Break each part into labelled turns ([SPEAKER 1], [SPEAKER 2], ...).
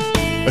[SPEAKER 1] A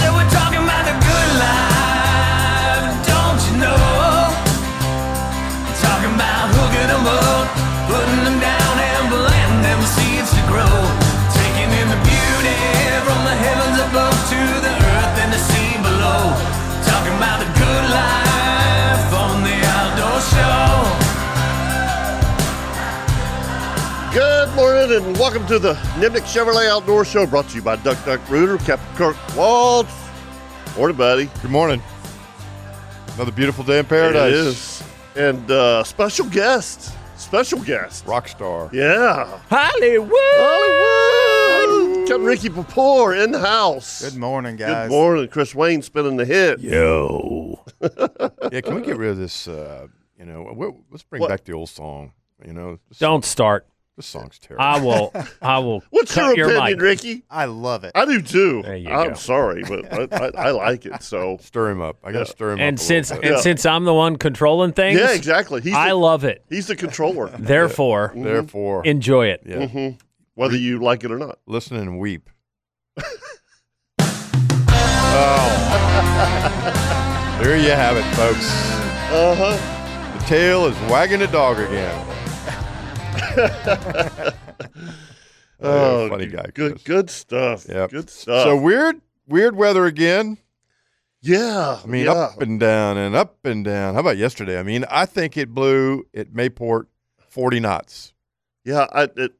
[SPEAKER 2] So we're talking about the good life, don't you know? Talking about hooking 'em up, putting them down and planting them seeds to grow. Taking in the beauty from the heavens above to the earth and the sea below. Talking about the good life on the outdoor show.
[SPEAKER 1] Good morning and welcome to the Nimnik Chevrolet Outdoor Show brought to you by Duck Duck Rooter, Captain Kirk Waltz. Morning, buddy.
[SPEAKER 3] Good morning. Another beautiful day in paradise.
[SPEAKER 1] It is. And uh, special guest. Special guest.
[SPEAKER 3] Rock star.
[SPEAKER 1] Yeah.
[SPEAKER 4] Hollywood.
[SPEAKER 1] Hollywood. Captain Ricky Papour in the house.
[SPEAKER 3] Good morning,
[SPEAKER 1] Good
[SPEAKER 3] guys.
[SPEAKER 1] morning. Chris Wayne spinning the hit.
[SPEAKER 4] Yo.
[SPEAKER 3] Yeah, can we get rid of this? Uh, you know, we- let's bring
[SPEAKER 1] What?
[SPEAKER 3] back the old song. You know, this,
[SPEAKER 4] Don't start.
[SPEAKER 3] this song's terrible.
[SPEAKER 4] I will. I will.
[SPEAKER 1] What's
[SPEAKER 4] cut
[SPEAKER 1] your opinion,
[SPEAKER 4] mic.
[SPEAKER 1] Ricky?
[SPEAKER 5] I love it.
[SPEAKER 1] I do too.
[SPEAKER 4] There you
[SPEAKER 1] I'm
[SPEAKER 4] go.
[SPEAKER 1] sorry, but I, I, I like it. So,
[SPEAKER 3] stir him up. I gotta stir him up.
[SPEAKER 4] And
[SPEAKER 3] a little
[SPEAKER 4] since
[SPEAKER 3] bit.
[SPEAKER 4] and since I'm the one controlling things,
[SPEAKER 1] yeah, exactly. He's,
[SPEAKER 4] I
[SPEAKER 1] the,
[SPEAKER 4] love it.
[SPEAKER 1] he's the controller,
[SPEAKER 4] Therefore,
[SPEAKER 3] therefore,
[SPEAKER 4] enjoy it.
[SPEAKER 3] yeah,
[SPEAKER 1] Mm-hmm. whether you like it or not.
[SPEAKER 3] listen and weep. oh, there you have it, folks.
[SPEAKER 1] Uh huh.
[SPEAKER 3] The tail is wagging the dog again. Yeah, funny guy,
[SPEAKER 1] Oh, Good,
[SPEAKER 3] Chris.
[SPEAKER 1] good stuff.
[SPEAKER 3] Yep.
[SPEAKER 1] Good stuff.
[SPEAKER 3] So weird, weird weather again.
[SPEAKER 1] yeah.
[SPEAKER 3] I mean,
[SPEAKER 1] yeah.
[SPEAKER 3] up and down and up and down. How about yesterday? I mean, I think it blew at Mayport 40 knots.
[SPEAKER 1] Yeah, I it,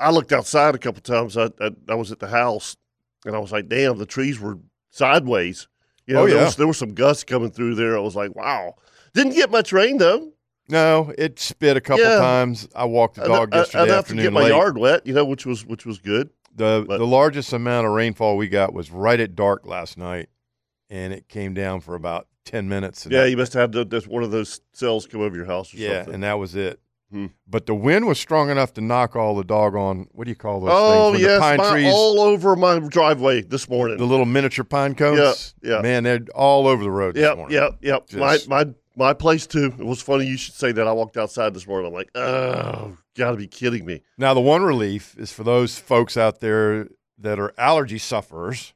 [SPEAKER 1] I looked outside a couple times. I, I I was at the house, and I was like, "Damn, the trees were sideways." You know,
[SPEAKER 3] Oh,
[SPEAKER 1] there,
[SPEAKER 3] yeah.
[SPEAKER 1] was, there was some gusts coming through there. I was like, "Wow!" Didn't get much rain though.
[SPEAKER 3] No, it spit a couple
[SPEAKER 1] Yeah.
[SPEAKER 3] times. I walked the
[SPEAKER 1] I'd-
[SPEAKER 3] dog
[SPEAKER 1] I'd,
[SPEAKER 3] yesterday
[SPEAKER 1] I'd have to
[SPEAKER 3] afternoon.
[SPEAKER 1] get my
[SPEAKER 3] late.
[SPEAKER 1] yard wet, you know, which was which was good.
[SPEAKER 3] The
[SPEAKER 1] but-
[SPEAKER 3] the largest amount of rainfall we got was right at dark last night, and it came down for about 10 minutes. And
[SPEAKER 1] yeah,
[SPEAKER 3] that-
[SPEAKER 1] you must have had the, one of those cells come over your house. Or
[SPEAKER 3] yeah,
[SPEAKER 1] something.
[SPEAKER 3] and that was it.
[SPEAKER 1] Hmm.
[SPEAKER 3] But the wind was strong enough to knock all the dog on. What do you call those
[SPEAKER 1] oh
[SPEAKER 3] things? When
[SPEAKER 1] yes,
[SPEAKER 3] the pine
[SPEAKER 1] my-
[SPEAKER 3] trees,
[SPEAKER 1] all over my driveway this morning.
[SPEAKER 3] the little miniature pine cones.
[SPEAKER 1] yeah.
[SPEAKER 3] man, they're all over the road. this
[SPEAKER 1] Yep,
[SPEAKER 3] morning.
[SPEAKER 1] yep, yep.
[SPEAKER 3] Just-
[SPEAKER 1] My my my place too. It was funny you should say that. I walked outside this morning. I'm like, oh, gotta be kidding me.
[SPEAKER 3] Now, the one relief is for those folks out there that are allergy sufferers.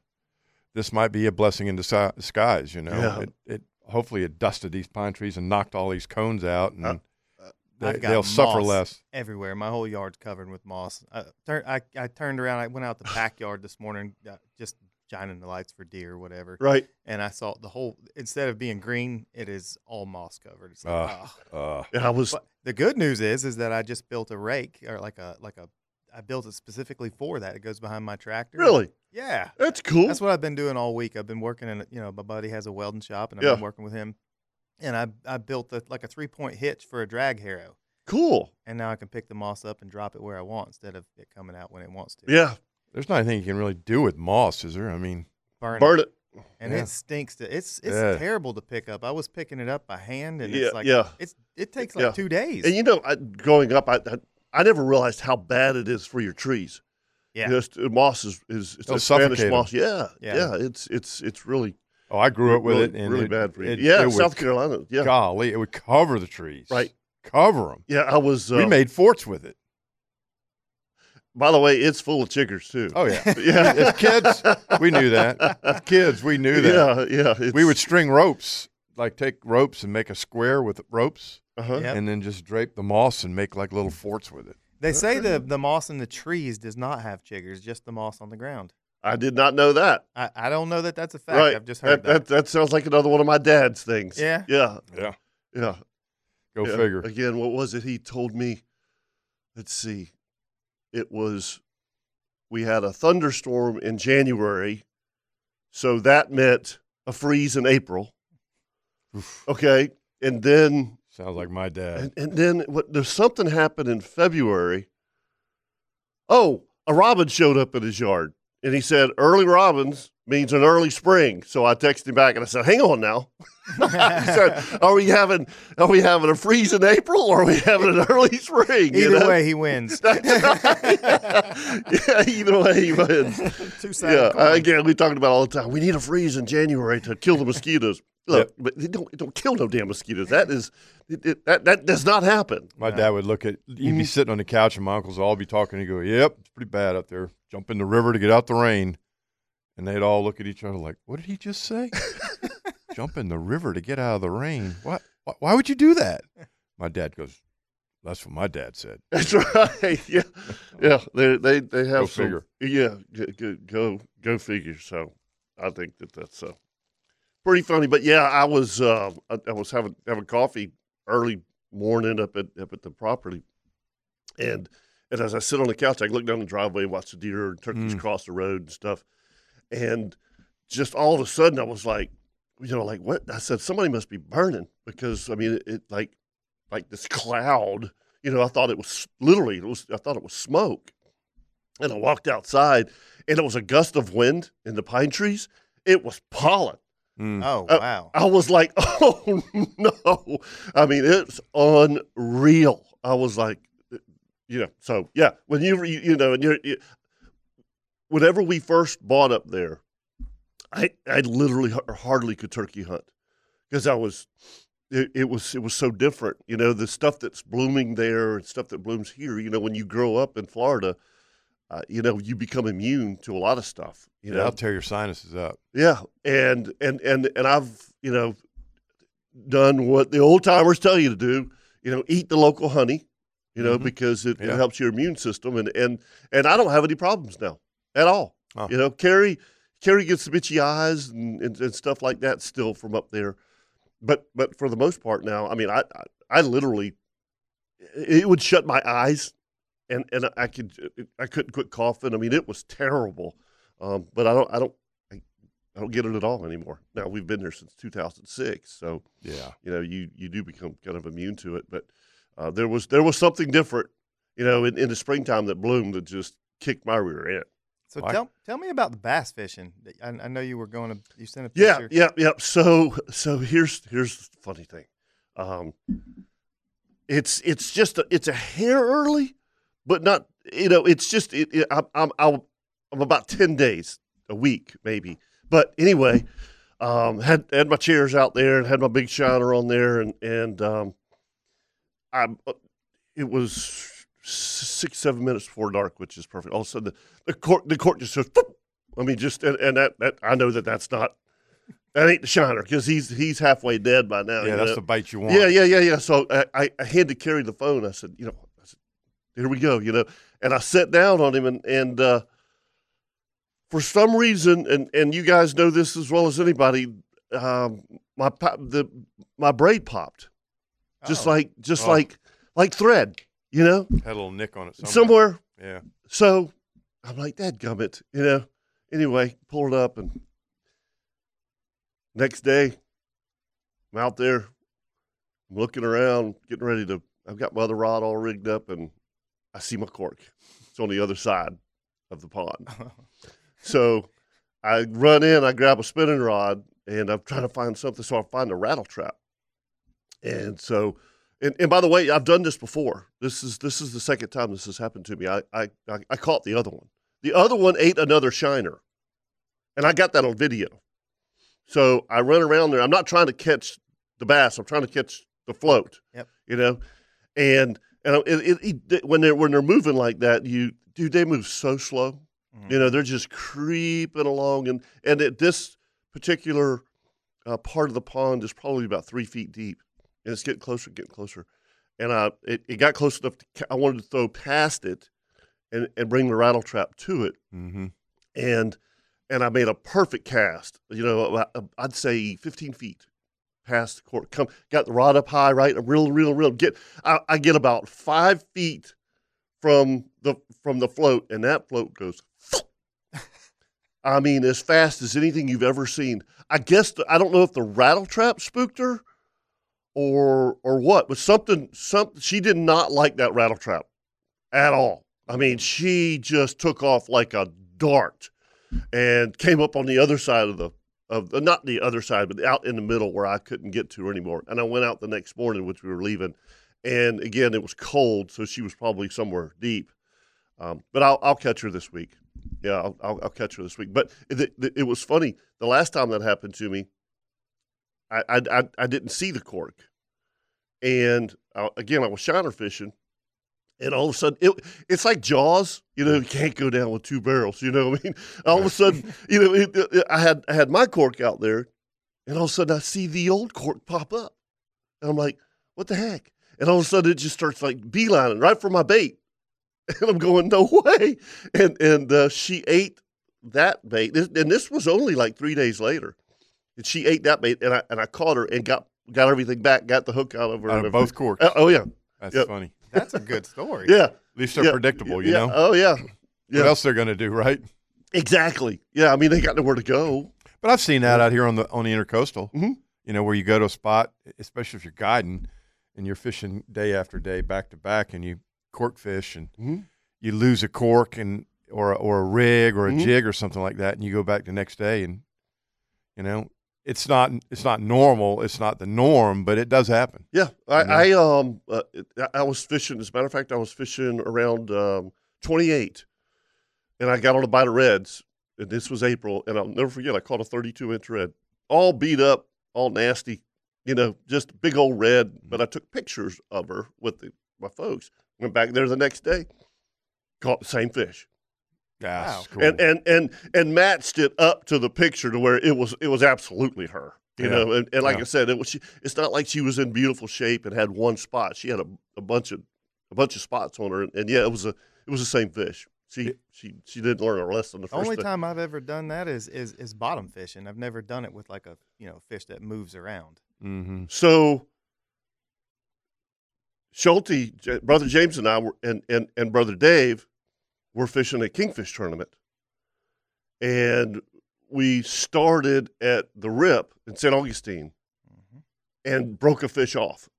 [SPEAKER 3] This might be a blessing in disgu- disguise. You know,
[SPEAKER 1] Yeah.
[SPEAKER 3] it, it hopefully it dusted these pine trees and knocked all these cones out, and
[SPEAKER 1] Uh,
[SPEAKER 3] they,
[SPEAKER 5] I've got
[SPEAKER 3] they'll suffer
[SPEAKER 5] moss
[SPEAKER 3] less.
[SPEAKER 5] everywhere. My whole yard's covered with moss. I, tur- I, I turned around. I went out the backyard this morning, uh, just shining the lights for deer or whatever.
[SPEAKER 1] Right.
[SPEAKER 5] And I saw the whole. Instead of being green, it is all moss covered. It's like,
[SPEAKER 3] Ah.
[SPEAKER 5] ah.
[SPEAKER 3] Uh,
[SPEAKER 1] Yeah, I was
[SPEAKER 5] But the good news is, is that I just built a rake or like a like a. I built it specifically for that. It goes behind my tractor.
[SPEAKER 1] really.
[SPEAKER 5] Yeah.
[SPEAKER 1] That's cool.
[SPEAKER 5] That's what I've been doing all week. I've been working in, a- you know, my buddy has a welding shop, and I've
[SPEAKER 1] Yeah.
[SPEAKER 5] been working with him. And I I built a, like a three point hitch for a drag harrow,
[SPEAKER 1] cool.
[SPEAKER 5] and now I can pick the moss up and drop it where I want instead of it coming out when it wants to.
[SPEAKER 1] Yeah.
[SPEAKER 3] there's not anything you can really do with moss, is there? I mean,
[SPEAKER 5] burn,
[SPEAKER 1] Burn
[SPEAKER 5] it,
[SPEAKER 1] it.
[SPEAKER 5] and
[SPEAKER 3] Yeah.
[SPEAKER 5] it stinks. To, it's it's
[SPEAKER 3] Yeah.
[SPEAKER 5] terrible to pick up. I was picking it up by hand, and
[SPEAKER 1] Yeah,
[SPEAKER 5] it's like
[SPEAKER 1] yeah.
[SPEAKER 5] it's it takes like
[SPEAKER 1] Yeah.
[SPEAKER 5] two days.
[SPEAKER 1] And you know, I, growing up, I, I I never realized how bad it is for your trees.
[SPEAKER 5] yeah,
[SPEAKER 1] You know, it's- uh, moss is is it's
[SPEAKER 3] They'll
[SPEAKER 1] a Spanish
[SPEAKER 3] suffocate 'em.
[SPEAKER 1] moss. Yeah, yeah.
[SPEAKER 5] Yeah.
[SPEAKER 1] It's it's it's really
[SPEAKER 3] oh, I grew up with
[SPEAKER 1] really,
[SPEAKER 3] it, and
[SPEAKER 1] really
[SPEAKER 3] it-
[SPEAKER 1] bad for you.
[SPEAKER 3] it-
[SPEAKER 1] yeah,
[SPEAKER 3] it would-
[SPEAKER 1] South Carolina. Yeah,
[SPEAKER 3] golly, it would cover the trees,
[SPEAKER 1] Right.
[SPEAKER 3] Cover them.
[SPEAKER 1] yeah. I was. Uh,
[SPEAKER 3] we made forts with it.
[SPEAKER 1] by the way, it's full of chickers too.
[SPEAKER 3] Oh yeah,
[SPEAKER 1] yeah,
[SPEAKER 3] As kids, we knew that. As kids, we knew that.
[SPEAKER 1] Yeah, yeah. it's-
[SPEAKER 3] we would string ropes like take ropes and make a square with ropes,
[SPEAKER 1] uh-huh.
[SPEAKER 5] Yep.
[SPEAKER 3] and then just drape the moss and make like little forts with it.
[SPEAKER 5] They say the the moss in the trees does not have chiggers, just the moss on the ground.
[SPEAKER 1] I did not know that.
[SPEAKER 5] I, I don't know that that's a fact.
[SPEAKER 1] right.
[SPEAKER 5] I've just heard
[SPEAKER 1] that,
[SPEAKER 5] that.
[SPEAKER 1] that. sounds like another one of my dad's things.
[SPEAKER 5] Yeah.
[SPEAKER 1] Yeah.
[SPEAKER 3] Yeah,
[SPEAKER 1] Yeah.
[SPEAKER 3] go
[SPEAKER 1] yeah.
[SPEAKER 3] figure.
[SPEAKER 1] Again, what was it he told me? Let's see. It was we had a thunderstorm in January. So that meant a freeze in April. Okay. And then
[SPEAKER 3] Sounds like my dad.
[SPEAKER 1] and, and then what, there's something happened in February. Oh, a robin showed up in his yard, and he said, "Early robins means an early spring." So I texted him back, and I said, "Hang on now." he said, "Are we having are we having a freeze in April, or are we having an early spring?"
[SPEAKER 5] Either way, he wins.
[SPEAKER 1] yeah, either way, he wins.
[SPEAKER 5] Two sides.
[SPEAKER 1] Yeah, uh, again, we talking about all the time. We need a freeze in January to kill the mosquitoes. Look, but they don't, don't kill no damn mosquitoes. That is, it, it, that that does not happen.
[SPEAKER 3] My dad would look at he'd
[SPEAKER 1] Mm.
[SPEAKER 3] be sitting on the couch and my uncles would all be talking. He'd go, Yep, it's pretty bad up there. Jump in the river to get out the rain. And they'd all look at each other like, What did he just say? Jump in the river to get out of the rain. What why, why would you do that? My dad goes, That's what my dad said.
[SPEAKER 1] That's right. Yeah, yeah. They they they have
[SPEAKER 3] Go
[SPEAKER 1] some-
[SPEAKER 3] figure.
[SPEAKER 1] Yeah, go, go go go figure. So, I think that that's uh, pretty funny. But yeah, I was uh, I, I was having having coffee early morning up at up at the property, and and as I sit on the couch, I look down the driveway and watch the deer and turkeys
[SPEAKER 3] Mm.
[SPEAKER 1] cross the road and stuff, and just all of a sudden I was like, you know, like what I said, somebody must be burning because I mean it, it like like this cloud. You know, I thought it was literally it was I thought it was smoke. And I walked outside and it was a gust of wind in the pine trees. It was pollen.
[SPEAKER 3] Mm.
[SPEAKER 5] Oh
[SPEAKER 1] Uh,
[SPEAKER 5] wow.
[SPEAKER 1] I was like, oh no. I mean, it's unreal. I was like, you know, so yeah, when you, you, you know, and you're, you, whenever we first bought up there, I, I literally har- hardly could turkey hunt because I was, it, it was, it was so different. You know, the stuff that's blooming there and stuff that blooms here, you know, when you grow up in Florida, uh, you know, you become immune to a lot of stuff, you
[SPEAKER 3] Yeah,
[SPEAKER 1] know,
[SPEAKER 3] I'll tear your sinuses up.
[SPEAKER 1] yeah, and and and and I've you know done what the old timers tell you to do. You know, eat the local honey. You know,
[SPEAKER 3] Mhm.
[SPEAKER 1] because it,
[SPEAKER 3] Yeah.
[SPEAKER 1] it helps your immune system, and and and I don't have any problems now at all.
[SPEAKER 3] Oh.
[SPEAKER 1] You know, Carrie Carrie gets some itchy eyes and, and, and stuff like that still from up there, but but for the most part now, I mean, I I, I literally it would shut my eyes and and I could I couldn't quit coughing. I mean, it was terrible. Um, but I don't I don't I, I don't get it at all anymore. Now we've been there since 2006, so
[SPEAKER 3] Yeah.
[SPEAKER 1] you know you you do become kind of immune to it. But uh, there was there was something different, you know, in, in the springtime that bloomed that just kicked my rear end.
[SPEAKER 5] So
[SPEAKER 3] Why?
[SPEAKER 5] tell tell me about the bass fishing. I, I know you were going to you sent a
[SPEAKER 1] Yeah,
[SPEAKER 5] picture.
[SPEAKER 1] yeah, yeah. So so here's here's the funny thing. Um it's it's just a, it's a hair early, but not you know, it's just it, it I'm I'm I'll- I'm about 10 days a week maybe. But anyway, um had had my chairs out there and had my big shiner on there and and um I it was s- 6 7 minutes before dark, which is perfect. All of a sudden the, the court the court just goes "Boop." I mean just and, and that, that I know that that's not that ain't the shiner because he's he's halfway dead by now.
[SPEAKER 3] Yeah,
[SPEAKER 1] you know?
[SPEAKER 3] that's the bite you want.
[SPEAKER 1] Yeah, yeah, yeah, yeah. So I, I, I had to carry the phone. I said, you know, I said, here we go, you know. And I sat down on him, and and uh, for some reason, and and you guys know this as well as anybody, um, my pa- the my braid popped, just
[SPEAKER 5] Oh.
[SPEAKER 1] like just
[SPEAKER 3] Oh.
[SPEAKER 1] like like thread, you know,
[SPEAKER 3] Had a little nick on it somewhere.
[SPEAKER 1] somewhere
[SPEAKER 3] Yeah.
[SPEAKER 1] so I'm like, Dad gummit, you know. Anyway, pull it up and next day I'm out there, I'm looking around, getting ready to I've got my other rod all rigged up and I see my cork. It's on the other side of the pond. So I run in, I grab a spinning rod, and I'm trying to find something. So I find a rattle trap. And so, and, and by the way, I've done this before. This is this is the second time this has happened to me. I I I I caught the other one. The other one ate another shiner, and I got that on video. So I run around there. I'm not trying to catch the bass. I'm trying to catch the float.
[SPEAKER 5] Yep.
[SPEAKER 1] You know, and and it, it, it, when they're when they're moving like that, you dude, they move so slow. You know, they're just creeping along, and and at this particular uh, part of the pond is probably about three feet deep, and it's getting closer, getting closer. And uh, it, it got close enough. To, ca- I wanted to throw past it, and and bring the rattle trap to it,
[SPEAKER 3] Mm-hmm.
[SPEAKER 1] and and I made a perfect cast. You know, I- I- I'd say 15 feet past the court. Come, got the rod up high, right? Real, real, real. Get, I, I get about five feet from the from the float, and that float goes. I mean, as fast as anything you've ever seen. I guess the, I don't know if the rattle trap spooked her, or or what, but something. Some she did not like that rattle trap at all. I mean, she just took off like a dart and came up on the other side of the of uh, not the other side, but out in the middle where I couldn't get to her anymore. And I went out the next morning, which we were leaving, and again it was cold, so she was probably somewhere deep. Um, but I'll, I'll catch her this week. Yeah, I'll, I'll, I'll catch her this week. But it, it, it was funny. The last time that happened to me, I I, I, I didn't see the cork, and uh, again I was shiner fishing, and all of a sudden it, it's like Jaws. You know, you can't go down with two barrels. You know what I mean? All of a sudden, you know, it, it- I had I had my cork out there, and all of a sudden I see the old cork pop up, and I'm like, what the heck? And all of a sudden it just starts like beelining right for my bait. And I'm going, no way. And and uh, she ate that bait. This- And this was only like three days later. And she ate that bait, and I and I caught her and got got everything back, got the hook out of her.
[SPEAKER 3] Out
[SPEAKER 1] and
[SPEAKER 3] of both
[SPEAKER 1] everything.
[SPEAKER 3] corks.
[SPEAKER 1] Uh, oh yeah,
[SPEAKER 3] That's
[SPEAKER 1] Yep.
[SPEAKER 3] funny.
[SPEAKER 5] That's a good story.
[SPEAKER 1] yeah.
[SPEAKER 3] At least they're
[SPEAKER 1] Yeah.
[SPEAKER 3] predictable, you
[SPEAKER 1] yeah.
[SPEAKER 3] know.
[SPEAKER 1] Oh yeah, yeah.
[SPEAKER 3] What else they're gonna do, right?
[SPEAKER 1] exactly. Yeah, I mean they got nowhere to go.
[SPEAKER 3] But I've seen that out here on the on the intercoastal.
[SPEAKER 1] Mhm.
[SPEAKER 3] You know, where you go to a spot, e-, especially if you're guiding and you're fishing day after day, back to back, and you cork fish and
[SPEAKER 1] Mhm.
[SPEAKER 3] you lose a cork and or a- or a rig or a
[SPEAKER 1] Mhm.
[SPEAKER 3] jig or something like that, and you go back the next day, and you know, it's not it's not normal, it's not the norm, but it does happen.
[SPEAKER 1] Yeah, I, I
[SPEAKER 3] Yeah.
[SPEAKER 1] um, uh, I- I was fishing. As a matter of fact, I was fishing around um, 28, and I got on a bite of reds. And this was April, and I'll never forget. I caught a 32 inch red, all beat up, all nasty, you know, just a big old red.
[SPEAKER 3] Mm-hmm.
[SPEAKER 1] But I took pictures of her with the, my folks. Went back there the next day, caught the same fish,
[SPEAKER 3] Yeah,
[SPEAKER 5] Wow.
[SPEAKER 3] it's cool.
[SPEAKER 1] and and and and matched it up to the picture to where it was it was absolutely her. You
[SPEAKER 3] Yeah.
[SPEAKER 1] know, and, and like
[SPEAKER 3] Yeah.
[SPEAKER 1] I said, it was she, it's not like she was in beautiful shape and had one spot. She had a, a bunch of a bunch of spots on her, and, and yeah, it was a it was the same fish. She she she didn't learn her lesson the
[SPEAKER 5] The
[SPEAKER 1] first
[SPEAKER 5] only
[SPEAKER 1] day.
[SPEAKER 5] time I've ever done that is is is bottom fishing. I've never done it with like a you know fish that moves around.
[SPEAKER 3] hmm
[SPEAKER 1] So Schulte, J- brother James, and I were, and, and and brother Dave were fishing a kingfish tournament, and we started at the Rip in St. Augustine, and broke a fish off,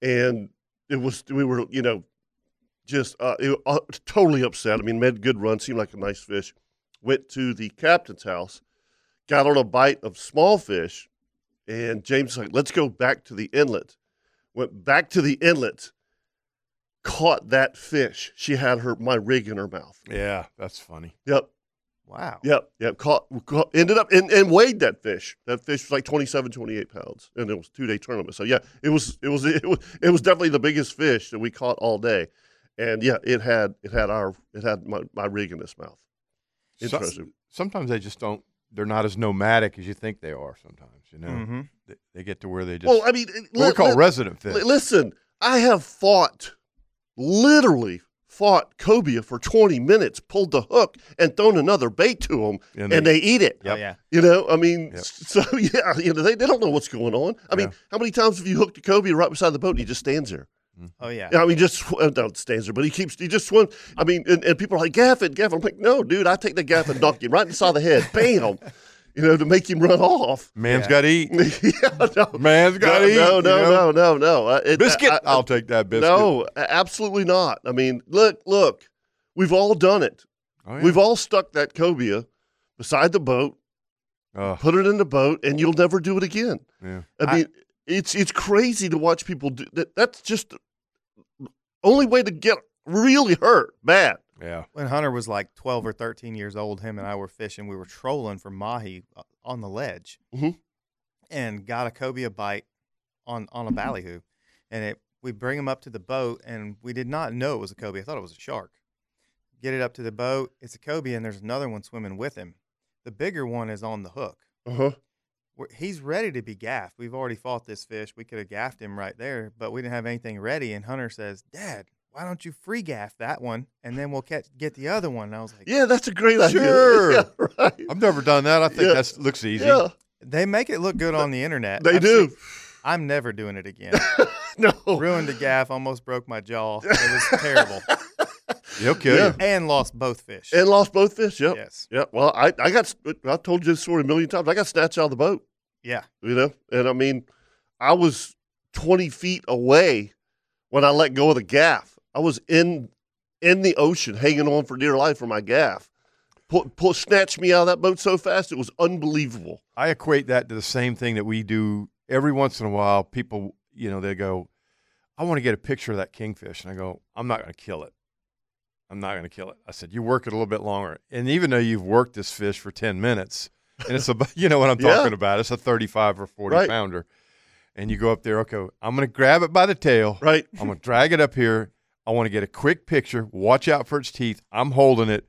[SPEAKER 1] and it was we were you know just uh, it, uh, totally upset. I mean, made a good run, seemed like a nice fish. Went to the captain's house, got on a bite of small fish, and James was like, let's go back to the inlet. Went back to the inlet, caught that fish. She had her my rig in her mouth.
[SPEAKER 3] Yeah, that's funny.
[SPEAKER 1] Yep,
[SPEAKER 5] Wow.
[SPEAKER 1] yep, yep. Caught, caught ended up and, and weighed that fish. That fish was like 27, 28 pounds, and it was two day tournament. So yeah, it was it was it was it was definitely the biggest fish that we caught all day, and yeah, it had it had our it had my, my rig in its mouth.
[SPEAKER 3] So-
[SPEAKER 1] Interesting.
[SPEAKER 3] sometimes they just don't. They're not as nomadic as you think they are. Sometimes, you know,
[SPEAKER 5] Mm-hmm.
[SPEAKER 3] they, they get to where they just.
[SPEAKER 1] well, I mean,
[SPEAKER 3] what we
[SPEAKER 1] let-
[SPEAKER 3] call
[SPEAKER 1] let-
[SPEAKER 3] resident fish.
[SPEAKER 1] Li- listen, I have fought, literally fought cobia for 20 minutes, pulled the hook, and thrown another bait to them,
[SPEAKER 3] And
[SPEAKER 1] and,
[SPEAKER 3] they-
[SPEAKER 1] they eat it.
[SPEAKER 5] Oh yeah.
[SPEAKER 1] You know, I mean,
[SPEAKER 3] Yep.
[SPEAKER 1] so yeah, you know, they, they don't know what's going on. I mean,
[SPEAKER 3] Yeah.
[SPEAKER 1] how many times have you hooked a cobia right beside the boat and he just stands there?
[SPEAKER 3] Mm-hmm.
[SPEAKER 5] Oh yeah.
[SPEAKER 1] I mean, just sw- uh, not stands there, but he keeps he just swims. I mean, and, and people are like gaff it, gaff it. I'm like, no, dude, I take the gaff and knock him right inside the head, bam, you know, to make him run off.
[SPEAKER 3] Man's
[SPEAKER 5] Yeah.
[SPEAKER 3] got to eat.
[SPEAKER 1] yeah, no,
[SPEAKER 3] Man's got
[SPEAKER 1] no,
[SPEAKER 3] to eat.
[SPEAKER 1] no, no,
[SPEAKER 3] you
[SPEAKER 1] no,
[SPEAKER 3] know?
[SPEAKER 1] no, no. Uh, it-
[SPEAKER 3] Biscuit.
[SPEAKER 1] I- I-
[SPEAKER 3] I, will take that biscuit.
[SPEAKER 1] no, a- absolutely not. I mean, look, look, we've all done it.
[SPEAKER 3] Oh, yeah.
[SPEAKER 1] We've all stuck that cobia beside the boat,
[SPEAKER 3] Ugh,
[SPEAKER 1] put it in the boat, and you'll never do it again.
[SPEAKER 3] yeah.
[SPEAKER 1] I,
[SPEAKER 5] I-
[SPEAKER 1] mean, it's it's crazy to watch people do that. That's just the only way to get really hurt bad.
[SPEAKER 3] Yeah.
[SPEAKER 5] When Hunter was like 12 or 13 years old, him and I were fishing. We were trolling for mahi uh, on the ledge,
[SPEAKER 1] Mhm.
[SPEAKER 5] and got a cobia bite on on a ballyhoo, and it. We bring him up to the boat, and we did not know it was a cobia. I thought it was a shark. Get it up to the boat. It's a cobia, and there's another one swimming with him. The bigger one is on the hook.
[SPEAKER 1] Uh huh.
[SPEAKER 5] we're, he's ready to be gaffed. We've already fought this fish. We could have gaffed him right there, but we didn't have anything ready. And Hunter says, Dad, why don't you free gaff that one and then we'll catch, get the other one? And I was like,
[SPEAKER 1] Yeah, that's a great idea.
[SPEAKER 3] Sure.
[SPEAKER 1] Yeah, right.
[SPEAKER 3] I've never done that. I think
[SPEAKER 1] Yeah.
[SPEAKER 3] that looks easy.
[SPEAKER 1] Yeah,
[SPEAKER 5] They make it look good on the internet.
[SPEAKER 1] they
[SPEAKER 5] I've
[SPEAKER 1] do.
[SPEAKER 5] seen- I'm never doing it again.
[SPEAKER 1] No.
[SPEAKER 5] Ruined a gaff, almost broke my jaw. It was terrible.
[SPEAKER 3] Yeah, Okay.
[SPEAKER 1] Yeah.
[SPEAKER 5] and lost both fish.
[SPEAKER 1] And lost both fish. Yep.
[SPEAKER 5] Yes.
[SPEAKER 1] Yep. Well, I, I got, I told you this story a million times. I got snatched out of the boat.
[SPEAKER 5] Yeah.
[SPEAKER 1] you know and i mean i was 20 feet away when i let go of the gaff i was in in the ocean hanging on for dear life for my gaff pull, pull snatched me out of that boat so fast it was unbelievable
[SPEAKER 3] I equate that to the same thing that we do every once in a while. People, you know, they go, I want to get a picture of that kingfish. And I go, I'm not going to kill it. I'm not going to kill it. I said, you work it a little bit longer. And even though you've worked this fish for 10 minutes, and it's about, you know what I'm
[SPEAKER 1] Yeah.
[SPEAKER 3] talking about, it's a 35 or 40
[SPEAKER 1] Right.
[SPEAKER 3] pounder. And you go up there, okay, I'm going to grab it by the tail.
[SPEAKER 1] right
[SPEAKER 3] I'm going to drag it up here. I want to get a quick picture. Watch out for its teeth. I'm holding it.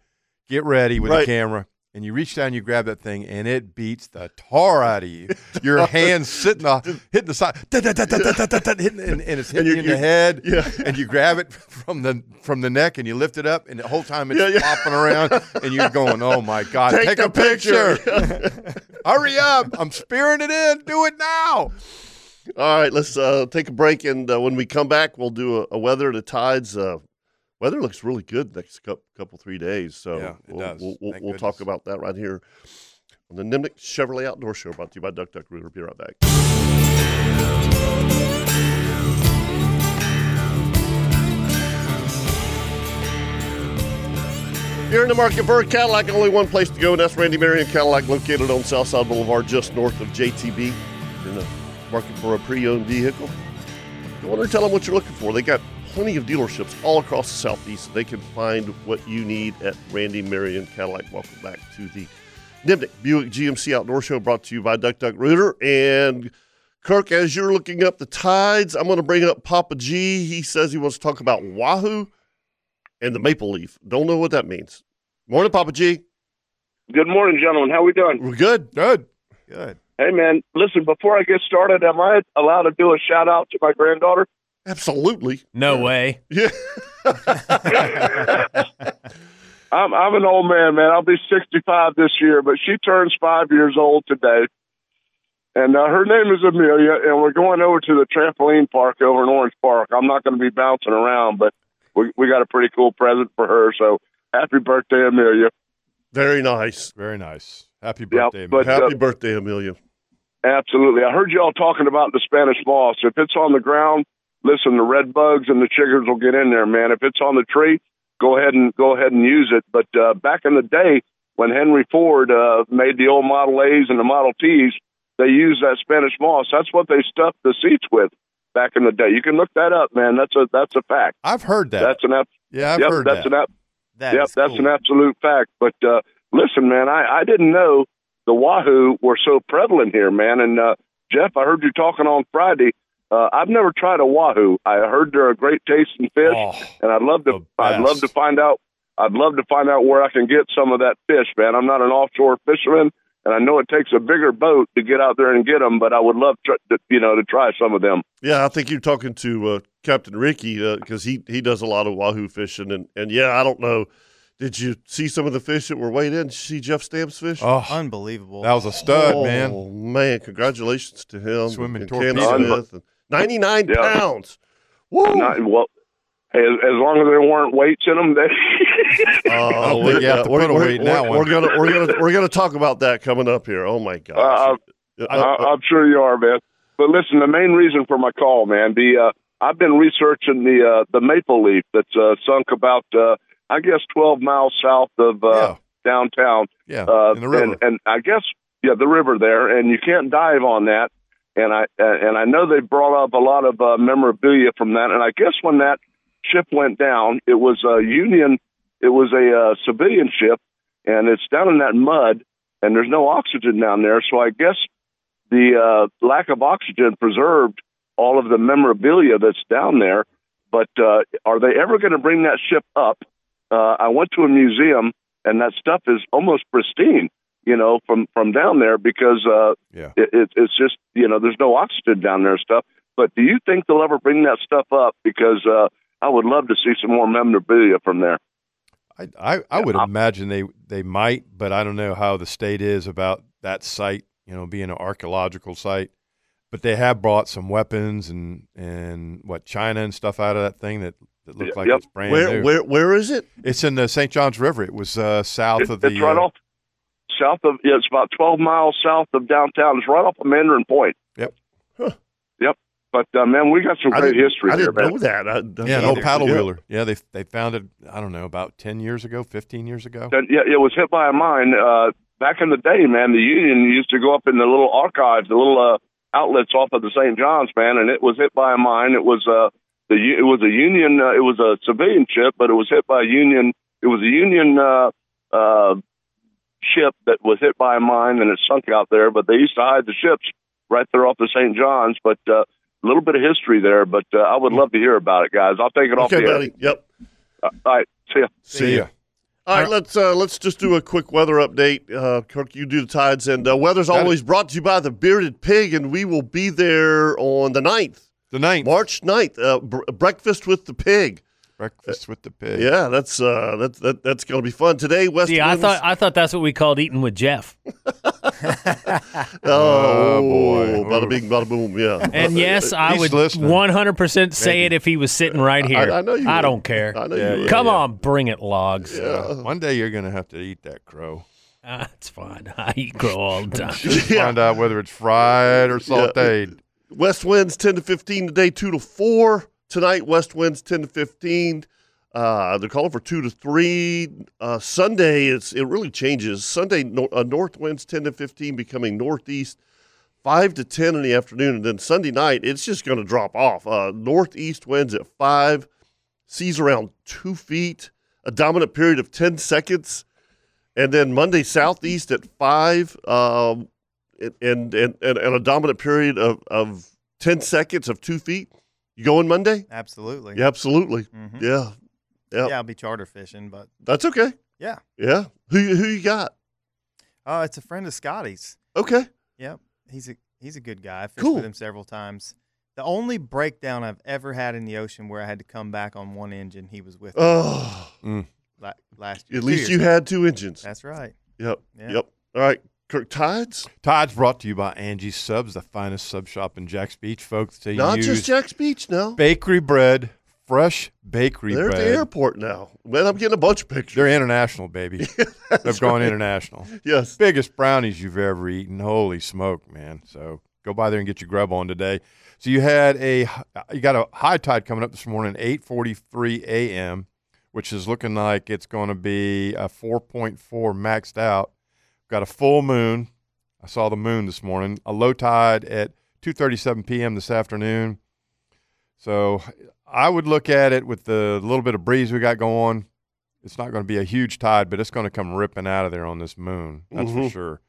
[SPEAKER 3] Get ready with
[SPEAKER 1] Right.
[SPEAKER 3] the camera. And you reach down, you grab that thing, and it beats the tar out of you. Your hand's sitting off, hitting the side, da, da, da, da, da, da, da, da, hitting, and, and it's hitting
[SPEAKER 1] you're-
[SPEAKER 3] you in the
[SPEAKER 1] you're-
[SPEAKER 3] head.
[SPEAKER 1] yeah.
[SPEAKER 3] And you grab it from the from the neck, and you lift it up, and the whole time it's
[SPEAKER 1] Yeah, yeah.
[SPEAKER 3] flopping around, and you're going, "Oh my God, take, a picture! Hurry up! I'm spearing it in. Do it now!"
[SPEAKER 1] all right let's uh, take a break and uh, when we come back we'll do a, a weather the tides uh, weather looks really good next couple, couple three days so
[SPEAKER 3] Yeah, it
[SPEAKER 1] we'll,
[SPEAKER 3] does.
[SPEAKER 1] we'll, we'll,
[SPEAKER 3] Thank
[SPEAKER 1] we'll talk
[SPEAKER 3] goodness.
[SPEAKER 1] about that right here on the nimnik chevrolet outdoor show brought to you by duck duck We'll be right back You're in the market for a Cadillac, and only one place to go, and that's Randy Marion Cadillac, located on Southside Boulevard, just north of JTB. You're in the market for a pre-owned vehicle. Go on and tell them what you're looking for. They got plenty of dealerships all across the southeast. They can find what you need at Randy Marion Cadillac. Welcome back to the Nimnik Buick GMC Outdoor Show, brought to you by Duck Duck Rooter and. Kirk, as you're looking up the tides, I'm going to bring up Papa G. He says he wants to talk about Wahoo and the maple leaf. Don't know what that means. Morning, Papa G.
[SPEAKER 6] Good morning, gentlemen. How we doing?
[SPEAKER 1] We're good.
[SPEAKER 3] Good.
[SPEAKER 5] Good.
[SPEAKER 6] Hey, man. Listen, before I get started, am I allowed to do a shout out to my granddaughter?
[SPEAKER 1] Absolutely.
[SPEAKER 4] No way.
[SPEAKER 1] Yeah.
[SPEAKER 6] I'm I'm an old man, man. I'll be 65 this year, but she turns five years old today, and uh, her name is Amelia. And we're going over to the trampoline park over in Orange Park. I'm not going to be bouncing around, but we we got a pretty cool present for her. So happy birthday, Amelia!
[SPEAKER 1] Very nice.
[SPEAKER 3] Very nice. Happy
[SPEAKER 6] Yeah,
[SPEAKER 3] birthday,
[SPEAKER 6] but,
[SPEAKER 3] man.
[SPEAKER 6] uh,
[SPEAKER 1] Happy birthday, Amelia.
[SPEAKER 6] Absolutely. I heard y'all talking about the Spanish moss. If it's on the ground, listen, the red bugs and the chiggers will get in there, man. If it's on the tree, go ahead and go ahead and use it. But uh, back in the day when Henry Ford uh, made the old Model A's and the Model T's, they used that Spanish moss. That's what they stuffed the seats with back in the day. You can look that up, man. That's a that's a fact.
[SPEAKER 3] I've heard that.
[SPEAKER 6] That's an ab-
[SPEAKER 3] yeah, I've
[SPEAKER 6] yep,
[SPEAKER 3] heard
[SPEAKER 6] that's
[SPEAKER 3] that.
[SPEAKER 6] an ab-
[SPEAKER 5] That
[SPEAKER 6] yep,
[SPEAKER 5] is
[SPEAKER 6] that's an
[SPEAKER 5] cool.
[SPEAKER 6] absolute fact. But uh, listen, man, I, I didn't know the Wahoo were so prevalent here, man. And uh, Jeff, I heard you talking on Friday. Uh, I've never tried a Wahoo. I heard they're a great tasting fish,
[SPEAKER 3] Oh.
[SPEAKER 6] and I'd love to.
[SPEAKER 3] the
[SPEAKER 6] I'd love to
[SPEAKER 3] best.
[SPEAKER 6] find out. I'd love to find out where I can get some of that fish, man. I'm not an offshore fisherman, and I know it takes a bigger boat to get out there and get them. But I would love, tr- to, you know, to try some of them.
[SPEAKER 1] Yeah, I think you're talking to uh, Captain Ricky because he, he does a lot of wahoo fishing. And, and yeah, I don't know. Did you see some of the fish that were weighed in? Did you see Jeff Stamps' fish?
[SPEAKER 3] Oh,
[SPEAKER 5] Unbelievable.
[SPEAKER 3] that was a stud,
[SPEAKER 1] oh,
[SPEAKER 3] man.
[SPEAKER 1] man. Congratulations to him.
[SPEAKER 3] Swimming
[SPEAKER 1] and
[SPEAKER 3] torpedo.
[SPEAKER 1] Cam Smith and 99
[SPEAKER 6] Yeah.
[SPEAKER 1] pounds. Woo!
[SPEAKER 6] Not, well, as, as long as there weren't weights in them, they.
[SPEAKER 1] Uh,
[SPEAKER 3] don't think you have Oh, to put a weight in that
[SPEAKER 1] we're-
[SPEAKER 3] one.
[SPEAKER 1] we're gonna we're gonna we're gonna talk about that coming up here. Oh my gosh!
[SPEAKER 6] Uh,
[SPEAKER 1] Uh,
[SPEAKER 6] I, I'm sure you are, man. But listen, the main reason for my call, man, the uh, I've been researching the uh, the maple leaf that's uh, sunk about uh, I guess 12 miles south of uh,
[SPEAKER 3] Yeah.
[SPEAKER 6] downtown,
[SPEAKER 3] Yeah,
[SPEAKER 6] uh,
[SPEAKER 3] in the river.
[SPEAKER 6] and and I guess yeah, the river there, and you can't dive on that. And I uh, and I know they brought up a lot of uh, memorabilia from that. And I guess when that ship went down, it was a Union, it was a uh, civilian ship, and it's down in that mud, and there's no oxygen down there. So I guess the uh, lack of oxygen preserved all of the memorabilia that's down there. But uh, are they ever going to bring that ship up? Uh, I went to a museum, and that stuff is almost pristine. you know, from from down there because uh,
[SPEAKER 3] Yeah.
[SPEAKER 6] it, it, it's just you know there's no oxygen down there and stuff. But do you think they'll ever bring that stuff up? Because uh, I would love to see some more memorabilia from there.
[SPEAKER 3] I, I, I would imagine they, they might, but I don't know how the state is about that site, you know, being an archaeological site. But they have brought some weapons and, and what China and stuff out of that thing that, that looked
[SPEAKER 6] Yep.
[SPEAKER 3] like it's brand
[SPEAKER 1] Where
[SPEAKER 3] new.
[SPEAKER 1] where where is it?
[SPEAKER 3] It's in the St. Johns River. It was uh, south
[SPEAKER 6] It-
[SPEAKER 3] of the.
[SPEAKER 6] it's right
[SPEAKER 3] uh,
[SPEAKER 6] off south of yeah, it's about 12 miles south of downtown. It's right off of Mandarin Point.
[SPEAKER 3] Yep.
[SPEAKER 1] Huh.
[SPEAKER 6] Yep. But uh, man, we got some
[SPEAKER 1] I
[SPEAKER 6] great
[SPEAKER 1] didn't-
[SPEAKER 6] history
[SPEAKER 1] I
[SPEAKER 6] here,
[SPEAKER 1] didn't
[SPEAKER 6] man.
[SPEAKER 1] know that. I, that's
[SPEAKER 3] Yeah, an old
[SPEAKER 1] amazing.
[SPEAKER 3] paddle
[SPEAKER 1] Yeah.
[SPEAKER 3] wheeler. Yeah, they they found it. I don't know about ten years ago, fifteen years ago.
[SPEAKER 6] That- yeah, it was hit by a mine uh, back in the day, man. The Union used to go up in the little archives, the little uh, outlets off of the St. John's, man, and it was hit by a mine. It was uh, the U- it was a Union, uh, it was a civilian ship, but it was hit by a Union. It was a Union uh, uh, ship that was hit by a mine and it sunk out there. But they used to hide the ships right there off the St. John's. But uh, a little bit of history there, but uh, I would love to hear about it, guys. I'll take it off the
[SPEAKER 1] Okay,
[SPEAKER 6] air. Uh,
[SPEAKER 1] buddy. Yep.
[SPEAKER 6] All right, see ya.
[SPEAKER 3] See ya.
[SPEAKER 1] All right, let's uh, let's just do a quick weather update. Uh, Kirk, you do the tides, and uh, weather's
[SPEAKER 3] Got it.
[SPEAKER 1] always brought to you by the Bearded Pig, and we will be there on the 9th,
[SPEAKER 3] The ninth
[SPEAKER 1] March 9th, uh, br- breakfast with the pig.
[SPEAKER 3] breakfast with the pig.
[SPEAKER 1] Yeah, that's uh, that's that, that's going to be fun today. West.
[SPEAKER 4] See, I
[SPEAKER 1] winds-
[SPEAKER 4] thought I thought that's what we called eating with Jeff.
[SPEAKER 1] Oh,
[SPEAKER 3] Oh, boy.
[SPEAKER 1] bada bing, bada boom. Yeah,
[SPEAKER 4] And yes, I
[SPEAKER 3] He's
[SPEAKER 4] would
[SPEAKER 3] listening.
[SPEAKER 4] 100% say it if he was sitting right here.
[SPEAKER 1] I know you
[SPEAKER 4] I
[SPEAKER 1] would.
[SPEAKER 4] don't care.
[SPEAKER 1] I know
[SPEAKER 3] Yeah,
[SPEAKER 1] you. were.
[SPEAKER 3] yeah.
[SPEAKER 4] Come on, bring it, logs.
[SPEAKER 3] Uh, one day you're gonna have to eat that crow.
[SPEAKER 4] Ah, it's fine. I eat crow all the time.
[SPEAKER 1] Yeah.
[SPEAKER 3] Find out whether it's fried or sautéed.
[SPEAKER 1] West winds 10 to 15 today, 2 to 4. Tonight, west winds 10 to 15. Uh, they're calling for 2 to 3. Uh, Sunday, it's, it really changes. Sunday, no, uh, north winds 10 to 15, becoming northeast 5 to 10 in the afternoon. And then Sunday night, it's just going to drop off. Uh, northeast winds at 5, seas around 2 feet, a dominant period of 10 seconds. And then Monday, southeast at 5. Um, and and and, and a dominant period of, of ten seconds of two feet. You going Monday?
[SPEAKER 5] Absolutely.
[SPEAKER 1] Yeah, absolutely.
[SPEAKER 5] Mhm.
[SPEAKER 1] Yeah, Yep.
[SPEAKER 5] Yeah, I'll be charter fishing, but
[SPEAKER 1] that's okay.
[SPEAKER 5] Yeah.
[SPEAKER 1] yeah. Who you- who you got?
[SPEAKER 5] uh, it's a friend of Scotty's.
[SPEAKER 1] Okay,
[SPEAKER 5] Yep. He's a he's a good guy. I fished
[SPEAKER 1] Cool.
[SPEAKER 5] with him several times. The only breakdown I've ever had in the ocean where I had to come back on one engine, he was with me
[SPEAKER 1] oh,
[SPEAKER 3] Mm.
[SPEAKER 5] la- last year.
[SPEAKER 1] at
[SPEAKER 5] two
[SPEAKER 1] least
[SPEAKER 5] years
[SPEAKER 1] you
[SPEAKER 5] ago.
[SPEAKER 1] had two engines.
[SPEAKER 5] That's right.
[SPEAKER 1] Yep,
[SPEAKER 5] Yeah.
[SPEAKER 1] yep. All right, Kirk Tides,
[SPEAKER 3] Todd's brought to you by Angie's Subs, the finest sub shop in Jacks Beach, folks. They
[SPEAKER 1] not
[SPEAKER 3] use
[SPEAKER 1] just Jack's Beach now.
[SPEAKER 3] bakery bread, fresh bakery
[SPEAKER 1] They're at
[SPEAKER 3] bread.
[SPEAKER 1] the airport now. Man, I'm getting a bunch of pictures.
[SPEAKER 3] They're international, baby. They've gone international.
[SPEAKER 1] yes,
[SPEAKER 3] biggest brownies you've ever eaten. Holy smoke, man! So go by there and get your grub on today. So you had a you got a high tide coming up this morning, eight forty three a.m., which is looking like it's going to be a four point four maxed out. Got a full moon. I saw the moon this morning. A low tide at two thirty seven p.m. this afternoon. So I would look at it with the little bit of breeze we got going. It's not going to be a huge tide, but it's going to come ripping out of there on this moon. That's for
[SPEAKER 1] Mhm.
[SPEAKER 3] sure.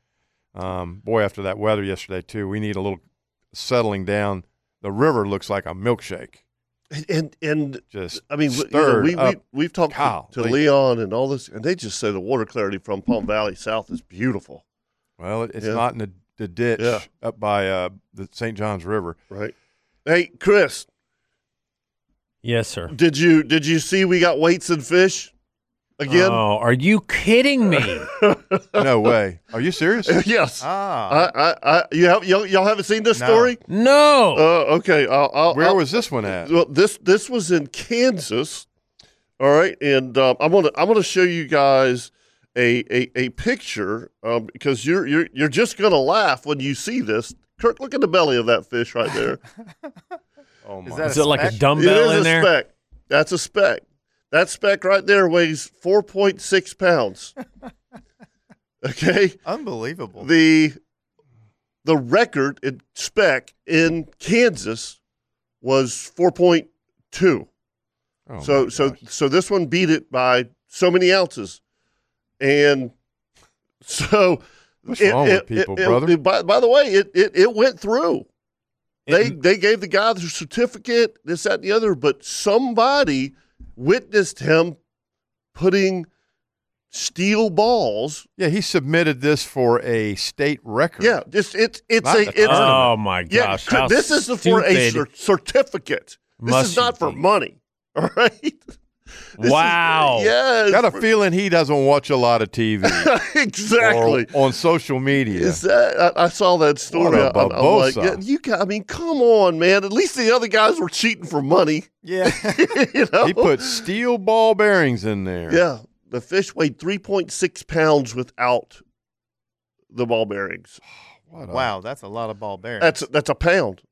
[SPEAKER 3] Um, boy, after that weather yesterday too, we need a little settling down. The river looks like a milkshake.
[SPEAKER 1] and and, and
[SPEAKER 3] Just
[SPEAKER 1] I mean, you know,
[SPEAKER 3] stirred
[SPEAKER 1] we, we
[SPEAKER 3] up.
[SPEAKER 1] we've talked to, to
[SPEAKER 3] Golly.
[SPEAKER 1] Leon and all this, and they just say the water clarity from Palm Valley South is beautiful.
[SPEAKER 3] well, it- it's
[SPEAKER 1] Yeah.
[SPEAKER 3] not in the, the ditch
[SPEAKER 1] Yeah.
[SPEAKER 3] up by uh, the St. Johns River.
[SPEAKER 1] Right. Hey, Chris,
[SPEAKER 4] Yes, sir.
[SPEAKER 1] Did you did you see we got weights and fish again?
[SPEAKER 4] Oh, are you kidding me?
[SPEAKER 3] No way. Are you serious?
[SPEAKER 1] yes.
[SPEAKER 5] Ah,
[SPEAKER 1] I, I, I, you have y'all, y'all haven't seen this
[SPEAKER 5] No.
[SPEAKER 1] story?
[SPEAKER 4] no.
[SPEAKER 1] Uh, okay. I'll, I'll,
[SPEAKER 3] Where
[SPEAKER 1] I'll-
[SPEAKER 3] was this one at?
[SPEAKER 1] well, this this was in Kansas. All right, and um, I'm gonna I'm gonna show you guys a a, a picture um, because you're you're you're just gonna laugh when you see this. Kirk, look at the belly of that fish right there.
[SPEAKER 3] Oh my!
[SPEAKER 5] is that
[SPEAKER 4] Is it like a
[SPEAKER 5] special?
[SPEAKER 4] dumbbell
[SPEAKER 1] it is
[SPEAKER 4] in
[SPEAKER 1] a
[SPEAKER 4] there?
[SPEAKER 1] speck. That's a speck. That speck right there weighs 4.6 pounds. okay.
[SPEAKER 5] unbelievable?
[SPEAKER 1] The the record in spec in Kansas was 4.2.
[SPEAKER 3] Oh
[SPEAKER 1] so
[SPEAKER 3] my
[SPEAKER 1] so
[SPEAKER 3] gosh.
[SPEAKER 1] so this one beat it by so many ounces. And so
[SPEAKER 3] What's wrong with people, brother?
[SPEAKER 1] it- by, by the way, it, it, it went through. They they gave the guy the certificate, this, that, and the other, but somebody witnessed him putting steel balls.
[SPEAKER 3] Yeah, he submitted this for a state record.
[SPEAKER 1] Yeah, it's it's it's
[SPEAKER 3] Not
[SPEAKER 1] a
[SPEAKER 3] the
[SPEAKER 1] it's
[SPEAKER 4] oh my
[SPEAKER 1] yeah.
[SPEAKER 4] gosh!
[SPEAKER 1] c-
[SPEAKER 4] how
[SPEAKER 1] this is for a cer-
[SPEAKER 4] stupid.
[SPEAKER 1] certificate. This
[SPEAKER 4] must
[SPEAKER 1] is not
[SPEAKER 4] you
[SPEAKER 1] for
[SPEAKER 4] be?
[SPEAKER 1] money. All right. This is-
[SPEAKER 4] Wow.
[SPEAKER 1] yes.
[SPEAKER 3] Got a feeling he doesn't watch a lot of TV
[SPEAKER 1] exactly.
[SPEAKER 3] or on social media.
[SPEAKER 1] Is that, I, I saw that story.
[SPEAKER 3] Oh, What a
[SPEAKER 1] I, am like,
[SPEAKER 3] babosa.
[SPEAKER 1] yeah, you. ca- I mean, come on, man. At least the other guys were cheating for money.
[SPEAKER 5] Yeah.
[SPEAKER 1] you know?
[SPEAKER 3] He put steel ball bearings in there.
[SPEAKER 1] Yeah, the fish weighed 3.6 pounds without the ball bearings.
[SPEAKER 3] What a-
[SPEAKER 5] wow, that's a lot of ball bearings.
[SPEAKER 1] That's that's a pound.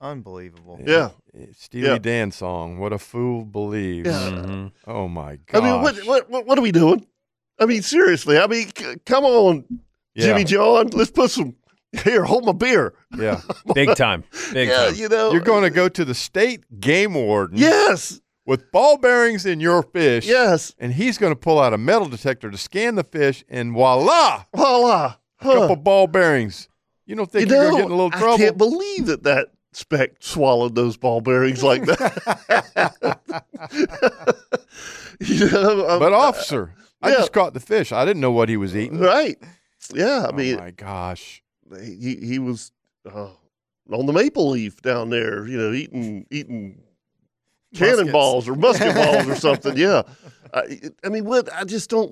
[SPEAKER 5] unbelievable.
[SPEAKER 1] Yeah.
[SPEAKER 3] Steely
[SPEAKER 1] Yeah.
[SPEAKER 3] Dan song. What a fool believes.
[SPEAKER 1] Yeah.
[SPEAKER 4] Mhm.
[SPEAKER 3] Oh my
[SPEAKER 1] I
[SPEAKER 3] god.
[SPEAKER 1] mean, what, what what what are we doing? I mean, seriously. I mean, c- come on, Jimmy John. Let's put some here. Hold my beer.
[SPEAKER 3] Yeah.
[SPEAKER 4] Big time. Big
[SPEAKER 1] yeah,
[SPEAKER 4] time.
[SPEAKER 1] you know.
[SPEAKER 3] You're going to go to the state game warden
[SPEAKER 1] Yes,
[SPEAKER 3] with ball bearings in your fish.
[SPEAKER 1] yes.
[SPEAKER 3] And he's going to pull out a metal detector to scan the fish, and voila,
[SPEAKER 1] Voila.
[SPEAKER 3] a
[SPEAKER 1] Huh.
[SPEAKER 3] couple ball bearings. You don't think
[SPEAKER 1] you know,
[SPEAKER 3] are going to get in a little trouble?
[SPEAKER 1] I can't believe that that speck swallowed those ball bearings like that. you know, I'm-
[SPEAKER 3] but officer, I
[SPEAKER 1] Yeah.
[SPEAKER 3] just caught the fish. I didn't know what he was eating.
[SPEAKER 1] right? Yeah, I mean,
[SPEAKER 3] oh my gosh.
[SPEAKER 1] he he was uh, on the maple leaf down there, you know, eating eating
[SPEAKER 5] Muskets.
[SPEAKER 1] cannonballs or musket balls or something. Yeah, I, I mean, what I just don't.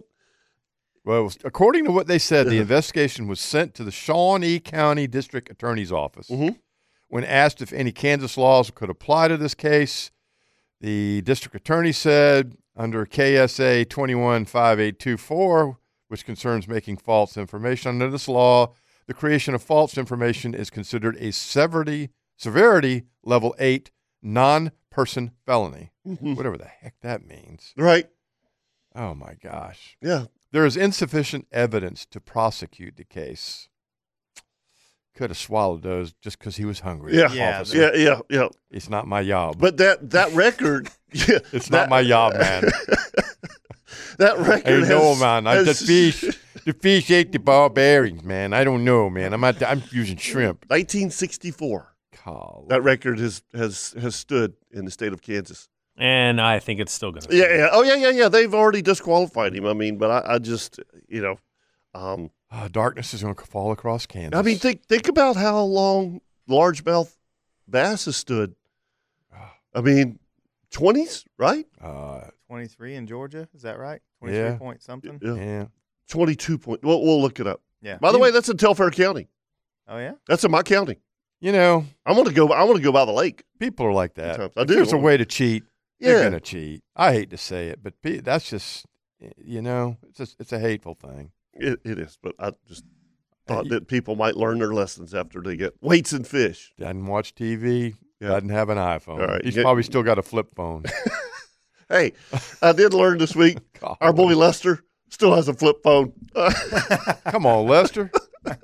[SPEAKER 1] Uh-huh.
[SPEAKER 3] Well, according to what they said, the
[SPEAKER 1] Yeah.
[SPEAKER 3] investigation was sent to the Shawnee County District Attorney's Office.
[SPEAKER 1] Mhm.
[SPEAKER 3] When asked if any Kansas laws could apply to this case, the district attorney said under KSA 215824, which concerns making false information under this law, the creation of false information is considered a severity severity level 8 non-person felony.
[SPEAKER 1] Mhm.
[SPEAKER 3] Whatever the heck that means.
[SPEAKER 1] Right?
[SPEAKER 3] Oh my gosh.
[SPEAKER 1] Yeah.
[SPEAKER 3] There is insufficient evidence to prosecute the case. Could have swallowed those just because he was hungry.
[SPEAKER 1] Yeah.
[SPEAKER 5] Yeah,
[SPEAKER 3] officer.
[SPEAKER 1] Yeah. Yeah. Yeah.
[SPEAKER 3] It's not my job.
[SPEAKER 1] But that that record. Yeah,
[SPEAKER 3] it's
[SPEAKER 1] that,
[SPEAKER 3] not my job, man.
[SPEAKER 1] That record.
[SPEAKER 3] hey, no,
[SPEAKER 1] has-
[SPEAKER 3] man. I,
[SPEAKER 1] has-
[SPEAKER 3] the fish, the fish ate the ball bearings, man. I don't know, man. I'm out, I'm using shrimp.
[SPEAKER 1] 1964.
[SPEAKER 3] Call.
[SPEAKER 1] That record has has has stood in the state of Kansas.
[SPEAKER 4] And I think it's still going to.
[SPEAKER 1] Yeah, yeah. Oh, yeah, yeah, yeah. They've already disqualified him. I mean, but I, I just, you know, um,
[SPEAKER 3] Ah, darkness is going to fall across Kansas.
[SPEAKER 1] I mean, think think about how long largemouth bass has stood.
[SPEAKER 3] Ah.
[SPEAKER 1] I mean, twenties, right?
[SPEAKER 3] uh,
[SPEAKER 5] 23 in Georgia, is that right? 23
[SPEAKER 3] Yeah.
[SPEAKER 5] point something.
[SPEAKER 1] Yeah,
[SPEAKER 3] yeah.
[SPEAKER 1] twenty-two point. We'll, we'll look it up.
[SPEAKER 5] Yeah.
[SPEAKER 1] By the way, that's in Telfair County.
[SPEAKER 5] Oh yeah.
[SPEAKER 1] That's in my county.
[SPEAKER 3] You know,
[SPEAKER 1] I want to go. I want to go by the lake.
[SPEAKER 3] people are like that.
[SPEAKER 1] Sometimes I
[SPEAKER 3] If
[SPEAKER 1] do.
[SPEAKER 3] There's a way to cheat. You're
[SPEAKER 1] Yeah.
[SPEAKER 3] gonna cheat. I hate to say it, but pe- that's just you know, it's just, it's a hateful thing.
[SPEAKER 1] It, it is, but I just thought
[SPEAKER 3] you-
[SPEAKER 1] that people might learn their lessons after they get weights and fish.
[SPEAKER 3] Doesn't watch TV.
[SPEAKER 1] Yeah.
[SPEAKER 3] Doesn't have an iPhone.
[SPEAKER 1] All right,
[SPEAKER 3] He's
[SPEAKER 1] you-
[SPEAKER 3] probably still got a flip phone.
[SPEAKER 1] Hey, I did learn this week. Our boy Lester still has a flip phone.
[SPEAKER 3] Come on, Lester.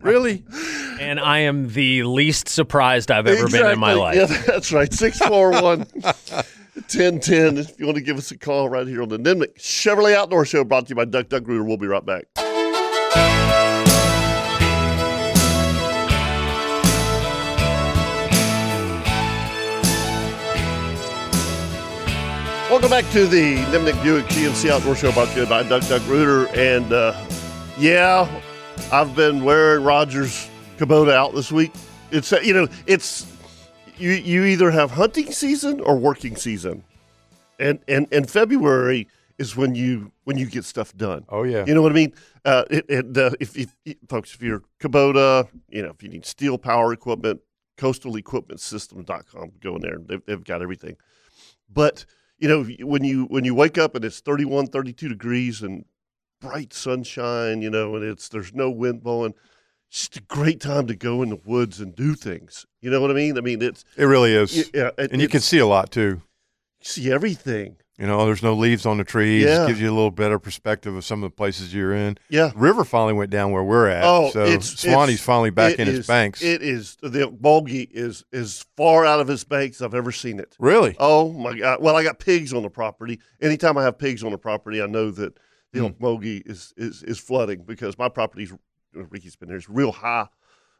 [SPEAKER 3] really?
[SPEAKER 4] And I am the least surprised I've ever been in my life.
[SPEAKER 1] Yeah, that's right. 641 1010. If you want to give us a call right here on the Nimnik Chevrolet Outdoor Show brought to you by Duck Duck Rooter. We'll be right back. Welcome back to the Nimnik Buick GMC Outdoor Show brought to you by Duck Duck Rooter. And uh, yeah, I've been wearing Rogers Kubota out this week. It's uh, you know it's you you either have hunting season or working season, and and and February is when you when you get stuff done.
[SPEAKER 3] Oh yeah.
[SPEAKER 1] You know what I mean? Uh, it, it, uh, if, if, if- folks, if you're Kubota, you know, if you need steel power equipment, coastalequipmentsystem.com, go in there. They've, they've got everything. But, you know, when you when you wake up and it's 31, 32 degrees and bright sunshine, you know, and it's there's no wind blowing, it's just a great time to go in the woods and do things. You know what I mean? I mean, it's
[SPEAKER 3] it really is.
[SPEAKER 1] yeah, it-
[SPEAKER 3] and you can
[SPEAKER 1] it's-
[SPEAKER 3] see a lot too.
[SPEAKER 1] see everything.
[SPEAKER 3] You know, there's no leaves on the trees.
[SPEAKER 1] Yeah.
[SPEAKER 3] It gives you a little better perspective of some of the places you're in.
[SPEAKER 1] Yeah.
[SPEAKER 3] River finally went down where we're at.
[SPEAKER 1] Oh,
[SPEAKER 3] so
[SPEAKER 1] it's,
[SPEAKER 3] Swanee's
[SPEAKER 1] it's-
[SPEAKER 3] finally back
[SPEAKER 1] it
[SPEAKER 3] in
[SPEAKER 1] is-
[SPEAKER 3] his banks.
[SPEAKER 1] It is the bogey is is far out of his banks I've ever seen it.
[SPEAKER 3] really?
[SPEAKER 1] Oh my god! Well, I got pigs on the property. Anytime I have pigs on the property, I know that
[SPEAKER 3] Hmm.
[SPEAKER 1] the mm. is, is is flooding because my property's Ricky's been there. It's real high,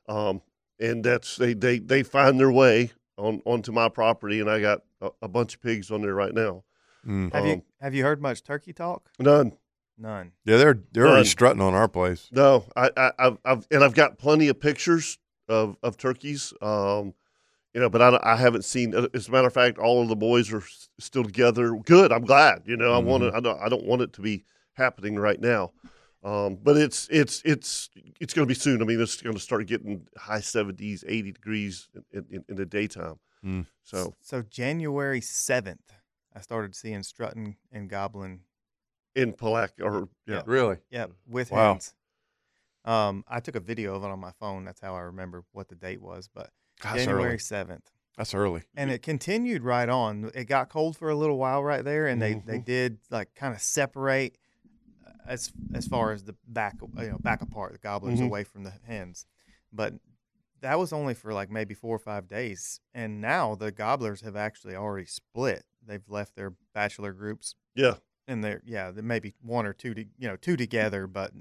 [SPEAKER 1] um, and that's they they they find their way on onto my property, and I got a, a bunch of pigs on there right now.
[SPEAKER 3] Mm.
[SPEAKER 5] Have
[SPEAKER 1] Um,
[SPEAKER 5] you have you heard much turkey talk?
[SPEAKER 1] None.
[SPEAKER 5] None.
[SPEAKER 3] Yeah, they're they're
[SPEAKER 1] None.
[SPEAKER 3] already strutting on our place.
[SPEAKER 1] No, I, I, I've, I've, and I've got plenty of pictures of, of turkeys. Um, you know, but I, don't- I haven't seen. uh, As a matter of fact, all of the boys are s- still together. Good. I'm glad. You know, I want
[SPEAKER 5] Mm-hmm.
[SPEAKER 1] to. I don't. I don't want it to be happening right now. Um, but it's it's it's it's going to be soon. I mean, it's going to start getting high 70s, 80 degrees in, in, in the daytime.
[SPEAKER 3] Mm.
[SPEAKER 1] So
[SPEAKER 5] So January seventh, I started seeing strutting and goblin.
[SPEAKER 1] in Palac or yeah,
[SPEAKER 3] Really?
[SPEAKER 5] Yeah, with
[SPEAKER 3] Wow.
[SPEAKER 5] hands. Um, I took a video of it on my phone. That's how I remember what the date was. But
[SPEAKER 3] Gosh,
[SPEAKER 5] January
[SPEAKER 3] early.
[SPEAKER 5] seventh.
[SPEAKER 3] That's early.
[SPEAKER 5] and it continued right on. It got cold for a little while right there, and they,
[SPEAKER 1] Mm-hmm.
[SPEAKER 5] they did like kind of separate uh, as as far as the back you know back apart the goblins
[SPEAKER 1] Mhm.
[SPEAKER 5] away from the hens, but that was only for like maybe four or five days, and now the gobblers have actually already split. They've left their bachelor groups,
[SPEAKER 1] Yeah. Mm.
[SPEAKER 5] and they're yeah there maybe one or two to, you know two together, but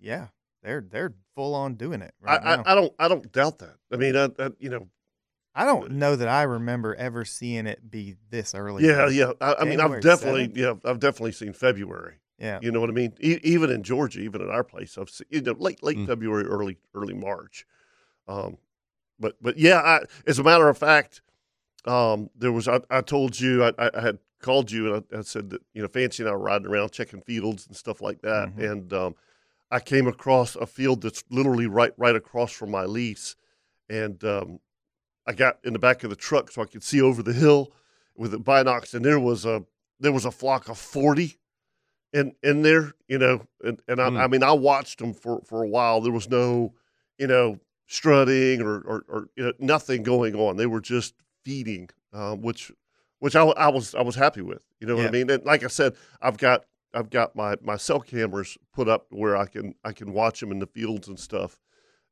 [SPEAKER 5] yeah they're they're full on doing it right
[SPEAKER 1] I,
[SPEAKER 5] now.
[SPEAKER 1] I, I don't I don't doubt that. I mean, I, I, you know,
[SPEAKER 5] I don't know that I remember ever seeing it be this early.
[SPEAKER 1] yeah,
[SPEAKER 5] though.
[SPEAKER 1] yeah. I, I mean, I've
[SPEAKER 5] January
[SPEAKER 1] definitely
[SPEAKER 5] 7th?
[SPEAKER 1] yeah, I've definitely seen February.
[SPEAKER 5] Yeah.
[SPEAKER 1] You know what I mean? E- even in Georgia, even at our place, I've seen, you know late late
[SPEAKER 3] Mm.
[SPEAKER 1] February, early early March. Um, but but yeah, I, as a matter of fact, um, there was I, I told you I, I I had called you and I, I said that you know Fancy and I were riding around checking fields and stuff like that,
[SPEAKER 5] Mhm.
[SPEAKER 1] and um, I came across a field that's literally right right across from my lease, and um, I got in the back of the truck so I could see over the hill with the binocs, and there was a there was a flock of forty in in there, you know, and, and I,
[SPEAKER 3] Hmm.
[SPEAKER 1] I mean I watched them for for a while. There was no, you know, strutting or or, or you know, nothing going on. They were just feeding, um, which which I, w- I was I was happy with. You know what I
[SPEAKER 5] Yeah.
[SPEAKER 1] mean? And like I said, I've got I've got my my cell cameras put up where I can I can watch them in the fields and stuff,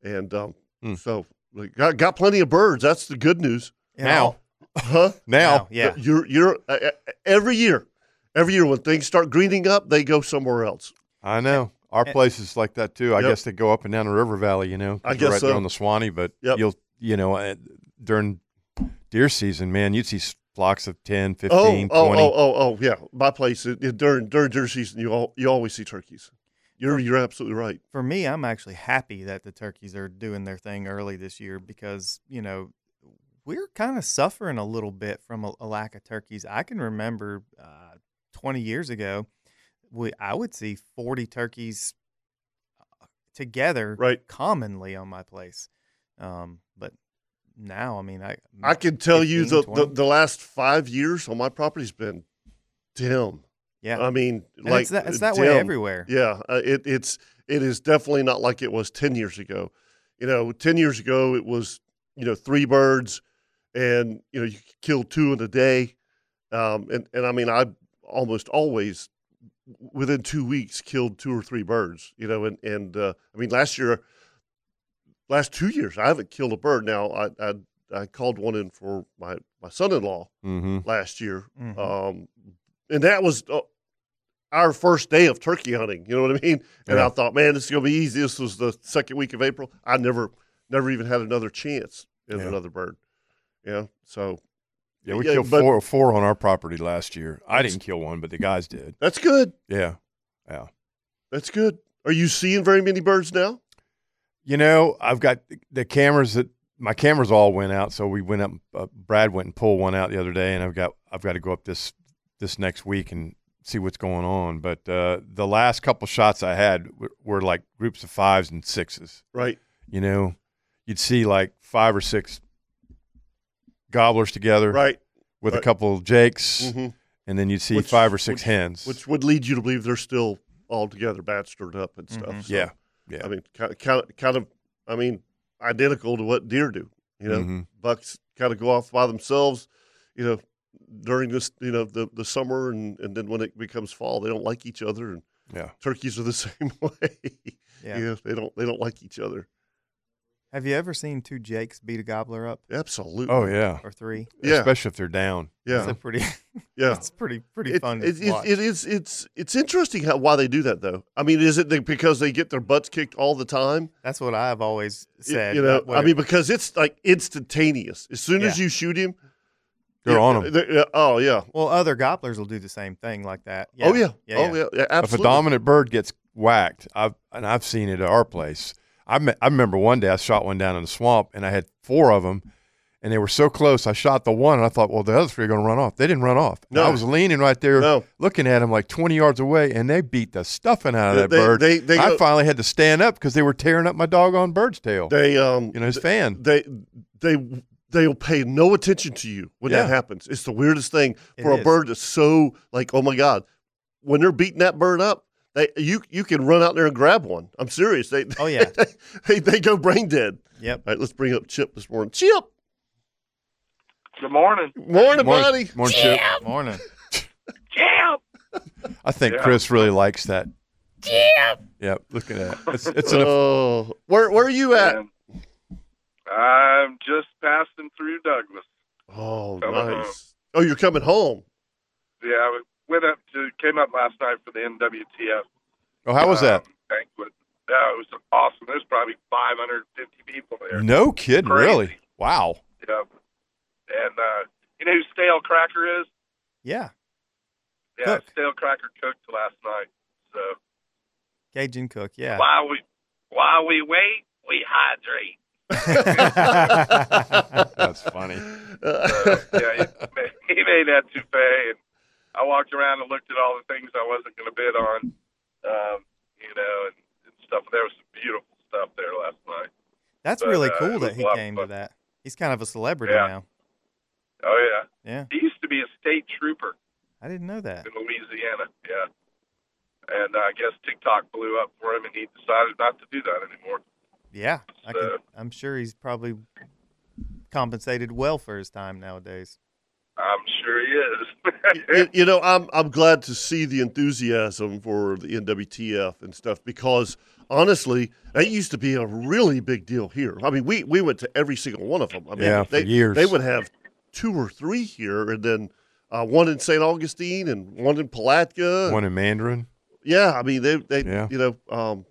[SPEAKER 1] and um,
[SPEAKER 3] Hmm.
[SPEAKER 1] so like, got got plenty of birds. That's the good news,
[SPEAKER 5] And
[SPEAKER 3] Now.
[SPEAKER 5] all-
[SPEAKER 1] huh?
[SPEAKER 3] Now,
[SPEAKER 5] Wow, yeah.
[SPEAKER 1] You're you're uh, uh, every year, every year when things start greening up, they go somewhere else.
[SPEAKER 3] I know our
[SPEAKER 5] And-
[SPEAKER 3] place is like that too. I
[SPEAKER 1] Yep.
[SPEAKER 3] guess they go up and down the river valley. You know, 'cause
[SPEAKER 1] I
[SPEAKER 3] we're
[SPEAKER 1] guess
[SPEAKER 3] right there
[SPEAKER 1] so.
[SPEAKER 3] on the Swanee. But
[SPEAKER 1] Yep.
[SPEAKER 3] you'll you know uh, during deer season, man, you'd see s- flocks of 10, 15,
[SPEAKER 1] Oh,
[SPEAKER 3] 20.
[SPEAKER 1] oh, oh, oh, oh, yeah. My place it, it- during during deer season, you all you always see turkeys. You're you're absolutely right.
[SPEAKER 5] for me, I'm actually happy that the turkeys are doing their thing early this year because, you know, we're kind of suffering a little bit from a, a lack of turkeys. I can remember uh, 20 years ago, we I would see 40 turkeys uh, together
[SPEAKER 1] Right.
[SPEAKER 5] commonly on my place. Um, but now, I mean, I mm,
[SPEAKER 1] I can tell you the,
[SPEAKER 5] 15,
[SPEAKER 1] the
[SPEAKER 5] 20?
[SPEAKER 1] the last five years on my property's been dim.
[SPEAKER 5] yeah,
[SPEAKER 1] I mean,
[SPEAKER 5] And
[SPEAKER 1] like
[SPEAKER 5] it's that, it's that way
[SPEAKER 1] dim.
[SPEAKER 5] everywhere.
[SPEAKER 1] Yeah, uh, it, it's it is definitely not like it was ten years ago. You know, ten years ago it was you know three birds, and you know you could kill two in a day, um, and and I mean I almost always w- within two weeks killed two or three birds. You know, and and uh, I mean last year, last two years I haven't killed a bird. Now I I, I called one in for my my son in law
[SPEAKER 3] hmm
[SPEAKER 1] last year
[SPEAKER 5] Mhm.
[SPEAKER 1] um, and that was uh, our first day of turkey hunting. You know what I mean? And
[SPEAKER 3] Yeah.
[SPEAKER 1] I thought, man, this is gonna be easy. This was the second week of April. I never, never even had another chance in
[SPEAKER 3] Yeah.
[SPEAKER 1] another bird. Yeah. So
[SPEAKER 3] Yeah, we
[SPEAKER 1] Yeah,
[SPEAKER 3] killed
[SPEAKER 1] but-
[SPEAKER 3] four four on our property last year. I didn't kill one, but the guys did.
[SPEAKER 1] that's good.
[SPEAKER 3] Yeah.
[SPEAKER 1] That's good. Are you seeing very many birds now?
[SPEAKER 3] You know, I've got th- the cameras that my cameras all went out, so we went up. Uh, Brad went and pulled one out the other day, and I've got I've got to go up this this next week and see what's going on. But uh, the last couple shots I had were, were like groups of fives and sixes.
[SPEAKER 1] Right.
[SPEAKER 3] You know, you'd see like five or six gobblers together
[SPEAKER 1] Right.
[SPEAKER 3] with
[SPEAKER 1] right.
[SPEAKER 3] a couple of jakes,
[SPEAKER 1] hmm
[SPEAKER 3] and then you'd see
[SPEAKER 1] Which-
[SPEAKER 3] five or six
[SPEAKER 1] which-
[SPEAKER 3] hens.
[SPEAKER 1] Which would lead you to believe they're still all together, bad stirred up and stuff.
[SPEAKER 5] Mhm.
[SPEAKER 1] So,
[SPEAKER 3] yeah, yeah.
[SPEAKER 1] I mean, kind, kind, kind of. I mean, identical to what deer do. You know,
[SPEAKER 5] Mm-hmm.
[SPEAKER 3] Mhm.
[SPEAKER 1] bucks kind of go off by themselves, you know, during this, you know, the, the summer and, and then when it becomes fall, they don't like each other and
[SPEAKER 3] Yeah.
[SPEAKER 1] turkeys are the same way.
[SPEAKER 5] Yeah.
[SPEAKER 1] You know, they don't they don't like each other.
[SPEAKER 5] Have you ever seen two Jakes beat a gobbler up
[SPEAKER 1] Absolutely.
[SPEAKER 3] Oh yeah.
[SPEAKER 5] or three?
[SPEAKER 1] Yeah.
[SPEAKER 3] Especially if they're down.
[SPEAKER 5] It's
[SPEAKER 1] Yeah.
[SPEAKER 5] a pretty
[SPEAKER 1] Yeah.
[SPEAKER 5] It's pretty pretty
[SPEAKER 1] It-
[SPEAKER 5] fun. to
[SPEAKER 1] it- it-
[SPEAKER 5] watch.
[SPEAKER 1] it is it's it's interesting how why they do that though. I mean, is it that because they get their butts kicked all the time?
[SPEAKER 5] That's what I've always
[SPEAKER 1] Y-
[SPEAKER 5] said.
[SPEAKER 1] you know,
[SPEAKER 5] that
[SPEAKER 1] I
[SPEAKER 5] what-
[SPEAKER 1] mean, because it's like instantaneous. As soon as
[SPEAKER 5] Yeah.
[SPEAKER 1] you shoot him,
[SPEAKER 3] Good
[SPEAKER 1] yeah,
[SPEAKER 3] on them.
[SPEAKER 1] they- yeah, oh yeah.
[SPEAKER 5] Well, other gobblers will do the same thing like that.
[SPEAKER 1] Oh yeah. oh yeah. yeah
[SPEAKER 3] If a
[SPEAKER 1] absolutely.
[SPEAKER 3] dominant bird gets whacked, I've and I've seen it at our place. I me- I remember one day I shot one down in the swamp, and I had four of them, and they were so close. I shot the one, and I thought, well, the other three are going to run off. They didn't run off. And
[SPEAKER 1] No.
[SPEAKER 3] I was leaning right there,
[SPEAKER 1] No.
[SPEAKER 3] looking at them like twenty yards away, and they beat the stuffing out of that
[SPEAKER 1] They-
[SPEAKER 3] bird.
[SPEAKER 1] they- they
[SPEAKER 3] I
[SPEAKER 1] go-
[SPEAKER 3] finally had to stand up because they were tearing up my doggone bird's tail.
[SPEAKER 1] They um
[SPEAKER 3] you know his fan.
[SPEAKER 1] they they they'll pay no attention to you when
[SPEAKER 3] Yeah.
[SPEAKER 1] that happens. It's the weirdest thing
[SPEAKER 5] It
[SPEAKER 1] for a
[SPEAKER 5] is.
[SPEAKER 1] bird that's so like, oh my god, when they're beating that bird up, they you you can run out there and grab one. I'm serious. They
[SPEAKER 5] Oh, yeah.
[SPEAKER 1] they, they go brain dead.
[SPEAKER 5] Yep.
[SPEAKER 1] All right, let's bring up Chip this morning. Chip,
[SPEAKER 7] Good morning.
[SPEAKER 1] morning, buddy.
[SPEAKER 3] morning Chip.
[SPEAKER 5] Morning.
[SPEAKER 7] Yeah.
[SPEAKER 3] I think Chris really likes that. Yeah. Yep. Look at that. It's, it's an
[SPEAKER 1] Oh, where where are you at?
[SPEAKER 7] I'm just passing through Douglas.
[SPEAKER 1] Oh,
[SPEAKER 7] I'm at
[SPEAKER 1] nice. Oh, you're coming home.
[SPEAKER 7] Yeah, I went up to came up last night for the NWTF
[SPEAKER 3] Oh, how was
[SPEAKER 1] Uh,
[SPEAKER 3] that?
[SPEAKER 7] um, banquet. Yeah, it was awesome. There's probably 550 people there.
[SPEAKER 3] No kidding,
[SPEAKER 7] Crazy.
[SPEAKER 3] really? Wow.
[SPEAKER 7] Yeah. And uh, you know who Stale Cracker is?
[SPEAKER 5] Yeah.
[SPEAKER 7] Yeah,
[SPEAKER 5] Cook.
[SPEAKER 7] Stale Cracker cooked last night. So
[SPEAKER 5] Cajun cook. Yeah.
[SPEAKER 7] while we while we wait, we hydrate.
[SPEAKER 3] That's funny.
[SPEAKER 1] Uh,
[SPEAKER 7] Yeah, he, ma- he made that toupee, and I walked around and looked at all the things I wasn't going to bid on, um, you know, and, and stuff. There was some beautiful stuff there last night.
[SPEAKER 5] That's
[SPEAKER 7] But,
[SPEAKER 5] really
[SPEAKER 7] uh, it
[SPEAKER 5] cool
[SPEAKER 7] was
[SPEAKER 5] that he
[SPEAKER 7] a lot of
[SPEAKER 5] came to
[SPEAKER 7] fun.
[SPEAKER 5] that. He's kind of a celebrity
[SPEAKER 7] Yeah.
[SPEAKER 5] now.
[SPEAKER 7] Oh yeah,
[SPEAKER 5] Yeah.
[SPEAKER 7] he used to be a state trooper
[SPEAKER 5] I didn't know that.
[SPEAKER 7] in Louisiana. Yeah, and I guess TikTok blew up for him, and he decided not to do that anymore.
[SPEAKER 5] Yeah. I could,
[SPEAKER 7] So-
[SPEAKER 5] I'm sure he's probably compensated well for his time nowadays.
[SPEAKER 7] I'm sure he is.
[SPEAKER 1] you, you know, I'm I'm glad to see the enthusiasm for the NWTF and stuff because honestly, that used to be a really big deal here. I mean, we we went to every single one of them. I mean,
[SPEAKER 3] Yeah, for
[SPEAKER 1] they,
[SPEAKER 3] years.
[SPEAKER 1] They would have two or three here, and then uh, one in St. Augustine and one in Palatka.
[SPEAKER 3] One in Mandarin.
[SPEAKER 1] Yeah, I mean, they they
[SPEAKER 3] Yeah.
[SPEAKER 1] you know. Um,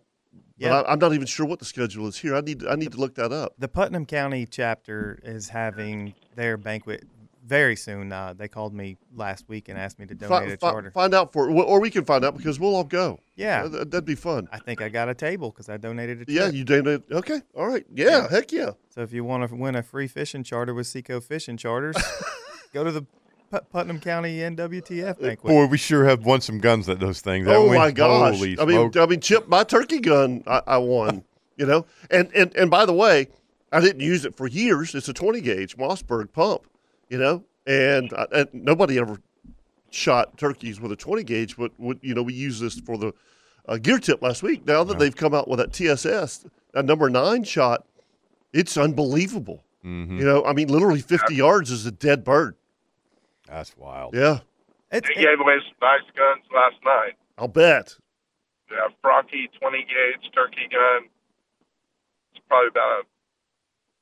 [SPEAKER 5] Yeah.
[SPEAKER 1] But I, I'm not even sure what the schedule is here. I need I need to look that up.
[SPEAKER 5] The Putnam County chapter is having their banquet very soon. Uh, they called me last week and asked me to donate
[SPEAKER 1] Fi-
[SPEAKER 5] a
[SPEAKER 1] fi-
[SPEAKER 5] charter.
[SPEAKER 1] find out for, or we can find out because we'll all go.
[SPEAKER 5] Yeah.
[SPEAKER 1] That- that'd be fun.
[SPEAKER 5] I think I got a table because I donated a
[SPEAKER 1] Yeah,
[SPEAKER 5] trip.
[SPEAKER 1] you dated. Okay, all right. yeah. heck yeah.
[SPEAKER 5] So if you want to win a free fishing charter with Seco Fishing Charters, go to the Put- Putnam County NWTF banquet.
[SPEAKER 3] Boy, we sure have won some guns at those things. haven't
[SPEAKER 1] oh
[SPEAKER 3] we?
[SPEAKER 1] my gosh!
[SPEAKER 3] Holy
[SPEAKER 1] I mean,
[SPEAKER 3] smoke.
[SPEAKER 1] I mean, Chip, my turkey gun, I, I won. you know, and and and by the way, I didn't use it for years. It's a twenty gauge Mossberg pump. You know, and, I, and nobody ever shot turkeys with a twenty gauge, but would you know we used this for the uh, gear tip last week. Now that they've come out with that TSS, that number nine shot, it's unbelievable.
[SPEAKER 3] Mm-hmm.
[SPEAKER 1] You know, I mean, literally fifty yards is a dead bird.
[SPEAKER 3] That's wild.
[SPEAKER 1] Yeah,
[SPEAKER 5] It's,
[SPEAKER 7] they
[SPEAKER 5] it-
[SPEAKER 7] gave away some nice guns last night.
[SPEAKER 1] I'll bet.
[SPEAKER 7] Yeah, Froggy 20 gauge turkey gun. It's probably about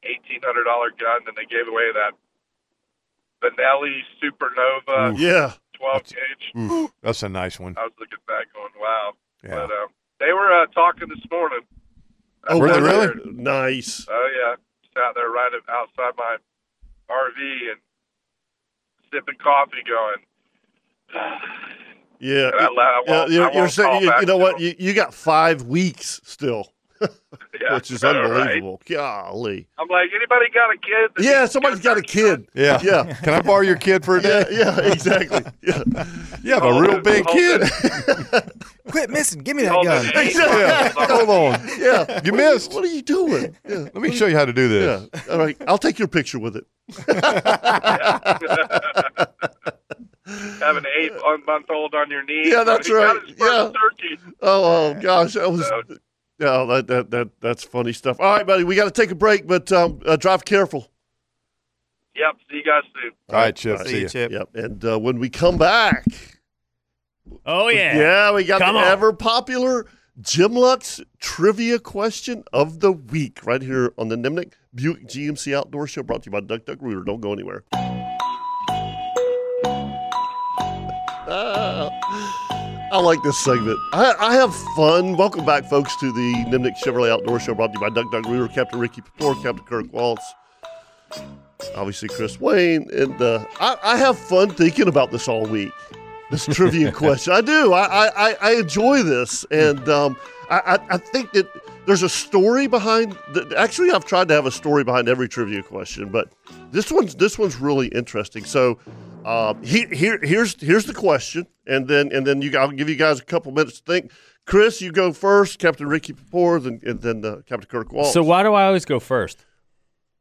[SPEAKER 7] a $1,800 gun. Then they gave away that Benelli Supernova
[SPEAKER 1] Yeah.
[SPEAKER 7] 12 gauge.
[SPEAKER 3] Oof, that's a nice one.
[SPEAKER 7] I was looking back going, wow.
[SPEAKER 3] Yeah.
[SPEAKER 7] But um, they were uh, talking this morning.
[SPEAKER 1] Oh,
[SPEAKER 3] Were they
[SPEAKER 1] wow.
[SPEAKER 3] really?
[SPEAKER 1] Nice.
[SPEAKER 7] Oh, yeah. Sat there right outside my RV and sipping coffee going,
[SPEAKER 1] Yeah.
[SPEAKER 7] And I la- I
[SPEAKER 1] Yeah,
[SPEAKER 7] won't- I
[SPEAKER 1] you're,
[SPEAKER 7] won't
[SPEAKER 1] you're saying
[SPEAKER 7] call
[SPEAKER 1] you,
[SPEAKER 7] back
[SPEAKER 1] you know
[SPEAKER 7] to
[SPEAKER 1] what?
[SPEAKER 7] them.
[SPEAKER 1] You, you got five weeks still,
[SPEAKER 7] yeah,
[SPEAKER 1] which is
[SPEAKER 7] all right.
[SPEAKER 1] unbelievable. Golly,
[SPEAKER 7] I'm like, anybody got a kid? that
[SPEAKER 1] yeah,
[SPEAKER 7] needs to go
[SPEAKER 1] somebody's got a
[SPEAKER 7] turkey
[SPEAKER 1] kid.
[SPEAKER 3] Yeah.
[SPEAKER 1] Yeah.
[SPEAKER 3] Can I borrow your kid for a
[SPEAKER 1] Yeah,
[SPEAKER 3] day?
[SPEAKER 1] yeah, exactly. Yeah,
[SPEAKER 3] You have a real big
[SPEAKER 7] Hold
[SPEAKER 3] kid.
[SPEAKER 7] it.
[SPEAKER 5] quit missing. Give me that
[SPEAKER 7] Hold it.
[SPEAKER 5] gun.
[SPEAKER 1] Yeah.
[SPEAKER 3] Hold on.
[SPEAKER 1] yeah.
[SPEAKER 3] You missed.
[SPEAKER 1] What are you doing? Yeah.
[SPEAKER 3] Let me show you how to do
[SPEAKER 1] yeah.
[SPEAKER 3] this.
[SPEAKER 1] All right, I'll take your picture with it.
[SPEAKER 7] have an eight month old on your knee.
[SPEAKER 1] Yeah, that's
[SPEAKER 7] He got
[SPEAKER 1] right.
[SPEAKER 7] his first turkey.
[SPEAKER 1] Oh, oh gosh, that was.
[SPEAKER 7] So-
[SPEAKER 1] No, that, that that that's funny stuff. All right, buddy, we got to take a break, but um, uh, drive careful.
[SPEAKER 7] Yep. See you guys soon.
[SPEAKER 3] All right, Chip.
[SPEAKER 5] See you,
[SPEAKER 3] ya.
[SPEAKER 5] Chip.
[SPEAKER 1] Yep, and uh, when we come back,
[SPEAKER 4] Oh yeah.
[SPEAKER 1] Yeah, we got
[SPEAKER 4] Come
[SPEAKER 1] the
[SPEAKER 4] on.
[SPEAKER 1] ever popular Jim Lutz trivia question of the week right here on the Nimnik Buick GMC Outdoor Show brought to you by Duck Duck Rooter. Don't go anywhere. Ah, I like this segment. I, I have fun. Welcome back, folks, to the Nimnik Chevrolet Outdoor Show brought to you by Duck Duck Rooter, Captain Ricky Pator, Captain Kirk Waltz. obviously Chris Wayne, and uh, I, I have fun thinking about this all week. This trivia question, I do. I I, I- I enjoy this, and um, I, I I think that there's a story behind. The, actually, I've tried to have a story behind every trivia question, but this one's this one's really interesting. So. Um, he, here, here's here's the question, and then and then you I'll give you guys a couple minutes to think. Chris, you go first. Captain Ricky Papour, then and then uh, Captain Kirk Walsh.
[SPEAKER 4] So why do I always go first?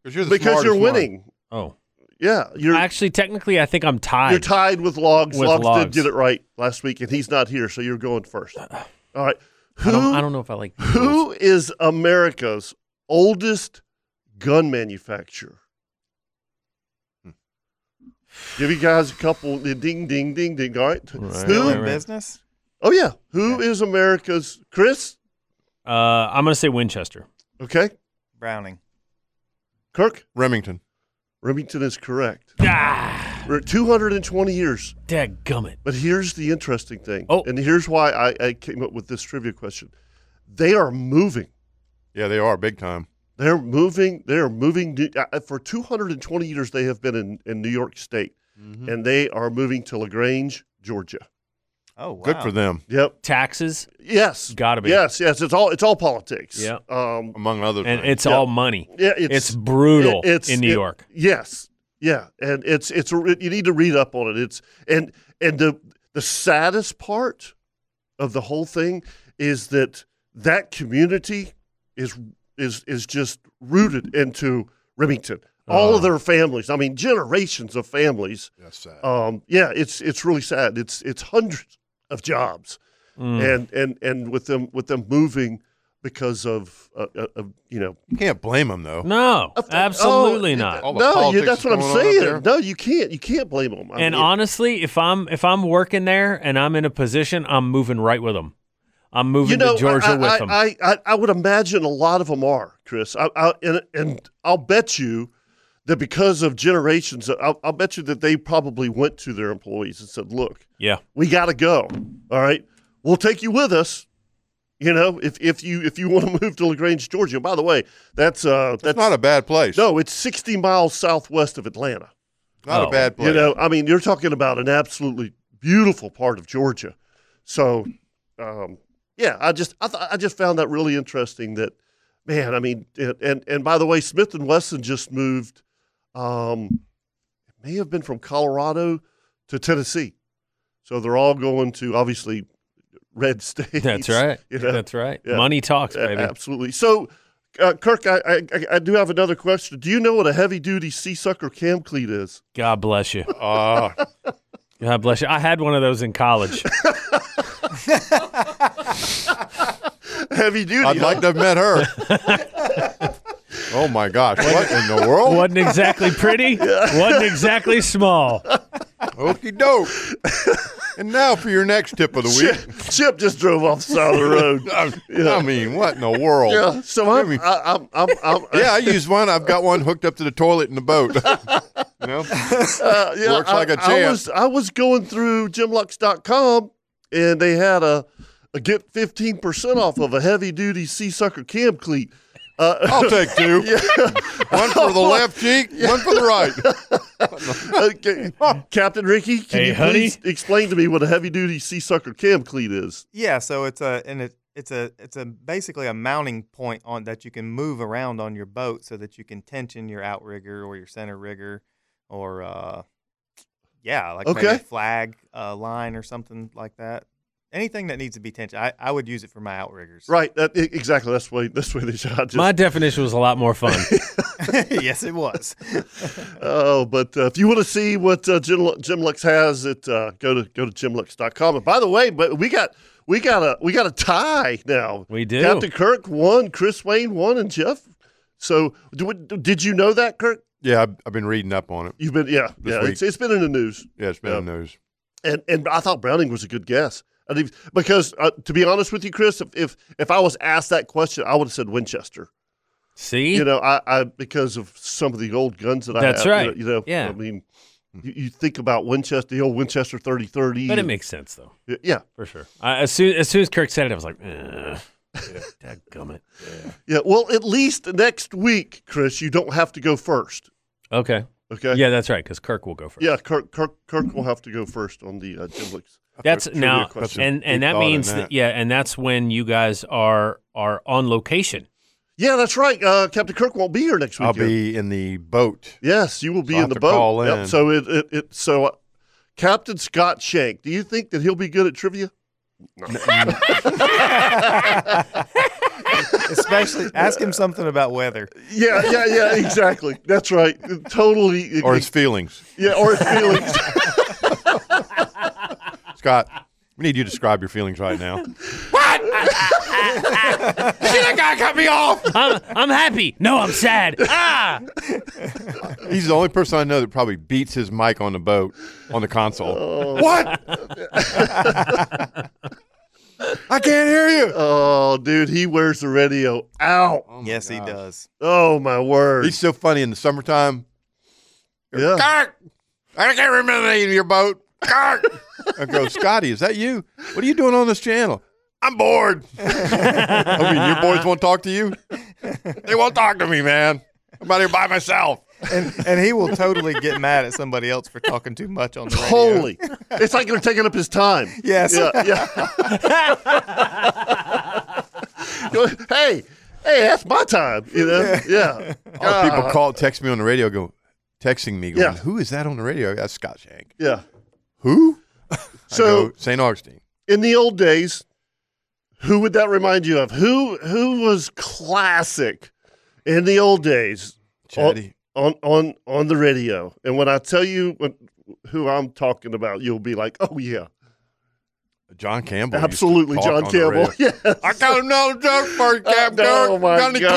[SPEAKER 3] you're the
[SPEAKER 1] because you're
[SPEAKER 3] smartest one.
[SPEAKER 1] winning.
[SPEAKER 4] Oh,
[SPEAKER 1] Yeah, you're
[SPEAKER 4] actually, technically, I think I'm tied.
[SPEAKER 1] you're tied with Logs.
[SPEAKER 4] With
[SPEAKER 1] Logs, did
[SPEAKER 4] Logs. Uh,
[SPEAKER 1] get it right last week, and he's not here, so you're going first. All right. Who,
[SPEAKER 4] I don't, I don't know if I like. the rules.
[SPEAKER 1] who is America's oldest gun manufacturer? Give you guys a couple ding, ding, ding, ding. All right.
[SPEAKER 5] Still
[SPEAKER 1] Who?
[SPEAKER 5] in business?
[SPEAKER 1] Oh, yeah. Who is America's Chris?
[SPEAKER 4] Uh, I'm gonna say Winchester.
[SPEAKER 1] Okay.
[SPEAKER 5] Browning.
[SPEAKER 1] Kirk
[SPEAKER 3] Remington.
[SPEAKER 1] Remington is correct.
[SPEAKER 4] Ah,
[SPEAKER 1] We're at 220 years.
[SPEAKER 4] dadgummit.
[SPEAKER 1] But here's the interesting thing.
[SPEAKER 4] Oh.
[SPEAKER 1] And here's why I, I came up with this trivia question. They are moving.
[SPEAKER 3] Yeah, they are big time.
[SPEAKER 1] They're moving. They're moving New- uh, for 220 years. They have been in, in New York State,
[SPEAKER 5] Mm-hmm.
[SPEAKER 1] and they are moving to Lagrange, Georgia.
[SPEAKER 5] Oh, wow.
[SPEAKER 3] Good for them,
[SPEAKER 1] Yep.
[SPEAKER 4] Taxes
[SPEAKER 1] Yes.
[SPEAKER 4] Gotta be.
[SPEAKER 1] Yes. Yes. It's all. It's all politics.
[SPEAKER 4] Yeah.
[SPEAKER 1] Um.
[SPEAKER 3] among other
[SPEAKER 4] and
[SPEAKER 3] things.
[SPEAKER 4] it's all money.
[SPEAKER 1] Yeah.
[SPEAKER 4] It's,
[SPEAKER 1] It's.
[SPEAKER 4] brutal
[SPEAKER 1] it- it's-
[SPEAKER 4] in New
[SPEAKER 1] it-
[SPEAKER 4] York.
[SPEAKER 1] Yes. Yeah. And it's. It's. a- You need to read up on it. It's. And and the the saddest part of the whole thing is that that community is is is just rooted into Remington. All
[SPEAKER 4] Uh.
[SPEAKER 1] of their families. I mean, generations of families.
[SPEAKER 3] That's sad.
[SPEAKER 1] Um, yeah, it's it's really sad. It's it's hundreds of jobs,
[SPEAKER 4] Mm.
[SPEAKER 1] and and and with them with them moving because of uh, uh, of you know
[SPEAKER 3] you can't blame them though.
[SPEAKER 4] No, absolutely
[SPEAKER 1] oh,
[SPEAKER 4] not.
[SPEAKER 3] All the
[SPEAKER 1] no, you,
[SPEAKER 3] politics
[SPEAKER 1] that's what I'm
[SPEAKER 3] going on up there.
[SPEAKER 1] saying. No, you can't you can't blame them. I mean,
[SPEAKER 4] and honestly, if I'm if I'm working there and I'm in a position, I'm moving right with them. I'm moving
[SPEAKER 1] you know,
[SPEAKER 4] to Georgia
[SPEAKER 1] I,
[SPEAKER 4] with
[SPEAKER 1] I,
[SPEAKER 4] them.
[SPEAKER 1] I, I I would imagine a lot of them are Chris. I, I and and I'll bet you. That because of generations, I'll, I'll bet you that they probably went to their employees and said, "Look,
[SPEAKER 4] yeah,
[SPEAKER 1] we got to go. All right, we'll take you with us. You know, if if you if you want to move to Lagrange, Georgia. By the way, that's uh that's,
[SPEAKER 3] That's not a bad place.
[SPEAKER 1] no, it's 60 miles southwest of Atlanta.
[SPEAKER 3] not
[SPEAKER 4] Oh.
[SPEAKER 3] a bad place.
[SPEAKER 1] You know, I mean, you're talking about an absolutely beautiful part of Georgia. So, um, yeah, I just I, th- I just found that really interesting. That man, I mean, and and, and by the way, Smith and Wesson just moved. Um, it may have been from Colorado to Tennessee, so they're all going to obviously red states.
[SPEAKER 4] that's right.
[SPEAKER 1] You know?
[SPEAKER 4] That's right.
[SPEAKER 1] Yeah.
[SPEAKER 4] Money talks,
[SPEAKER 1] A-
[SPEAKER 4] baby.
[SPEAKER 1] Absolutely. So, uh, Kirk, I, I I- I do have another question. Do you know what a heavy duty sea sucker cam cleat is?
[SPEAKER 4] God bless you.
[SPEAKER 3] Ah,
[SPEAKER 4] God bless you. I had one of those in college.
[SPEAKER 1] Heavy duty.
[SPEAKER 3] I'd like to have met her. oh my gosh! What in the world? What?
[SPEAKER 4] wasn't exactly pretty. wasn't exactly small.
[SPEAKER 3] Okey doke. and now for your next tip of the week.
[SPEAKER 1] Chip, Chip just drove off the side of the road.
[SPEAKER 3] I, I mean, what in the world?
[SPEAKER 1] Yeah, so
[SPEAKER 3] I
[SPEAKER 1] I'm,
[SPEAKER 3] mean-
[SPEAKER 1] I, I'm, I'm, I'm,
[SPEAKER 3] Yeah, I use one. I've got one hooked up to the toilet in the boat. you know,
[SPEAKER 1] uh, yeah,
[SPEAKER 3] Works like
[SPEAKER 1] I-
[SPEAKER 3] a
[SPEAKER 1] I
[SPEAKER 3] champ.
[SPEAKER 1] was, I was going through Jimlux.com and they had a, a get 15% off of a heavy duty sea sucker cam cleat. Uh,
[SPEAKER 3] I'll take two. One for the left cheek, one for the right.
[SPEAKER 1] okay. Captain Ricky, can
[SPEAKER 4] Hey,
[SPEAKER 1] you
[SPEAKER 4] honey.
[SPEAKER 1] please explain to me what a heavy duty sea sucker cam cleat is?
[SPEAKER 5] Yeah, so it's a and it it's a it's a basically a mounting point on that you can move around on your boat so that you can tension your outrigger or your center rigger or uh yeah, like maybe a
[SPEAKER 1] Okay.
[SPEAKER 5] flag uh, line or something like that. Anything that needs to be tensioned. I, I would use it for my outriggers.
[SPEAKER 1] Right. That, e- exactly. That's why. That's why they shot. Just,
[SPEAKER 4] My definition was a lot more fun.
[SPEAKER 5] yes, it was.
[SPEAKER 1] Oh, but uh, if you want to see what uh, Jim, Lu- Jim Lux has, it uh, go to go to jimlux.com. And by the way, but we got we got a we got a tie now.
[SPEAKER 4] We do.
[SPEAKER 1] Captain Kirk won, Chris Wayne won, and Jeff. So do, did you know that, Kirk?
[SPEAKER 3] Yeah, I've, I've been reading up on it.
[SPEAKER 1] You've been yeah
[SPEAKER 3] This
[SPEAKER 1] yeah.
[SPEAKER 3] week.
[SPEAKER 1] It's, it's been in the news,
[SPEAKER 3] Yeah, it's been
[SPEAKER 1] Yeah.
[SPEAKER 3] in the news.
[SPEAKER 1] and and I thought Browning was a good guess. I didn't, because uh, to be honest with you, Chris, if, if if I was asked that question, I would have said Winchester.
[SPEAKER 4] See?
[SPEAKER 1] You know, I, I because of some of the old guns that I
[SPEAKER 4] That's
[SPEAKER 1] have.
[SPEAKER 4] right.
[SPEAKER 1] You know, you know,
[SPEAKER 4] Yeah.
[SPEAKER 1] I mean, you, you think about Winchester, the old Winchester thirty thirty.
[SPEAKER 4] but it makes sense though,
[SPEAKER 1] yeah,
[SPEAKER 4] for sure. I, as soon as soon as Kirk said it, I was like, "Eh." Ugh. dadgummit.
[SPEAKER 1] yeah. Well, at least next week, Chris, you don't have to go first.
[SPEAKER 4] Okay.
[SPEAKER 1] Okay.
[SPEAKER 4] Yeah, that's right. Because Kirk will go first.
[SPEAKER 1] Yeah, Kirk, Kirk, Kirk will have to go first on the uh, Dimlicks.
[SPEAKER 4] That's
[SPEAKER 1] trivia
[SPEAKER 4] now,
[SPEAKER 1] question.
[SPEAKER 4] and
[SPEAKER 3] Deep
[SPEAKER 4] and that
[SPEAKER 3] thought in
[SPEAKER 4] means that.
[SPEAKER 3] that.
[SPEAKER 4] yeah, and that's when you guys are are on location.
[SPEAKER 1] Yeah, that's right. Uh, Captain Kirk won't be here next week.
[SPEAKER 3] I'll be in the boat.
[SPEAKER 1] Yes, you will be
[SPEAKER 3] I'll
[SPEAKER 1] in
[SPEAKER 3] have
[SPEAKER 1] the
[SPEAKER 3] to
[SPEAKER 1] boat.
[SPEAKER 3] call
[SPEAKER 1] Yep,
[SPEAKER 3] in.
[SPEAKER 1] so it, it, it so uh, Captain Scott Shank. Do you think that he'll be good at trivia?
[SPEAKER 5] Especially ask him something about weather.
[SPEAKER 1] Yeah, yeah, yeah. Exactly. That's right. Totally.
[SPEAKER 3] Or his feelings.
[SPEAKER 1] yeah, or his feelings.
[SPEAKER 3] Scott, we need you to describe your feelings right now.
[SPEAKER 4] I'm I'm happy. No, I'm sad. Ah,
[SPEAKER 3] He's the only person I know that probably beats his mic on the boat on the console. What? I can't hear you.
[SPEAKER 1] oh, dude, he wears the radio out.
[SPEAKER 5] yes, he does.
[SPEAKER 1] Oh my word.
[SPEAKER 3] He's so funny in the summertime.
[SPEAKER 1] yeah.
[SPEAKER 3] Kirk, I can't remember the name of your boat. Kirk. I go, Scotty, is that you? What are you doing on this channel? I'm bored. I mean, your boys won't talk to you. They won't talk to me, man. I'm out here by myself.
[SPEAKER 5] And and he will totally get mad at somebody else for talking too much on the radio.
[SPEAKER 1] Holy. it's like they're taking up his time.
[SPEAKER 5] Yes.
[SPEAKER 1] Yeah, yeah. Go, hey, hey, that's my time. You know? Yeah.
[SPEAKER 3] All the people
[SPEAKER 1] God.
[SPEAKER 3] call, text me on the radio, go texting me, going,
[SPEAKER 1] Yeah.
[SPEAKER 3] "Who is that on the radio?" That's Scott Shank.
[SPEAKER 1] Yeah.
[SPEAKER 3] Who?
[SPEAKER 1] So
[SPEAKER 3] I go, St. Augustine.
[SPEAKER 1] in the old days, who would that remind you of? Who who was classic in the old days
[SPEAKER 3] Chatty.
[SPEAKER 1] on on on the radio? And when I tell you what, who I'm talking about, you'll be like, "Oh yeah,
[SPEAKER 3] John Campbell. used to
[SPEAKER 1] absolutely,
[SPEAKER 3] talk on
[SPEAKER 1] John
[SPEAKER 3] the
[SPEAKER 1] Campbell."
[SPEAKER 3] radio.
[SPEAKER 1] Yeah.
[SPEAKER 3] I got another joke for you, Cap
[SPEAKER 1] no,
[SPEAKER 3] Kirk.
[SPEAKER 1] Oh, my
[SPEAKER 3] Got any
[SPEAKER 1] God.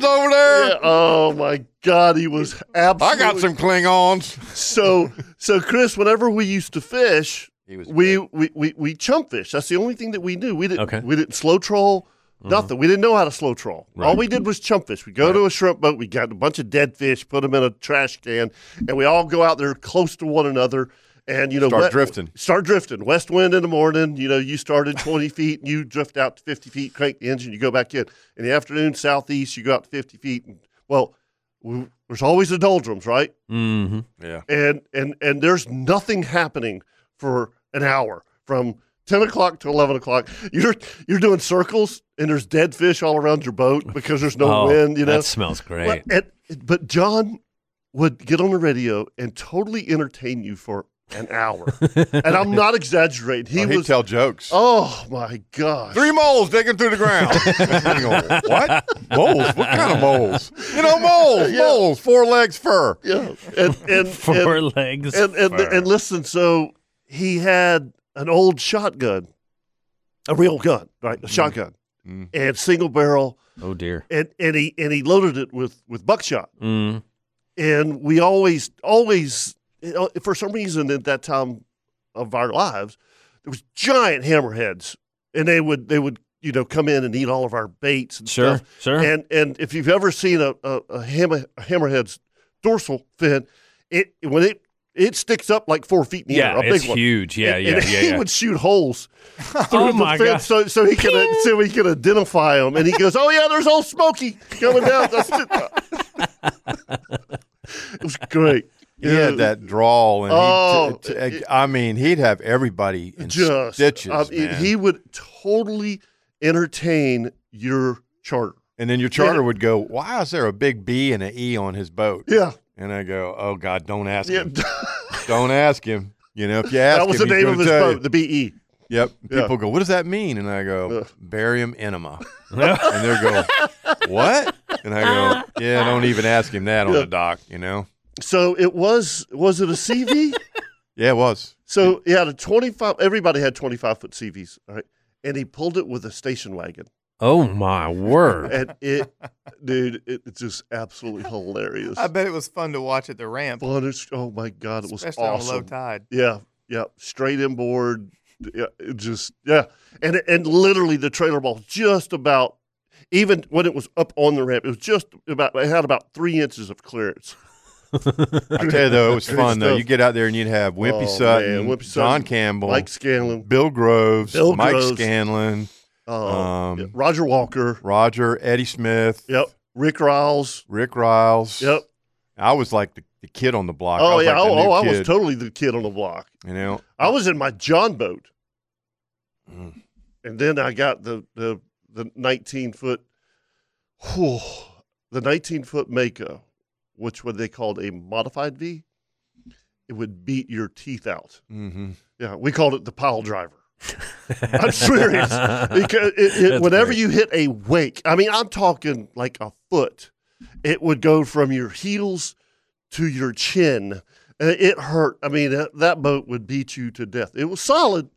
[SPEAKER 3] Klingons over there?
[SPEAKER 1] Yeah. Oh my God, he was
[SPEAKER 3] I
[SPEAKER 1] absolutely.
[SPEAKER 3] got some Klingons.
[SPEAKER 1] So so Chris, whenever we used to fish,
[SPEAKER 3] He was
[SPEAKER 1] we we, we we chump fish. That's the only thing that we knew. We didn't
[SPEAKER 4] Okay.
[SPEAKER 1] we didn't slow troll.
[SPEAKER 3] Mm-hmm.
[SPEAKER 1] Nothing. We didn't know how to slow troll. All we did was chump fish. We go to a shrimp boat. We got a bunch of dead fish, put them in a trash can, and we all go out there close to one another. And you know,
[SPEAKER 3] Start drifting.
[SPEAKER 1] Start drifting. West wind in the morning. You know, you start at twenty feet, and you drift out to fifty feet. Crank the engine. You go back in. In the afternoon, southeast. You go out to fifty feet. And, well, we, there's always the doldrums, right?
[SPEAKER 4] mm-hmm.
[SPEAKER 3] Yeah.
[SPEAKER 1] and and and there's nothing happening for an hour from 10 o'clock to 11 o'clock you're you're doing circles and there's dead fish all around your boat because there's no
[SPEAKER 4] oh,
[SPEAKER 1] wind you know
[SPEAKER 4] that smells great.
[SPEAKER 1] But- and- but john would get on the radio and totally entertain you for an hour and i'm not exaggerating he
[SPEAKER 3] He would
[SPEAKER 1] was
[SPEAKER 3] tell jokes.
[SPEAKER 1] oh my gosh
[SPEAKER 3] Three moles digging through the ground. You go, what? Moles? What kind of
[SPEAKER 1] Oh,
[SPEAKER 3] moles? You know, moles, moles, four legs, fur.
[SPEAKER 1] yeah and and,
[SPEAKER 4] Four
[SPEAKER 1] and
[SPEAKER 4] legs.
[SPEAKER 1] and and, and listen, so he had an old shotgun, a real gun, right?
[SPEAKER 4] Mm-hmm.
[SPEAKER 1] A shotgun
[SPEAKER 3] Mm.
[SPEAKER 1] and single barrel,
[SPEAKER 4] oh dear.
[SPEAKER 1] and and he and he loaded it with with buckshot.
[SPEAKER 4] Mm.
[SPEAKER 1] And we always always you know, for some reason at that time of our lives, there was giant hammerheads, and they would they would you know come in and eat all of our baits and
[SPEAKER 4] Sure.
[SPEAKER 1] stuff.
[SPEAKER 4] Sure.
[SPEAKER 1] And and if you've ever seen a, a, a, hammer, a hammerhead's dorsal fin, it when it it sticks up like four feet in the
[SPEAKER 4] yeah,
[SPEAKER 1] air, a big
[SPEAKER 4] it's
[SPEAKER 1] one.
[SPEAKER 4] huge. Yeah,
[SPEAKER 1] And-
[SPEAKER 4] yeah,
[SPEAKER 1] and
[SPEAKER 4] yeah.
[SPEAKER 1] He
[SPEAKER 4] yeah.
[SPEAKER 1] would shoot holes through the
[SPEAKER 4] my
[SPEAKER 1] fence so
[SPEAKER 4] God.
[SPEAKER 1] so he could so he could identify them. And he goes, "Oh yeah, there's old Smokey coming down." That's it. It was great.
[SPEAKER 3] He had that drawl, and
[SPEAKER 1] Oh,
[SPEAKER 3] he'd t- t- I mean, he'd have everybody in
[SPEAKER 1] just
[SPEAKER 3] stitches,
[SPEAKER 1] I mean,
[SPEAKER 3] man.
[SPEAKER 1] he would totally entertain your charter.
[SPEAKER 3] and then your charter would go, "Why is there a big B and an E on his boat?"
[SPEAKER 1] Yeah,
[SPEAKER 3] and I go, "Oh God, don't ask
[SPEAKER 1] yeah.
[SPEAKER 3] him. Don't ask him. You know, if you ask
[SPEAKER 1] that was the
[SPEAKER 3] him, he's
[SPEAKER 1] name
[SPEAKER 3] gonna
[SPEAKER 1] of his
[SPEAKER 3] tell
[SPEAKER 1] boat,
[SPEAKER 3] you."
[SPEAKER 1] the BE.
[SPEAKER 3] Yep.
[SPEAKER 1] Yeah.
[SPEAKER 3] People go, "What does that mean?" And I go,
[SPEAKER 1] Ugh.
[SPEAKER 3] "Barium enema." and they're going, "What?" And I go, "Yeah, don't even ask him that on
[SPEAKER 1] Yeah.
[SPEAKER 3] the dock." You know?
[SPEAKER 1] So it was was it a CV?
[SPEAKER 3] Yeah, it was.
[SPEAKER 1] so he had a twenty five. Everybody had twenty five foot CVs, all right? And he pulled it with a station wagon,
[SPEAKER 4] oh my word.
[SPEAKER 1] and it, dude, it, it's just absolutely hilarious.
[SPEAKER 5] I bet it was fun to watch at the ramp,
[SPEAKER 1] Fun as- oh my god, it was
[SPEAKER 5] especially on low
[SPEAKER 1] awesome.
[SPEAKER 5] tide.
[SPEAKER 1] Yeah, yeah, straight inboard. Yeah, it just yeah, and and literally the trailer ball just about even when it was up on the ramp, it was just about it had about three inches of clearance.
[SPEAKER 3] I tell you though, it was fun though.
[SPEAKER 1] stuff.
[SPEAKER 3] You get out there and you'd have Wimpy
[SPEAKER 1] Oh, man,
[SPEAKER 3] Sutton,
[SPEAKER 1] Wimpy Sutton,
[SPEAKER 3] John Campbell,
[SPEAKER 1] Mike Scanlon,
[SPEAKER 3] Bill Groves,
[SPEAKER 1] Bill
[SPEAKER 3] Mike
[SPEAKER 1] Groves.
[SPEAKER 3] Scanlon,
[SPEAKER 1] uh,
[SPEAKER 3] Um,
[SPEAKER 1] yeah, Roger Walker.
[SPEAKER 3] Roger, Eddie Smith,
[SPEAKER 1] Yep, Rick Riles.
[SPEAKER 3] Rick Riles.
[SPEAKER 1] Yep.
[SPEAKER 3] I was like the the kid on the block. I
[SPEAKER 1] Oh
[SPEAKER 3] was
[SPEAKER 1] yeah,
[SPEAKER 3] like the
[SPEAKER 1] oh,
[SPEAKER 3] new
[SPEAKER 1] oh, I
[SPEAKER 3] kid,
[SPEAKER 1] was totally the kid on the block.
[SPEAKER 3] You know,
[SPEAKER 1] I was in my John boat,
[SPEAKER 3] Mm.
[SPEAKER 1] and then I got the the the nineteen foot, whew, the nineteen foot Mako, which what they called a modified V. It would beat your teeth out.
[SPEAKER 3] mm-hmm.
[SPEAKER 1] Yeah, we called it the pile driver. I'm serious because it, it,
[SPEAKER 4] That's
[SPEAKER 1] whenever
[SPEAKER 4] great.
[SPEAKER 1] you hit a wake, I mean, I'm talking like a foot. It would go from your heels to your chin. Uh, It hurt. I mean, that, that boat would beat you to death. It was solid,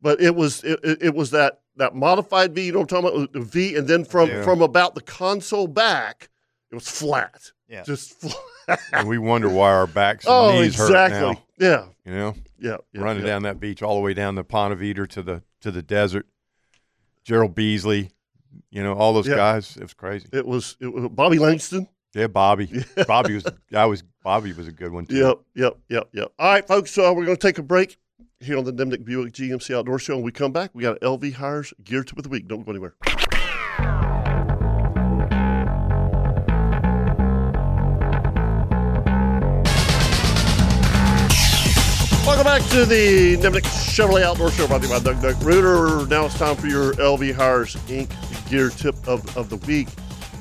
[SPEAKER 1] but it was it, it it was that that modified V. You know what I'm talking about? The V, and then from
[SPEAKER 3] Yeah.
[SPEAKER 1] from about the console back, it was flat.
[SPEAKER 5] Yeah.
[SPEAKER 1] just flat.
[SPEAKER 3] and we wonder why our backs and
[SPEAKER 1] oh,
[SPEAKER 3] knees hurt
[SPEAKER 1] exactly.
[SPEAKER 3] now.
[SPEAKER 1] Yeah,
[SPEAKER 3] You know,
[SPEAKER 1] yeah, yeah.
[SPEAKER 3] running
[SPEAKER 1] yeah.
[SPEAKER 3] down that beach all the way down the Ponte Vedra to the to the desert. Gerald Beasley, you know, all those
[SPEAKER 1] Yeah.
[SPEAKER 3] guys. It was crazy.
[SPEAKER 1] It was it was Bobby Langston.
[SPEAKER 3] Yeah, Bobby. Bobby was. I was. Bobby was a good one too.
[SPEAKER 1] Yep, yep, yep, yep. All right, folks, so we're going to take a break here on the Demnick Buick GMC Outdoor Show. When we come back, we got LV Hires Gear Tip of the Week. Don't go anywhere. Welcome back to the Nemnick Chevrolet Outdoor Show brought to you by Doug Doug Rooter. Now it's time for your LV Hires Inc. Gear Tip of, of the Week.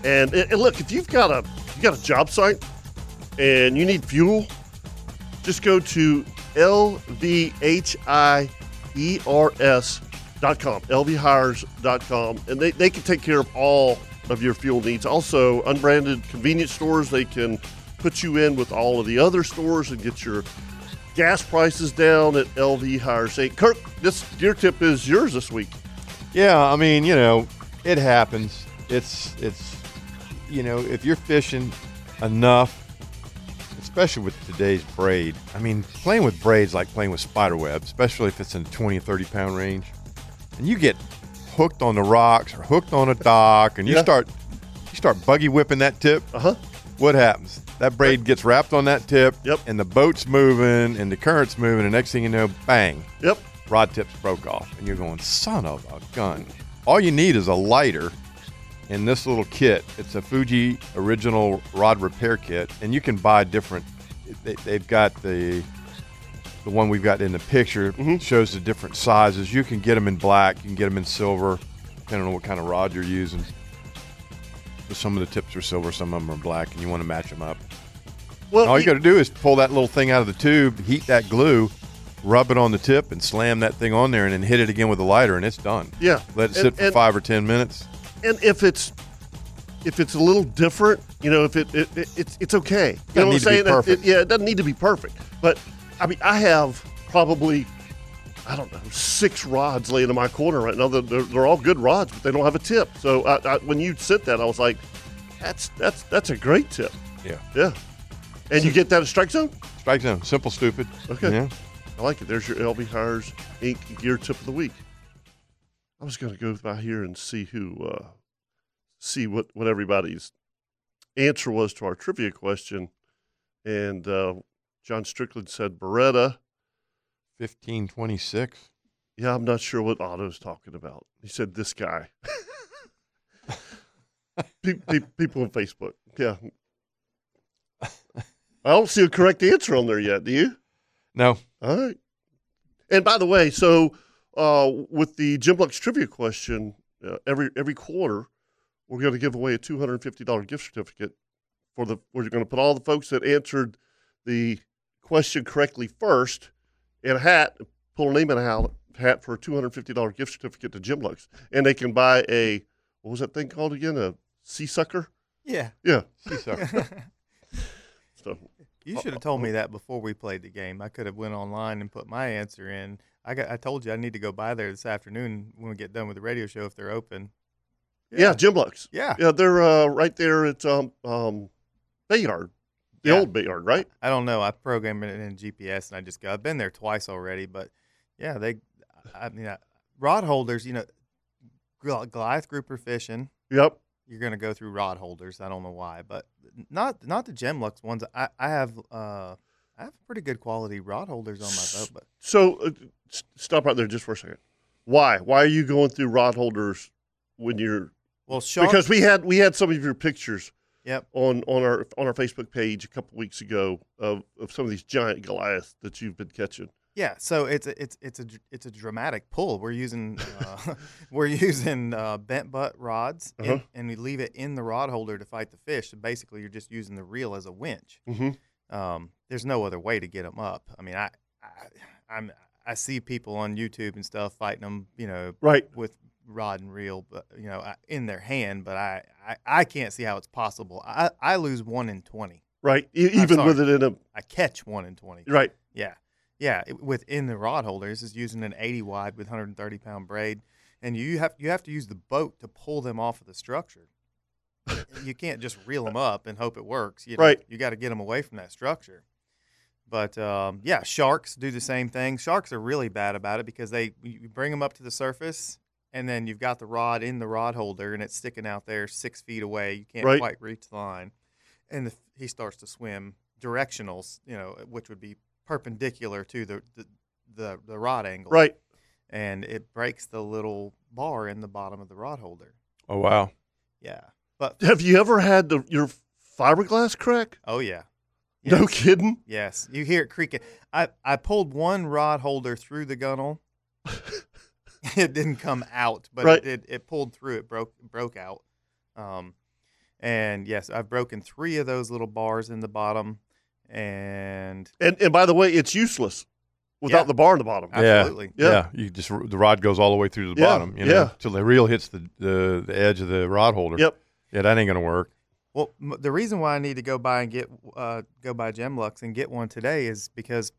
[SPEAKER 1] And, and look, if you've got a you got a job site and you need fuel, just go to E lvhires.com, lvhires.com, and they, they can take care of all of your fuel needs. Also, unbranded convenience stores, they can put you in with all of the other stores and get your gas prices down at LV Hires. Hey, Kirk, this gear tip is yours this week.
[SPEAKER 3] Yeah, I mean, you know, it happens. It's it's you know, if you're fishing enough, especially with today's braid. I mean, playing with braids like playing with spider web, especially if it's in the 20 and 30 pound range. And you get hooked on the rocks or hooked on a dock and you
[SPEAKER 1] Yeah.
[SPEAKER 3] start you start buggy whipping that tip.
[SPEAKER 1] Uh-huh.
[SPEAKER 3] What happens? That braid gets wrapped on that tip
[SPEAKER 1] Yep.
[SPEAKER 3] and the boat's moving and the current's moving and next thing you know, bang
[SPEAKER 1] Yep.
[SPEAKER 3] rod tips broke off and you're going son of a gun all you need is a lighter in this little kit it's a fuji original rod repair kit and you can buy different they, they've got the the one we've got in the picture
[SPEAKER 1] Mm-hmm.
[SPEAKER 3] shows the different sizes you can get them in black you can get them in silver depending on what kind of rod you're using But some of the tips are silver some of them are black and you want to match them up
[SPEAKER 1] Well,
[SPEAKER 3] all Oh, you
[SPEAKER 1] e-
[SPEAKER 3] got to do is pull that little thing out of the tube, heat that glue, rub it on the tip, and slam that thing on there, and then hit it again with a lighter, and it's done.
[SPEAKER 1] yeah.
[SPEAKER 3] Let
[SPEAKER 1] And-
[SPEAKER 3] it sit for
[SPEAKER 1] and-
[SPEAKER 3] five or ten minutes.
[SPEAKER 1] and if it's if it's a little different, you know, if it, it, it it's it's okay. You know what I'm
[SPEAKER 3] need to be
[SPEAKER 1] saying? It- it-
[SPEAKER 3] perfect.
[SPEAKER 1] yeah, it doesn't need to be perfect. But I mean, I have probably I don't know six rods laying in my corner right now. They're, they're, they're all good rods, but they don't have a tip. So I, I, when you sent that, I was like, that's that's that's a great tip.
[SPEAKER 3] Yeah.
[SPEAKER 1] Yeah. And you get that at strike zone.
[SPEAKER 3] Strike zone. Simple, stupid.
[SPEAKER 1] Okay.
[SPEAKER 3] Yeah.
[SPEAKER 1] I like it. There's your LB Hires Inc. Gear Tip of the Week. I was going to go by here and see who, uh, see what, what everybody's answer was to our trivia question. And uh, John Strickland said Beretta.
[SPEAKER 3] Fifteen twenty-six.
[SPEAKER 1] Yeah, I'm not sure what Otto's talking about. He said this guy. Pe- pe- people on Facebook. Yeah. I don't see a correct answer on there yet. Do you?
[SPEAKER 3] No.
[SPEAKER 1] All right. And by the way, so uh, with the Jim Lux trivia question, uh, every every quarter, we're going to give away a two hundred and fifty dollars gift certificate for the. We're going to put all the folks that answered the question correctly first in a hat, pull a name in a hat, hat for a two hundred and fifty dollars gift certificate to Jim Lux, and they can buy a what was that thing called again? A sea sucker.
[SPEAKER 5] Yeah.
[SPEAKER 1] Yeah.
[SPEAKER 3] Sea sucker.
[SPEAKER 1] So
[SPEAKER 5] You should have told me that before we played the game. I could have went online and put my answer in. I got. I told you I need to go by there this afternoon when we get done with the radio show if they're open.
[SPEAKER 1] yeah, Jim Lux.
[SPEAKER 5] Yeah.
[SPEAKER 1] Yeah, they're uh, right there at um, um, Bayard, the
[SPEAKER 5] Yeah.
[SPEAKER 1] old Bayard, right?
[SPEAKER 5] I don't know. I programmed it in GPS and I just go. I've been there twice already, but yeah, they. I I mean, I, rod holders. You know, Goli- Goliath grouper fishing.
[SPEAKER 1] Yep.
[SPEAKER 5] you're gonna go through rod holders. I don't know why, but not not the Gemlux ones. I I have uh I have pretty good quality rod holders on my boat, but
[SPEAKER 1] So uh, s- stop right there just for a second. Why? Why are you going through rod holders when you're
[SPEAKER 5] well, Sean
[SPEAKER 1] because we had we had some of your pictures
[SPEAKER 5] Yep.
[SPEAKER 1] on on our on our Facebook page a couple weeks ago of, of some of these giant Goliaths that you've been catching.
[SPEAKER 5] Yeah, so it's a, it's it's a dr- it's a dramatic pull. We're using uh, we're using uh, bent butt rods, in-
[SPEAKER 1] Uh-huh.
[SPEAKER 5] and we leave it in the rod holder to fight the fish. So basically, you're just using the reel as a winch.
[SPEAKER 1] Mm-hmm.
[SPEAKER 5] Um, there's no other way to get them up. I mean, I, I I'm I see people on YouTube and stuff fighting them, you know,
[SPEAKER 1] Right.
[SPEAKER 5] with rod and reel, but you know, I- in their hand. But I I, I can't see how it's possible. I I lose one in twenty.
[SPEAKER 1] Right. E-
[SPEAKER 5] I'm
[SPEAKER 1] even
[SPEAKER 5] sorry.
[SPEAKER 1] with it in a
[SPEAKER 5] I catch one in twenty.
[SPEAKER 1] right.
[SPEAKER 5] Yeah, yeah. it- Within the rod holders is using an 80 wide with 130 pound braid, and you have you have to use the boat to pull them off of the structure. you can't just reel them up and hope it works. You know,
[SPEAKER 1] Right.
[SPEAKER 5] You got to get them away from that structure. But um, yeah, sharks do the same thing. Sharks are really bad about it because they you bring them up to the surface. And then you've got the rod in the rod holder, and it's sticking out there six feet away. You can't
[SPEAKER 1] Right.
[SPEAKER 5] quite reach the line, and the, he starts to swim directionals, you know, which would be perpendicular to the the, the, the rod angle.
[SPEAKER 1] Right.
[SPEAKER 5] And it breaks the little bar in the bottom of the rod holder.
[SPEAKER 3] Oh wow.
[SPEAKER 5] Yeah. But
[SPEAKER 1] Have you ever had the, your fiberglass crack?
[SPEAKER 5] oh yeah.
[SPEAKER 1] No
[SPEAKER 5] Yes.
[SPEAKER 1] kidding.
[SPEAKER 5] Yes. You hear it creaking. I, I pulled one rod holder through the gunnel. it didn't come out, but
[SPEAKER 1] Right.
[SPEAKER 5] it did it pulled through, it broke broke out. Um and yes, I've broken three of those little bars in the bottom. And
[SPEAKER 1] And and by the way, it's useless without
[SPEAKER 5] Yeah.
[SPEAKER 1] the bar in the bottom.
[SPEAKER 3] Yeah.
[SPEAKER 5] absolutely.
[SPEAKER 1] Yeah.
[SPEAKER 3] Yeah. you just the rod goes all the way through to the
[SPEAKER 1] Yeah,
[SPEAKER 3] bottom, you know,
[SPEAKER 1] yeah.
[SPEAKER 3] till the reel hits the, the the edge of the rod holder.
[SPEAKER 1] Yep.
[SPEAKER 3] Yeah, that ain't gonna work.
[SPEAKER 5] Well, m- the reason why I need to go buy and get uh, go buy Gemlux and get one today is because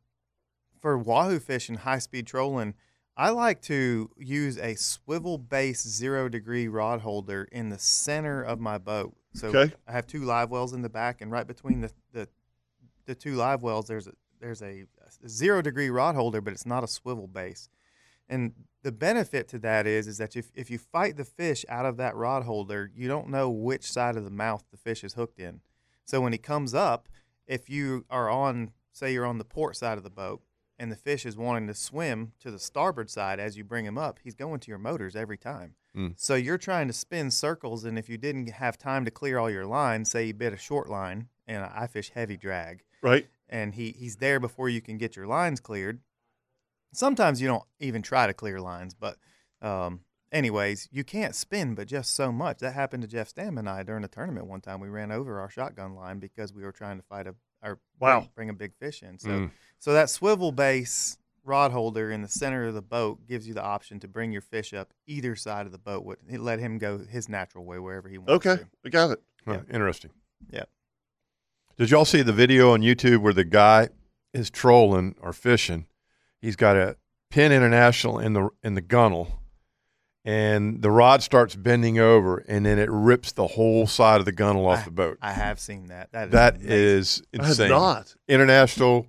[SPEAKER 5] for wahoo fishing, high speed trolling, I like to use a swivel base zero degree rod holder in the center of my boat. So
[SPEAKER 1] Okay.
[SPEAKER 5] I have two live wells in the back, and right between the the, the two live wells, there's a, there's a zero degree rod holder, but it's not a swivel base. And the benefit to that is is that if, if you fight the fish out of that rod holder, you don't know which side of the mouth the fish is hooked in. So when he comes up, if you are on say you're on the port side of the boat and the fish is wanting to swim to the starboard side as you bring him up, he's going to your motors every time.
[SPEAKER 3] Mm.
[SPEAKER 5] So you're trying to spin circles and if you didn't have time to clear all your lines, say you bit a short line and I fish heavy drag,
[SPEAKER 1] Right.
[SPEAKER 5] and he he's there before you can get your lines cleared. Sometimes you don't even try to clear lines, but um, anyways, you can't spin but just so much. That happened to Jeff Stam and I during a tournament one time. We ran over our shotgun line because we were trying to fight a or
[SPEAKER 1] Wow.
[SPEAKER 5] bring a big fish in. So
[SPEAKER 3] Mm.
[SPEAKER 5] so that swivel base rod holder in the center of the boat gives you the option to bring your fish up either side of the boat. Would let him go his natural way wherever he wants.
[SPEAKER 1] Okay.
[SPEAKER 5] to.
[SPEAKER 1] I got it.
[SPEAKER 3] Huh, Interesting.
[SPEAKER 5] Yep.
[SPEAKER 3] Did y'all see the video on YouTube where the guy is trolling or fishing? He's got a pin international in the in the gunnel, and the rod starts bending over, and then it rips the whole side of the gunnel off the boat.
[SPEAKER 5] I have seen that. That is
[SPEAKER 3] that
[SPEAKER 5] amazing.
[SPEAKER 3] is insane.
[SPEAKER 1] I have not.
[SPEAKER 3] International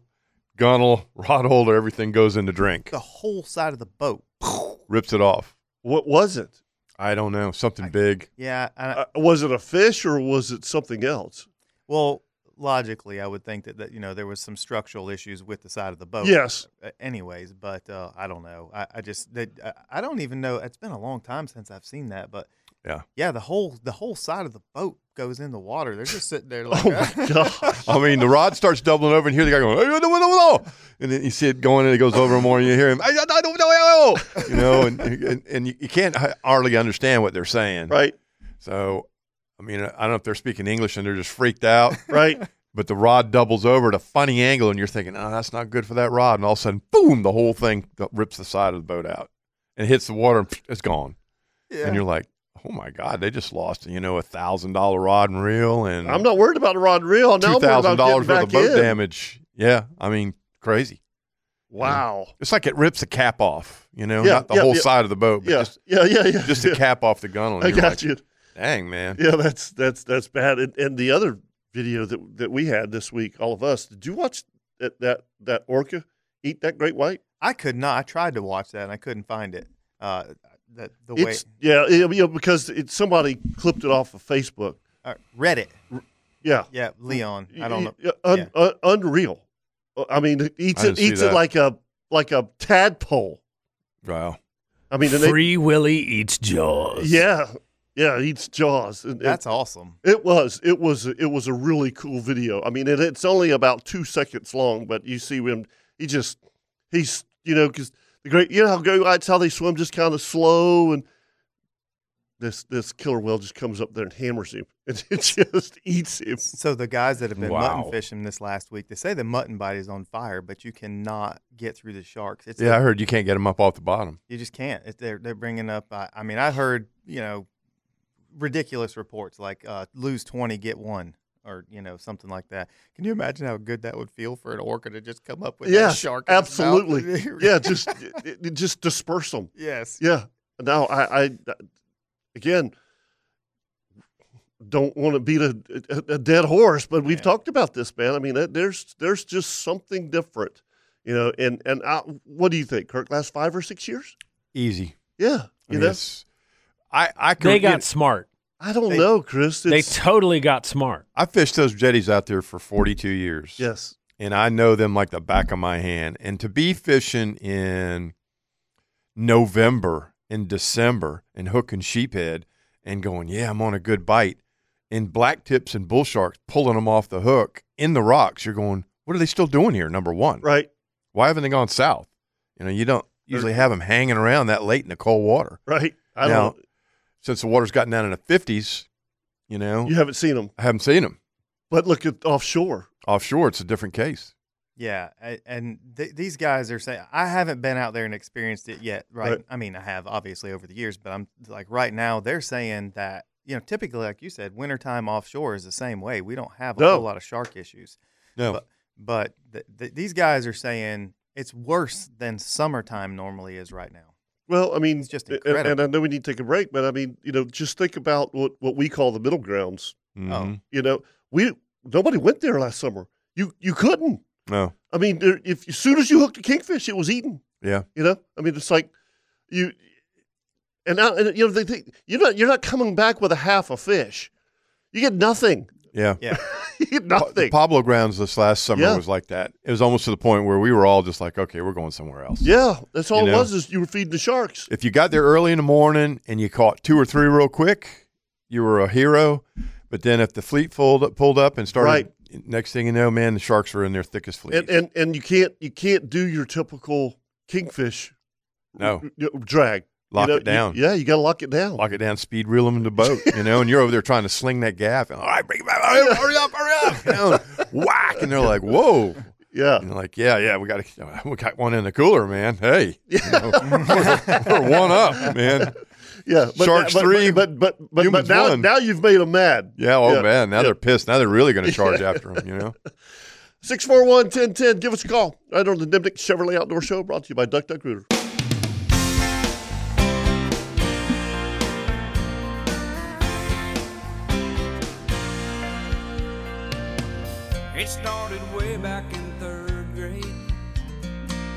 [SPEAKER 3] gunnel rod holder, everything goes in the drink.
[SPEAKER 5] the whole side of the boat.
[SPEAKER 3] Rips it off.
[SPEAKER 1] What was it?
[SPEAKER 3] I don't know something big.
[SPEAKER 5] Yeah, and I-
[SPEAKER 1] Uh, was it a fish or was it something else?
[SPEAKER 5] Well, logically, I would think that, that you know there was some structural issues with the side of the boat.
[SPEAKER 1] Yes.
[SPEAKER 5] uh, Anyways, but uh, I don't know. I, I just that I- I don't even know. It's been a long time since I've seen that, but
[SPEAKER 3] Yeah.
[SPEAKER 5] yeah. The whole the whole side of the boat goes in the water. They're just sitting there like,
[SPEAKER 1] Oh my gosh.
[SPEAKER 3] I mean, the rod starts doubling over, and here the guy going, "Hey, no, no, no, no," and then you see it going, and it goes over more, and you hear him, "I, I don't know," you know, and and, and you, you can't h- hardly understand what they're saying.
[SPEAKER 1] Right.
[SPEAKER 3] So, I mean, I don't know if they're speaking English and they're just freaked out,
[SPEAKER 1] Right.
[SPEAKER 3] but the rod doubles over at a funny angle, and you're thinking, "Oh, that's not good for that rod," and all of a sudden, boom, the whole thing th- rips the side of the boat out and hits the water, and it's gone,
[SPEAKER 5] yeah.
[SPEAKER 3] and you're like. Oh my God! They just lost, you know, a thousand dollar rod and reel, and
[SPEAKER 1] I'm not worried about the rod and reel. Now
[SPEAKER 3] two
[SPEAKER 1] I'm worried
[SPEAKER 3] thousand
[SPEAKER 1] about
[SPEAKER 3] dollars
[SPEAKER 1] getting
[SPEAKER 3] worth
[SPEAKER 1] back
[SPEAKER 3] of boat
[SPEAKER 1] in.
[SPEAKER 3] damage. Yeah, I mean, crazy.
[SPEAKER 1] Wow.
[SPEAKER 3] It's like it rips the cap off. You know,
[SPEAKER 1] Yeah,
[SPEAKER 3] not the
[SPEAKER 1] yeah,
[SPEAKER 3] whole
[SPEAKER 1] yeah.
[SPEAKER 3] side of the boat, but
[SPEAKER 1] Yeah.
[SPEAKER 3] just
[SPEAKER 1] yeah. Yeah. Yeah.
[SPEAKER 3] just
[SPEAKER 1] yeah.
[SPEAKER 3] the cap off the gunnel. and
[SPEAKER 1] I
[SPEAKER 3] you're
[SPEAKER 1] got
[SPEAKER 3] like,
[SPEAKER 1] you.
[SPEAKER 3] Dang man.
[SPEAKER 1] Yeah, that's that's that's bad. And, and the other video that that we had this week, all of us, did you watch that that, that orca eat that great white?
[SPEAKER 5] I could not. I tried to watch that and I couldn't find it. Uh, that the way
[SPEAKER 1] It's yeah, it- you know, because it, somebody clipped it off of Facebook.
[SPEAKER 5] uh, Reddit.
[SPEAKER 1] Yeah,
[SPEAKER 5] Yeah, Leon. I don't know.
[SPEAKER 1] Yeah, un- un- unreal. Uh, I mean, it eats
[SPEAKER 3] I
[SPEAKER 1] it
[SPEAKER 3] didn't see
[SPEAKER 1] eats it
[SPEAKER 3] that.
[SPEAKER 1] like a like a tadpole.
[SPEAKER 3] Wow.
[SPEAKER 1] I mean, and they-
[SPEAKER 4] Free Willy eats Jaws.
[SPEAKER 1] yeah, Yeah, eats jaws. And- and-
[SPEAKER 5] That's awesome.
[SPEAKER 1] It was. It was. It was a really cool video. I mean, it, it's only about two seconds long, but you see him. He just. He's. You know, because the great. You know how go. That's how they swim, just kind of slow, and this this killer whale just comes up there and hammers him, and it just eats him.
[SPEAKER 5] So the guys that have been
[SPEAKER 4] Wow.
[SPEAKER 5] mutton fishing this last week, they say the mutton bite is on fire, but you cannot get through the sharks. It's
[SPEAKER 3] Yeah, I heard you can't get them up off the bottom.
[SPEAKER 5] You just can't. It, they're they're bringing up. I, I mean, I heard you know ridiculous reports like uh, lose twenty, get one, or you know something like that. Can you imagine how good that would feel for an orca to just come up with that
[SPEAKER 1] Yes,
[SPEAKER 5] shark? in its mouth?
[SPEAKER 1] absolutely. yeah, just it, it- just disperse them.
[SPEAKER 5] yes.
[SPEAKER 1] Yeah. Now I, I again don't want to beat a, a, a dead horse, but we've
[SPEAKER 5] Yeah.
[SPEAKER 1] talked about this, man. I mean, that- there's there's just something different, you know. And and I, what do you think, Kirk? Last five or six years?
[SPEAKER 3] Easy.
[SPEAKER 1] Yeah.
[SPEAKER 3] I
[SPEAKER 1] You
[SPEAKER 3] mean,
[SPEAKER 1] know,
[SPEAKER 3] it's- I I could,
[SPEAKER 4] They
[SPEAKER 3] you know,
[SPEAKER 4] got smart.
[SPEAKER 1] I don't
[SPEAKER 5] they-
[SPEAKER 1] know, Chris.
[SPEAKER 4] They
[SPEAKER 1] It's-
[SPEAKER 4] totally got smart.
[SPEAKER 3] I fished those jetties out there for 42 years.
[SPEAKER 1] yes.
[SPEAKER 3] and I know them like the back of my hand. And to be fishing in November and December and hooking sheephead and going, yeah, I'm on a good bite, and black tips and bull sharks pulling them off the hook in the rocks. You're going, what are they still doing here? Number one,
[SPEAKER 1] Right.
[SPEAKER 3] why haven't they gone south? You know, you don't usually have them hanging around that late in the cold water.
[SPEAKER 1] Right. I
[SPEAKER 3] Now,
[SPEAKER 1] don't.
[SPEAKER 3] Since the water's gotten down in the 50s, you know,
[SPEAKER 1] You haven't seen them,
[SPEAKER 3] I haven't seen them
[SPEAKER 1] but look at offshore.
[SPEAKER 3] offshore. It's a different case.
[SPEAKER 5] Yeah, a- and th- these guys are saying I haven't been out there and experienced it yet, right?
[SPEAKER 1] Right.
[SPEAKER 5] I mean, I have obviously over the years, but I'm like right now they're saying that you know typically, like you said, wintertime offshore is the same way. We don't have a
[SPEAKER 1] No.
[SPEAKER 5] whole lot of shark issues,
[SPEAKER 1] Uh,
[SPEAKER 3] No,
[SPEAKER 5] But- but th- th- these guys are saying it's worse than summertime normally is right now.
[SPEAKER 1] Well, I mean,
[SPEAKER 5] It's just
[SPEAKER 1] and,
[SPEAKER 5] incredible.
[SPEAKER 1] and I know we need to take a break, but I mean, you know, just think about what what we call the middle grounds.
[SPEAKER 3] Mhm.
[SPEAKER 1] You know, we nobody went there last summer. You you couldn't.
[SPEAKER 3] no,
[SPEAKER 1] I mean, there, if as soon as you hooked a kingfish, it was eaten.
[SPEAKER 3] Yeah.
[SPEAKER 1] You know, I mean, it's like you and now and, you know they think you're not you're not coming back with a half a fish. You get nothing.
[SPEAKER 3] yeah.
[SPEAKER 1] you get
[SPEAKER 3] Pa- the
[SPEAKER 1] nothing.
[SPEAKER 3] Pablo Grounds this last summer
[SPEAKER 1] Yeah.
[SPEAKER 3] was like that. It was almost to the point where we were all just like, okay, we're going somewhere else.
[SPEAKER 1] yeah, that's all
[SPEAKER 3] You
[SPEAKER 1] it
[SPEAKER 3] know?
[SPEAKER 1] was is you were feeding the sharks.
[SPEAKER 3] If you got there early in the morning and you caught two or three real quick, you were a hero. But then if the fleet pulled up, pulled up and started, next thing you know, man, the sharks were in their thickest fleet.
[SPEAKER 1] And, and and you can't you can't do your typical kingfish
[SPEAKER 3] no,
[SPEAKER 1] you know, drag. You
[SPEAKER 3] lock
[SPEAKER 1] know,
[SPEAKER 3] it down.
[SPEAKER 1] you- yeah, you got to lock it down.
[SPEAKER 3] Lock it down, speed reel them in the boat, you know, and you're over there trying to sling that gaff. And, all right, bring it back. Hurry up, hurry up, hurry up. You know, whack. And they're like, whoa.
[SPEAKER 1] yeah.
[SPEAKER 3] And they're like, yeah, yeah, we got we got one in the cooler, man. Hey, you know, we're, we're one up, man.
[SPEAKER 1] Yeah, but,
[SPEAKER 3] Sharks
[SPEAKER 1] but,
[SPEAKER 3] three,
[SPEAKER 1] but but but, but,
[SPEAKER 3] humans
[SPEAKER 1] now,
[SPEAKER 3] one.
[SPEAKER 1] now you've made them mad.
[SPEAKER 3] Yeah, oh
[SPEAKER 1] Yeah,
[SPEAKER 3] man, now
[SPEAKER 1] yeah.
[SPEAKER 3] they're pissed. Now they're really going to charge after him. You know,
[SPEAKER 1] 641 1010. Give us a call right on the Nimnik Chevrolet Outdoor Show brought to you by Duck Duck Rooter.
[SPEAKER 2] It started way back in third grade.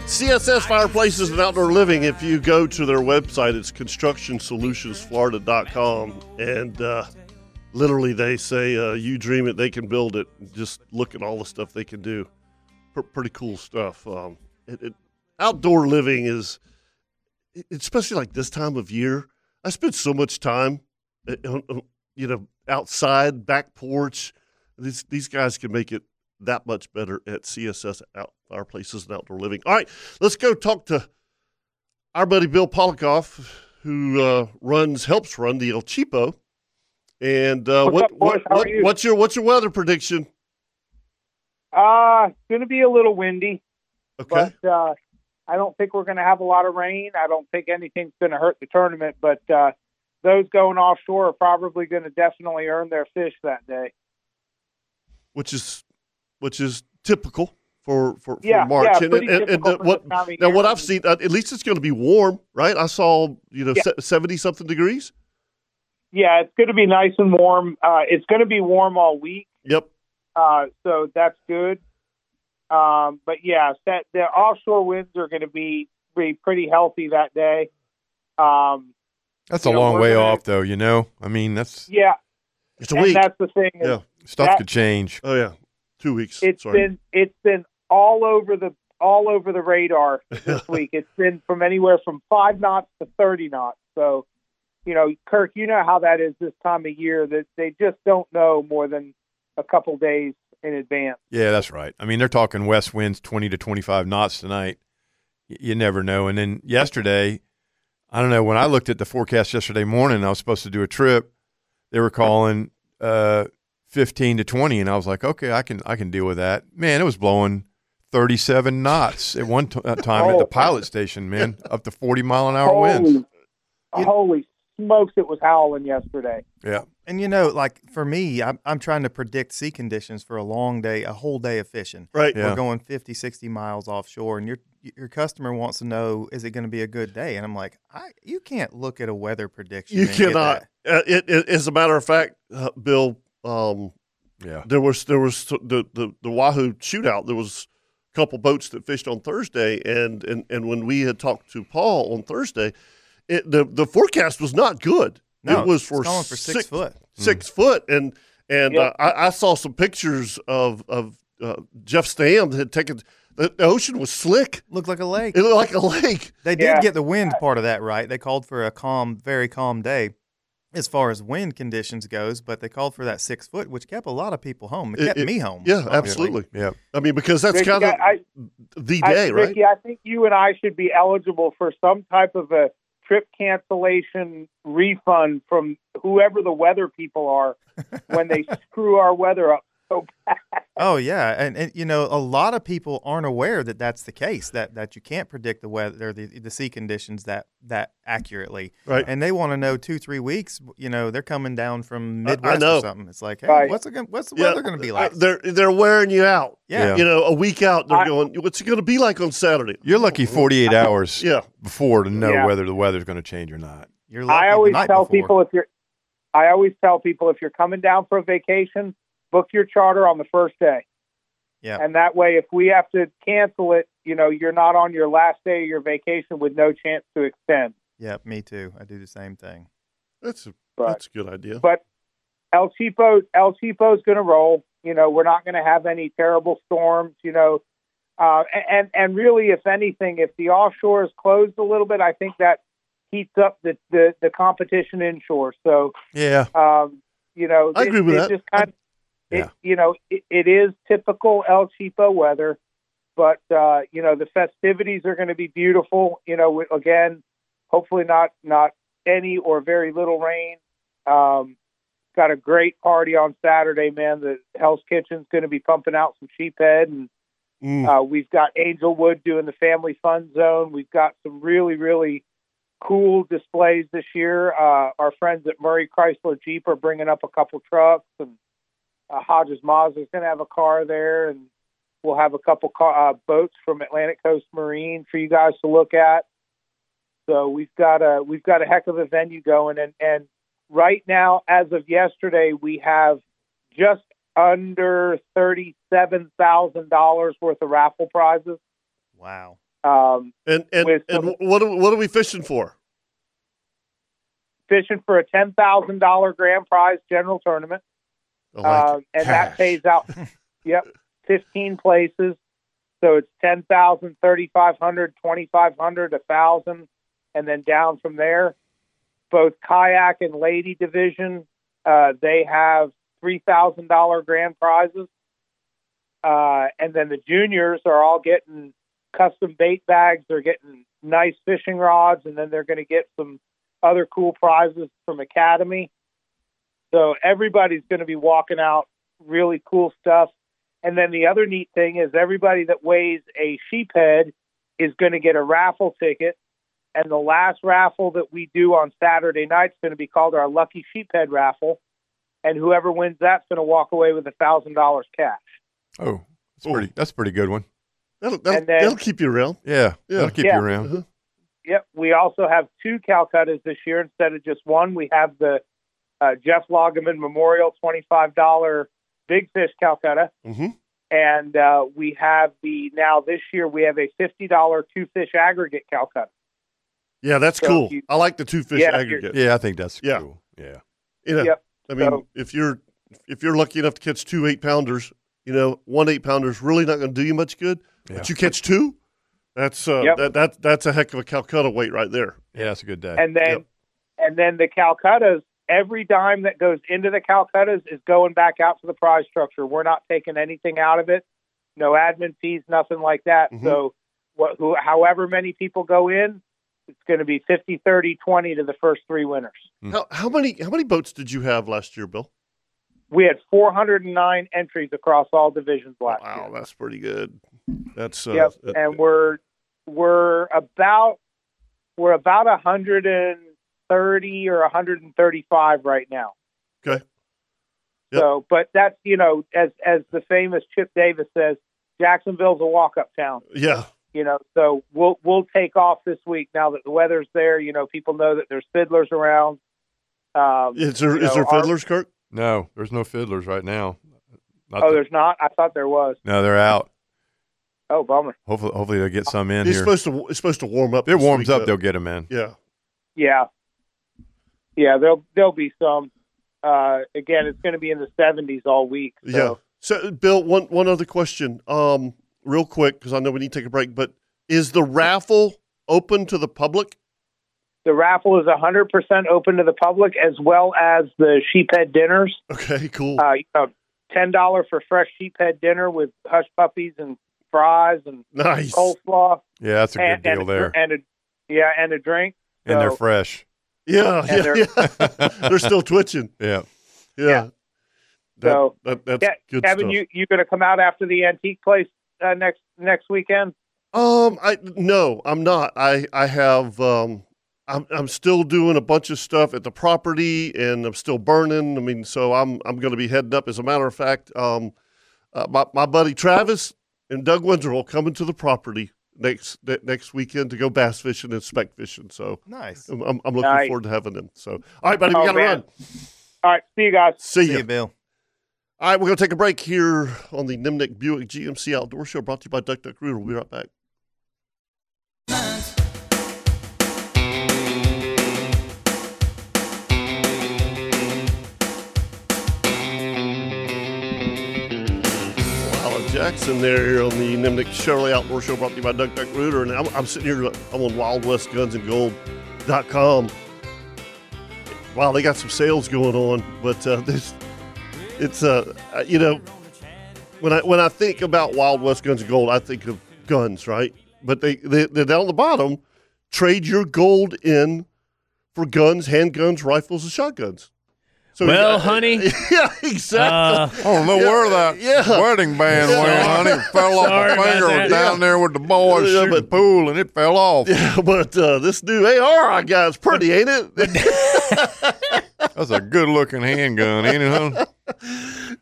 [SPEAKER 1] CSS Fireplaces and Outdoor Living. If you go to their website, it's constructionsolutionsflorida.com. And uh, literally, they say, uh, you dream it, they can build it. Just look at all the stuff they can do. P- pretty cool stuff. Um, it, it, outdoor living is, it- especially like this time of year, I spend so much time, uh, on- on, you know, outside, back porch. These, these guys can make it that much better at CSS out, Fireplaces and Outdoor Living. All right, let's go talk to our buddy Bill Polikoff, who uh, runs helps run the El Cheapo. And uh, what,
[SPEAKER 8] What's up, boys?
[SPEAKER 1] what-
[SPEAKER 8] How are
[SPEAKER 1] what-
[SPEAKER 8] you?
[SPEAKER 1] what's your what's your weather prediction?
[SPEAKER 8] Uh, it's going to be a little windy,
[SPEAKER 1] Okay,
[SPEAKER 8] but uh, I don't think we're going to have a lot of rain. I don't think anything's going to hurt the tournament, but uh, those going offshore are probably going to definitely earn their fish that day.
[SPEAKER 1] which is which is typical for for, for
[SPEAKER 8] Yeah,
[SPEAKER 1] March.
[SPEAKER 8] yeah, pretty typical
[SPEAKER 1] uh,
[SPEAKER 8] for
[SPEAKER 1] what
[SPEAKER 8] this time of
[SPEAKER 1] now
[SPEAKER 8] year.
[SPEAKER 1] what I've seen uh, at least it's going to be warm, right? I saw you know
[SPEAKER 8] Yeah.
[SPEAKER 1] seventy something degrees.
[SPEAKER 8] Yeah, it's going to be nice and warm. Uh, it's going to be warm all week.
[SPEAKER 1] Yep.
[SPEAKER 8] Uh, so that's good. Um, but yeah, that the offshore winds are going to be, be pretty healthy that day. Um,
[SPEAKER 3] that's
[SPEAKER 8] You
[SPEAKER 3] a
[SPEAKER 8] know,
[SPEAKER 3] long
[SPEAKER 8] we're
[SPEAKER 3] way
[SPEAKER 8] gonna-
[SPEAKER 3] off, though. You know, I mean, that's
[SPEAKER 8] yeah,
[SPEAKER 1] It's a
[SPEAKER 8] and
[SPEAKER 1] week.
[SPEAKER 8] that's the thing. Is
[SPEAKER 1] Yeah.
[SPEAKER 3] stuff
[SPEAKER 8] that-
[SPEAKER 3] could change.
[SPEAKER 1] Oh yeah, two weeks.
[SPEAKER 8] It's
[SPEAKER 1] Sorry.
[SPEAKER 8] been it's been all over the all over the radar this week. It's been from anywhere from five knots to thirty knots. So you know, Kirk, you know how that is this time of year that they just don't know more than a couple days in advance.
[SPEAKER 3] Yeah, that's right. I mean, they're talking west winds 20 to 25 knots tonight. Y- You never know. And then yesterday, I don't know, when I looked at the forecast yesterday morning, I was supposed to do a trip. They were calling uh, 15 to 20 and I was like, "Okay, I can I can deal with that." Man, it was blowing 37 knots at one t- uh, time at
[SPEAKER 8] Oh.
[SPEAKER 3] the pilot station, man, up to 40 mile an hour winds.
[SPEAKER 8] holy, holy smokes, it was howling yesterday.
[SPEAKER 3] Yeah.
[SPEAKER 5] And you know, like for me, I'm, I'm trying to predict sea conditions for a long day, a whole day of fishing.
[SPEAKER 1] Right.
[SPEAKER 3] Yeah.
[SPEAKER 5] We're going 50, 60 miles offshore, and your your customer wants to know is it going to be a good day? And I'm like, I you can't look at a weather prediction.
[SPEAKER 1] You
[SPEAKER 5] and get
[SPEAKER 1] cannot.
[SPEAKER 5] that.
[SPEAKER 1] Uh, it, it, as a matter of fact, uh, Bill, um,
[SPEAKER 3] Yeah.
[SPEAKER 1] there was there was the, the the Wahoo shootout. There was a couple boats that fished on Thursday, and and, and when we had talked to Paul on Thursday, it, the the forecast was not good.
[SPEAKER 5] No,
[SPEAKER 1] it was for,
[SPEAKER 5] it's going for six, foot. Mm.
[SPEAKER 1] six foot, and and
[SPEAKER 8] Yep.
[SPEAKER 1] uh, I, I saw some pictures of of uh, Jeff Stam had taken. The the ocean was slick.
[SPEAKER 5] Looked like a lake.
[SPEAKER 1] It looked like a lake.
[SPEAKER 5] They did
[SPEAKER 8] Yeah.
[SPEAKER 5] get the wind part of that right. They called for a calm, very calm day as far as wind conditions goes, but they called for that six foot, which kept a lot of people home. It,
[SPEAKER 1] It-
[SPEAKER 5] kept
[SPEAKER 1] it-
[SPEAKER 5] me home.
[SPEAKER 1] Yeah,
[SPEAKER 5] honestly.
[SPEAKER 1] absolutely.
[SPEAKER 3] Yeah.
[SPEAKER 1] I mean, because that's
[SPEAKER 8] Ricky,
[SPEAKER 1] kind of
[SPEAKER 8] I-
[SPEAKER 1] the
[SPEAKER 8] I-
[SPEAKER 1] day, right?
[SPEAKER 8] Ricky, I think you and I should be eligible for some type of a trip cancellation refund from whoever the weather people are when they screw our weather up. So
[SPEAKER 5] Oh yeah, and, and you know a lot of people aren't aware that that's the case that that you can't predict the weather, the, the sea conditions that that accurately,
[SPEAKER 1] Right.
[SPEAKER 5] And they want to know two three weeks. You know they're coming down from Midwest
[SPEAKER 1] know.
[SPEAKER 5] or something. It's like, hey,
[SPEAKER 8] Right.
[SPEAKER 5] what's it gonna, what's the
[SPEAKER 1] Yeah,
[SPEAKER 5] weather going to be like?
[SPEAKER 1] Uh, they're they're wearing you out.
[SPEAKER 5] yeah.
[SPEAKER 1] You know, a week out, they're
[SPEAKER 8] I-
[SPEAKER 1] going. What's it going to be like on Saturday?
[SPEAKER 3] You're lucky 48 hours
[SPEAKER 1] Yeah,
[SPEAKER 3] before to know
[SPEAKER 8] Yeah.
[SPEAKER 3] whether the weather's going to change or not.
[SPEAKER 5] You're lucky
[SPEAKER 8] I
[SPEAKER 5] the
[SPEAKER 8] always
[SPEAKER 5] night
[SPEAKER 8] tell
[SPEAKER 5] before.
[SPEAKER 8] people if you're, I always tell people if you're coming down for a vacation, book your charter on the first day.
[SPEAKER 5] Yeah.
[SPEAKER 8] And that way, if we have to cancel it, you know, you're not on your last day of your vacation with no chance to extend.
[SPEAKER 5] Yeah, me too. I do the same thing.
[SPEAKER 1] that's a,
[SPEAKER 8] Right.
[SPEAKER 1] that's a good idea.
[SPEAKER 8] But El Cheapo, El Cheapo's going to roll. You know, we're not going to have any terrible storms. You know, uh, and and really, if anything, if the offshore is closed a little bit, I think that heats up the the, the competition inshore. So,
[SPEAKER 3] Yeah.
[SPEAKER 8] um, you know,
[SPEAKER 1] I agree with
[SPEAKER 8] it
[SPEAKER 1] that.
[SPEAKER 8] Just kind of,
[SPEAKER 3] Yeah.
[SPEAKER 8] it, you know, it, it is typical El Cheapo weather, but uh, you know, the festivities are going to be beautiful. You know, with- again, hopefully not not any or very little rain. Um, got a great party on Saturday, man. The Hell's Kitchen's going to be pumping out some sheep head, and
[SPEAKER 1] Mm.
[SPEAKER 8] uh, we've got Angelwood doing the family fun zone. We've got some really really cool displays this year. Uh, our friends at Murray Chrysler Jeep are bringing up a couple trucks, and uh, Hodges Mazda is going to have a car there, and we'll have a couple car, uh, boats from Atlantic Coast Marine for you guys to look at. So we've got a we've got a heck of a venue going, and and right now, as of yesterday, we have just under thirty seven thousand dollars worth of raffle prizes.
[SPEAKER 5] Wow.
[SPEAKER 8] Um,
[SPEAKER 1] And and,
[SPEAKER 8] with
[SPEAKER 1] and
[SPEAKER 8] some-
[SPEAKER 1] what are, what are we fishing for?
[SPEAKER 8] fishing for a ten thousand dollar grand prize general tournament,
[SPEAKER 1] I like
[SPEAKER 8] Um, and
[SPEAKER 3] Cash.
[SPEAKER 8] that pays out. yep, fifteen places, so it's ten thousand, thirty five hundred, twenty five hundred, a thousand, and then down from there. Both kayak and lady division, uh, they have three thousand dollar grand prizes, uh, and then the juniors are all getting custom bait bags. They're getting nice fishing rods, and then they're going to get some other cool prizes from Academy. So everybody's going to be walking out really cool stuff. And then the other neat thing is everybody that weighs a sheep head is going to get a raffle ticket. And the last raffle that we do on Saturday night is going to be called our Lucky Sheep Head Raffle. And whoever wins that's going to walk away with a $1,000 cash.
[SPEAKER 3] Oh, that's
[SPEAKER 1] Ooh.
[SPEAKER 3] pretty. That's a pretty good one.
[SPEAKER 1] That'll, that'll,
[SPEAKER 8] and then-
[SPEAKER 1] that'll keep you around.
[SPEAKER 3] Yeah,
[SPEAKER 1] Yeah.
[SPEAKER 3] that'll keep
[SPEAKER 8] Yeah.
[SPEAKER 3] you around.
[SPEAKER 1] Uh-huh.
[SPEAKER 8] Yep. We also have two Calcuttas this year instead of just one. We have the uh, Jeff Loggeman Memorial $25 Big Fish Calcutta.
[SPEAKER 1] Mhm.
[SPEAKER 8] And uh, we have the now this year we have a $50 two fish aggregate Calcutta.
[SPEAKER 1] Yeah, that's
[SPEAKER 8] So
[SPEAKER 1] cool.
[SPEAKER 8] you-
[SPEAKER 1] I like the two fish
[SPEAKER 8] Yeah, you're-
[SPEAKER 1] aggregate.
[SPEAKER 3] Yeah, I think that's
[SPEAKER 1] Yeah.
[SPEAKER 3] cool. Yeah,
[SPEAKER 1] You know,
[SPEAKER 8] Yep.
[SPEAKER 1] I mean,
[SPEAKER 8] So-
[SPEAKER 1] if you're if you're lucky enough to catch two eight pounders, you know, one eight pounder is really not going to do you much good.
[SPEAKER 3] Yeah.
[SPEAKER 1] But you catch two, that's uh,
[SPEAKER 8] Yep.
[SPEAKER 1] that, that that's a heck of a Calcutta weight right there.
[SPEAKER 3] yeah, that's a good day.
[SPEAKER 8] And then
[SPEAKER 1] Yep.
[SPEAKER 8] And then the Calcuttas, every dime that goes into the Calcuttas is going back out to the prize structure. We're not taking anything out of it. No admin fees, nothing like that.
[SPEAKER 1] Mhm.
[SPEAKER 8] So, what, who, however many people go in, it's going to be 50, 30, 20 to the first three winners.
[SPEAKER 3] Hmm.
[SPEAKER 1] How, how many how many boats did you have last year, Bill?
[SPEAKER 8] We had 409 entries across all divisions last year.
[SPEAKER 1] Wow, that's pretty good. That's uh,
[SPEAKER 8] yep.
[SPEAKER 1] that-
[SPEAKER 8] and we're we're about we're about 130 or 135 right now.
[SPEAKER 1] Okay. Yep.
[SPEAKER 8] So, but that's you know, as as the famous Chip Davis says, Jacksonville's a walk-up town.
[SPEAKER 1] yeah,
[SPEAKER 8] You know, so we'll we'll take off this week now that the weather's there. You know, people know that there's fiddlers around. Um,
[SPEAKER 1] is there
[SPEAKER 8] you
[SPEAKER 1] is
[SPEAKER 8] know,
[SPEAKER 1] there
[SPEAKER 8] our-
[SPEAKER 1] fiddlers, Kirk?
[SPEAKER 3] No, there's no fiddlers right now. Not
[SPEAKER 8] oh,
[SPEAKER 3] that-
[SPEAKER 8] there's not. I thought there was.
[SPEAKER 3] no, they're out.
[SPEAKER 8] Oh, bummer.
[SPEAKER 3] Hopefully, hopefully they'll get some in
[SPEAKER 1] It's
[SPEAKER 3] here.
[SPEAKER 1] supposed to it's supposed to warm up.
[SPEAKER 3] If it
[SPEAKER 1] this
[SPEAKER 3] warms
[SPEAKER 1] week,
[SPEAKER 3] up,
[SPEAKER 1] though.
[SPEAKER 3] they'll get them in.
[SPEAKER 1] Yeah,
[SPEAKER 8] Yeah, yeah. There'll there'll be some. Uh, again, it's going to be in the seventies all week. So.
[SPEAKER 1] yeah. So, Bill, one one other question, um, real quick, because I know we need to take a break. But is the raffle open to the public?
[SPEAKER 8] The raffle is hundred percent open to the public, as well as the sheephead dinners.
[SPEAKER 1] Okay, cool.
[SPEAKER 8] Uh, you know, ten dollar for fresh sheephead dinner with hush puppies and fries and
[SPEAKER 1] nice.
[SPEAKER 8] coleslaw
[SPEAKER 3] Yeah, that's a good
[SPEAKER 8] and,
[SPEAKER 3] deal
[SPEAKER 8] and, a,
[SPEAKER 3] there.
[SPEAKER 8] dr- and a yeah and a drink.
[SPEAKER 3] and they're
[SPEAKER 8] so-
[SPEAKER 3] fresh.
[SPEAKER 1] Yeah, yeah,
[SPEAKER 8] they're-
[SPEAKER 1] yeah. they're still twitching.
[SPEAKER 3] Yeah.
[SPEAKER 1] Yeah.
[SPEAKER 8] Yeah.
[SPEAKER 1] That-
[SPEAKER 8] So,
[SPEAKER 1] that, that's
[SPEAKER 8] yeah,
[SPEAKER 1] good
[SPEAKER 8] Kevin,
[SPEAKER 1] stuff.
[SPEAKER 8] you you going to come out after the antique place uh, next next weekend?
[SPEAKER 1] Um, I no, I'm not. I I have um, I'm I'm still doing a bunch of stuff at the property, and I'm still burning. I mean, so I'm I'm going to be heading up. As a matter of fact, um, uh, my my buddy Travis and Doug Windsor will coming to the property next ne- next weekend to go bass fishing and speck fishing. So
[SPEAKER 5] Nice.
[SPEAKER 1] I'm I'm, I'm looking
[SPEAKER 8] Nice.
[SPEAKER 1] forward to having them. So all right, buddy, we
[SPEAKER 8] Oh,
[SPEAKER 1] got to
[SPEAKER 8] man.
[SPEAKER 1] run.
[SPEAKER 8] All right, see you guys.
[SPEAKER 1] See,
[SPEAKER 5] See
[SPEAKER 1] ya.
[SPEAKER 5] you, Bill.
[SPEAKER 1] All right, we're going to take a break here on the Nimnik Buick GMC Outdoor Show, brought to you by Duck Duck Rooter. We'll be right back. Alan Jackson there here on the Nimnik Chevrolet Outdoor Show brought to you by Duck Duck Rooter. And I'm, I'm sitting here, I'm on wildwestgunsandgold.com. Wow, they got some sales going on, but uh, this, it's, uh, uh, you know, when I when I think about Wild West Guns and Gold, I think of guns, right? But they, they they're down at the bottom. Trade your gold in for guns, handguns, rifles, and shotguns. So
[SPEAKER 4] Well, honey,
[SPEAKER 1] yeah, exactly.
[SPEAKER 4] Uh,
[SPEAKER 3] I don't know
[SPEAKER 1] Yeah,
[SPEAKER 3] where that
[SPEAKER 1] yeah.
[SPEAKER 3] wedding band
[SPEAKER 1] Yeah.
[SPEAKER 3] went, honey. It fell off my
[SPEAKER 4] Sorry about
[SPEAKER 3] finger
[SPEAKER 4] that.
[SPEAKER 3] down there with the boys
[SPEAKER 1] Yeah,
[SPEAKER 3] shooting
[SPEAKER 1] but-
[SPEAKER 3] pool, and it fell off.
[SPEAKER 1] Yeah, but uh, this new AR I got is pretty, ain't it?
[SPEAKER 3] That's a good-looking handgun, ain't it, honey?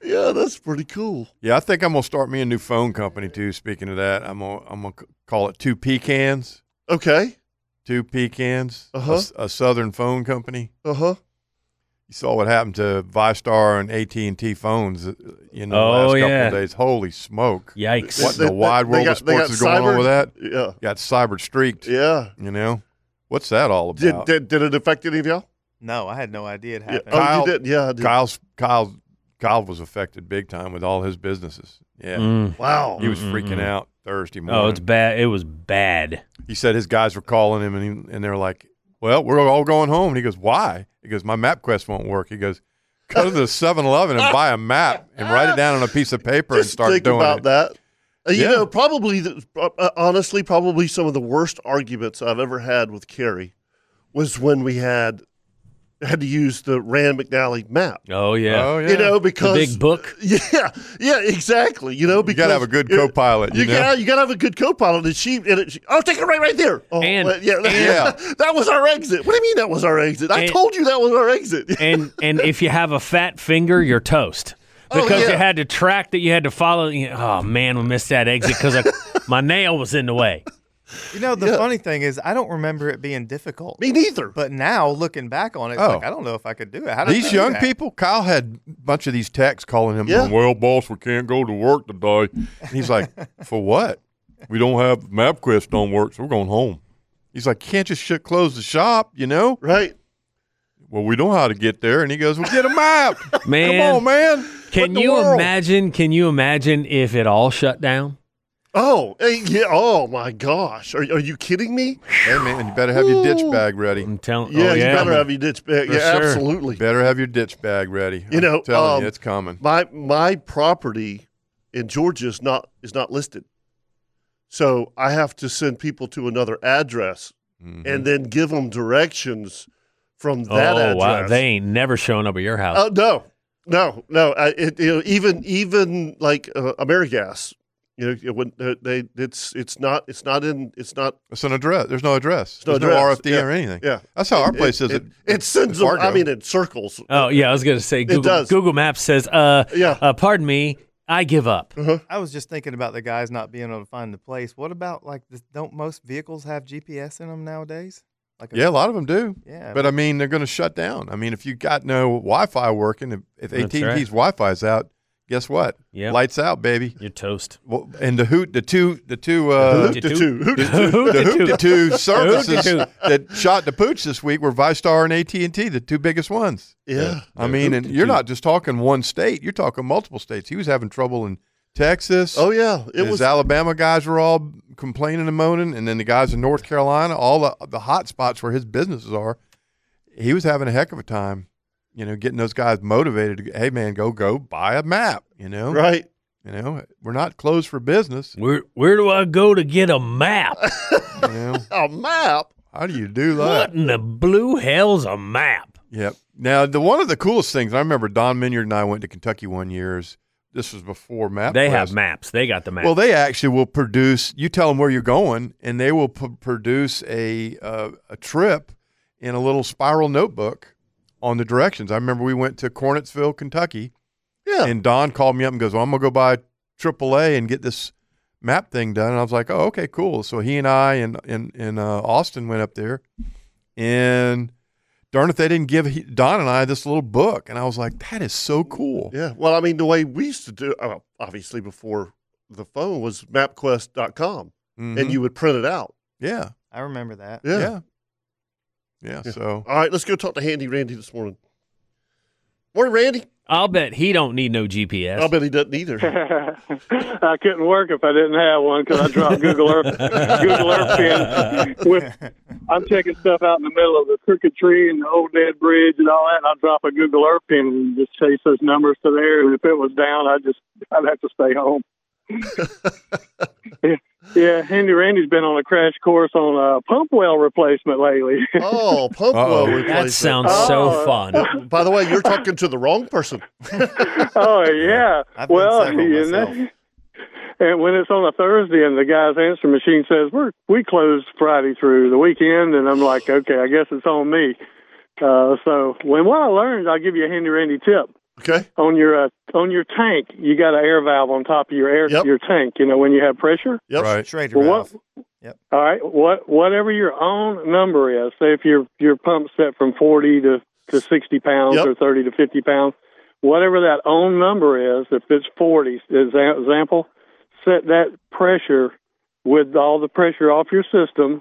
[SPEAKER 1] yeah, that's pretty cool.
[SPEAKER 3] Yeah, I think I'm gonna start me a new phone company too. Speaking of that, I'm gonna I'm gonna c- call it Two Pecans.
[SPEAKER 1] Okay.
[SPEAKER 3] Two Pecans, a
[SPEAKER 1] Uh-huh.
[SPEAKER 3] s- a, Southern phone company.
[SPEAKER 1] Uh huh.
[SPEAKER 3] You saw what happened to Vistar and AT and T phones uh, in the
[SPEAKER 4] Oh,
[SPEAKER 3] last couple
[SPEAKER 4] yeah.
[SPEAKER 3] of days. Holy smoke!
[SPEAKER 4] yikes.
[SPEAKER 3] What in
[SPEAKER 1] They-
[SPEAKER 3] the wide
[SPEAKER 1] they
[SPEAKER 3] world
[SPEAKER 1] got-
[SPEAKER 3] of
[SPEAKER 1] they
[SPEAKER 3] sports
[SPEAKER 1] got
[SPEAKER 3] is going on
[SPEAKER 1] cybered?
[SPEAKER 3] with that?
[SPEAKER 1] Yeah.
[SPEAKER 3] Got cyber streaked.
[SPEAKER 1] Yeah.
[SPEAKER 3] You know, what's that all
[SPEAKER 1] Did,
[SPEAKER 3] about?
[SPEAKER 1] did did it affect any of y'all?
[SPEAKER 5] No, I had no idea it
[SPEAKER 1] Yeah.
[SPEAKER 5] happened.
[SPEAKER 1] Oh,
[SPEAKER 3] Kyle-
[SPEAKER 1] you did. Yeah. I did.
[SPEAKER 3] Kyle's Kyle Kyle was affected big time with all his businesses. Yeah,
[SPEAKER 4] Mm.
[SPEAKER 1] Wow.
[SPEAKER 3] he was
[SPEAKER 4] Mm, mm,
[SPEAKER 3] freaking
[SPEAKER 4] mm.
[SPEAKER 3] out Thursday morning.
[SPEAKER 4] Oh, it's bad. It was bad.
[SPEAKER 3] he said his guys were calling him and, he, and they're like, well, we're all going home. And he goes, why? He goes, my map quest won't work. He goes, go to the 7 Eleven and buy a map and write it down on a piece of paper and
[SPEAKER 1] Just
[SPEAKER 3] start
[SPEAKER 1] think
[SPEAKER 3] doing
[SPEAKER 1] about
[SPEAKER 3] it.
[SPEAKER 1] that. Uh, You
[SPEAKER 3] Yeah.
[SPEAKER 1] know, probably, the, uh, honestly, probably some of the worst arguments I've ever had with Carrie was when we had had to use the Rand McNally map.
[SPEAKER 4] Oh yeah.
[SPEAKER 3] Oh, yeah.
[SPEAKER 1] You know,
[SPEAKER 4] the
[SPEAKER 1] because
[SPEAKER 4] big book.
[SPEAKER 1] Yeah, yeah, exactly. You know,
[SPEAKER 3] you
[SPEAKER 1] because
[SPEAKER 3] got to have a good
[SPEAKER 1] it-
[SPEAKER 3] co pilot.
[SPEAKER 1] You,
[SPEAKER 3] You, know?
[SPEAKER 1] gotta, you gotta have a good co-pilot. And she, and it, she oh, take it right, right there. Oh,
[SPEAKER 4] And-
[SPEAKER 1] well, yeah, that-
[SPEAKER 3] Yeah.
[SPEAKER 1] that was our exit. What do you mean that was our exit? I
[SPEAKER 4] And-
[SPEAKER 1] told you that was our exit.
[SPEAKER 4] And and if you have a fat finger, you're toast.
[SPEAKER 1] Oh,
[SPEAKER 4] Because
[SPEAKER 1] yeah.
[SPEAKER 4] you had to track that you had to follow. you- Oh man, we missed that exit because my nail was in the way.
[SPEAKER 5] You know, the
[SPEAKER 1] Yeah.
[SPEAKER 5] funny thing is, I don't remember it being difficult.
[SPEAKER 1] Me neither.
[SPEAKER 5] But now, looking back on it, it's
[SPEAKER 3] Oh.
[SPEAKER 5] like I don't know if I could do it. How did I
[SPEAKER 3] These
[SPEAKER 5] do
[SPEAKER 3] young
[SPEAKER 5] that?
[SPEAKER 3] people, Kyle had a bunch of these texts calling him,
[SPEAKER 1] Yeah.
[SPEAKER 3] well, boss, we can't go to work today. And he's like, for what? We don't have MapQuest don't work, so we're going home. He's like, can't just shut close the shop, you know?
[SPEAKER 1] right?
[SPEAKER 3] Well, we know how to get there. And he goes, well, get a map.
[SPEAKER 4] Man,
[SPEAKER 3] Come on, man.
[SPEAKER 4] can
[SPEAKER 3] What in the
[SPEAKER 4] you
[SPEAKER 3] world?
[SPEAKER 4] imagine? Can you imagine if it all shut down?
[SPEAKER 1] Oh, hey, yeah. Oh my gosh. Are, are you kidding me?
[SPEAKER 3] Hey man, you better have your ditch bag ready.
[SPEAKER 4] I'm telling.
[SPEAKER 1] Yeah,
[SPEAKER 4] oh,
[SPEAKER 1] you
[SPEAKER 4] yeah.
[SPEAKER 1] better have your ditch bag.
[SPEAKER 4] For
[SPEAKER 1] yeah,
[SPEAKER 4] sure.
[SPEAKER 1] absolutely.
[SPEAKER 3] Better have your ditch bag ready.
[SPEAKER 1] You know,
[SPEAKER 3] I'm telling
[SPEAKER 1] um,
[SPEAKER 3] you, it's coming.
[SPEAKER 1] My my property in Georgia is not is not listed, so I have to send people to another address
[SPEAKER 3] Mm-hmm.
[SPEAKER 1] and then give them directions from that
[SPEAKER 4] oh
[SPEAKER 1] address.
[SPEAKER 4] wow, they ain't never showing up at your house.
[SPEAKER 1] Oh no, no, no! I, it, you know, even even like uh, Amerigas, you know, when uh, they it's it's not it's not in it's not
[SPEAKER 3] It's an address. There's no address.
[SPEAKER 1] no
[SPEAKER 3] There's no,
[SPEAKER 1] address.
[SPEAKER 3] RFD
[SPEAKER 1] Yeah,
[SPEAKER 3] or anything.
[SPEAKER 1] yeah.
[SPEAKER 3] That's how our
[SPEAKER 1] It-
[SPEAKER 3] place is.
[SPEAKER 1] It,
[SPEAKER 3] at-
[SPEAKER 1] it sends
[SPEAKER 3] at
[SPEAKER 1] them. I
[SPEAKER 3] Fargo.
[SPEAKER 1] mean, in circles.
[SPEAKER 4] Oh yeah, I was gonna say Google,
[SPEAKER 1] does.
[SPEAKER 4] Google Maps says, uh,
[SPEAKER 1] Yeah.
[SPEAKER 4] uh, pardon me, I give up.
[SPEAKER 1] Uh-huh.
[SPEAKER 5] I was just thinking about the guys not being able to find the place. What about like the, don't most vehicles have GPS in them nowadays? Like
[SPEAKER 3] yeah, a lot of them do.
[SPEAKER 5] yeah,
[SPEAKER 3] But I mean, they're going to shut down. I mean, if you got no Wi-Fi working, if, if
[SPEAKER 4] That's
[SPEAKER 3] AT&T's
[SPEAKER 4] right.
[SPEAKER 3] Wi-Fi's out, guess what?
[SPEAKER 4] Yep.
[SPEAKER 3] Lights out, baby.
[SPEAKER 4] You're toast.
[SPEAKER 3] Well, and the hoot, the two, the two, uh,
[SPEAKER 1] Hoot to two. Hoot to two.
[SPEAKER 3] the hoot, the two services
[SPEAKER 4] hoot.
[SPEAKER 3] that shot the pooch this week were ViStar and AT and T, the two biggest ones.
[SPEAKER 1] Yeah.
[SPEAKER 3] I mean, and you're not just talking one state; you're talking multiple states. He was having trouble in Texas.
[SPEAKER 1] Oh yeah. It
[SPEAKER 3] His
[SPEAKER 1] was.
[SPEAKER 3] Alabama guys were all complaining and moaning, and then the guys in North Carolina, all the the hot spots where his businesses are, he was having a heck of a time, you know, getting those guys motivated. To, go, hey, man, go go buy a map, you know,
[SPEAKER 1] Right.
[SPEAKER 3] you know, we're not closed for business.
[SPEAKER 4] Where where do I go to get a map?
[SPEAKER 3] You know,
[SPEAKER 1] A map.
[SPEAKER 3] how do you do that?
[SPEAKER 4] what in the blue hell's a map?
[SPEAKER 3] Yep. Now, the one of the coolest things I remember, Don Minyard and I went to Kentucky one year. Is this was before map?
[SPEAKER 4] They
[SPEAKER 3] Quest.
[SPEAKER 4] have maps. They got the map.
[SPEAKER 3] Well, they actually will produce. You tell them where you're going, and they will p- produce a uh, a trip in a little spiral notebook on the directions. I remember we went to Cornetsville, Kentucky,
[SPEAKER 1] Yeah.
[SPEAKER 3] and Don called me up and goes, well, "I'm gonna go buy AAA and get this map thing done." And I was like, "Oh, okay, cool." So he and I and and and uh, Austin went up there, and darn if they didn't give he, Don and I this little book, and I was like, "That is so cool."
[SPEAKER 1] yeah. Well, I mean, the way we used to do, uh, obviously before the phone was MapQuest.com,
[SPEAKER 3] Mhm.
[SPEAKER 1] and you would print it out.
[SPEAKER 3] yeah,
[SPEAKER 5] I remember that.
[SPEAKER 1] Yeah.
[SPEAKER 3] yeah, yeah. So.
[SPEAKER 1] All right. Let's go talk to Handy Randy this morning. Morning, Randy.
[SPEAKER 4] I'll bet he don't need no GPS.
[SPEAKER 1] I bet he doesn't either.
[SPEAKER 9] I couldn't work if I didn't have one because I dropped Google Earth, Google Earth pin. With, I'm checking stuff out in the middle of the crooked tree and the old dead bridge and all that. And I drop a Google Earth pin and just chase those numbers to there. And if it was down, I just I'd have to stay home. yeah, yeah, Handy Randy's been on a crash course on a pump well replacement lately.
[SPEAKER 1] Oh, pump
[SPEAKER 3] Uh-oh.
[SPEAKER 1] well replacement.
[SPEAKER 4] that sounds so fun.
[SPEAKER 1] By the way, you're talking to the wrong person.
[SPEAKER 9] oh yeah.
[SPEAKER 5] I've done
[SPEAKER 9] well,
[SPEAKER 5] several
[SPEAKER 9] you know,
[SPEAKER 5] myself.
[SPEAKER 9] and when it's on a Thursday and the guy's answer machine says we're we close Friday through the weekend, and I'm like, okay, I guess it's on me. Uh, so when what I learned, I'll give you a handy randy tip
[SPEAKER 1] Okay.
[SPEAKER 9] on your uh, on your tank. You got an air valve on top of your air
[SPEAKER 1] Yep.
[SPEAKER 9] your tank. You know when you have pressure.
[SPEAKER 1] Yep.
[SPEAKER 3] Right.
[SPEAKER 5] Schrader
[SPEAKER 9] Well,
[SPEAKER 5] valve.
[SPEAKER 9] what, all right, what whatever your own number is, say if your your pump's set from forty to to sixty pounds
[SPEAKER 1] Yep.
[SPEAKER 9] or thirty to fifty pounds, whatever that own number is, if it's forty, as an example, set that pressure with all the pressure off your system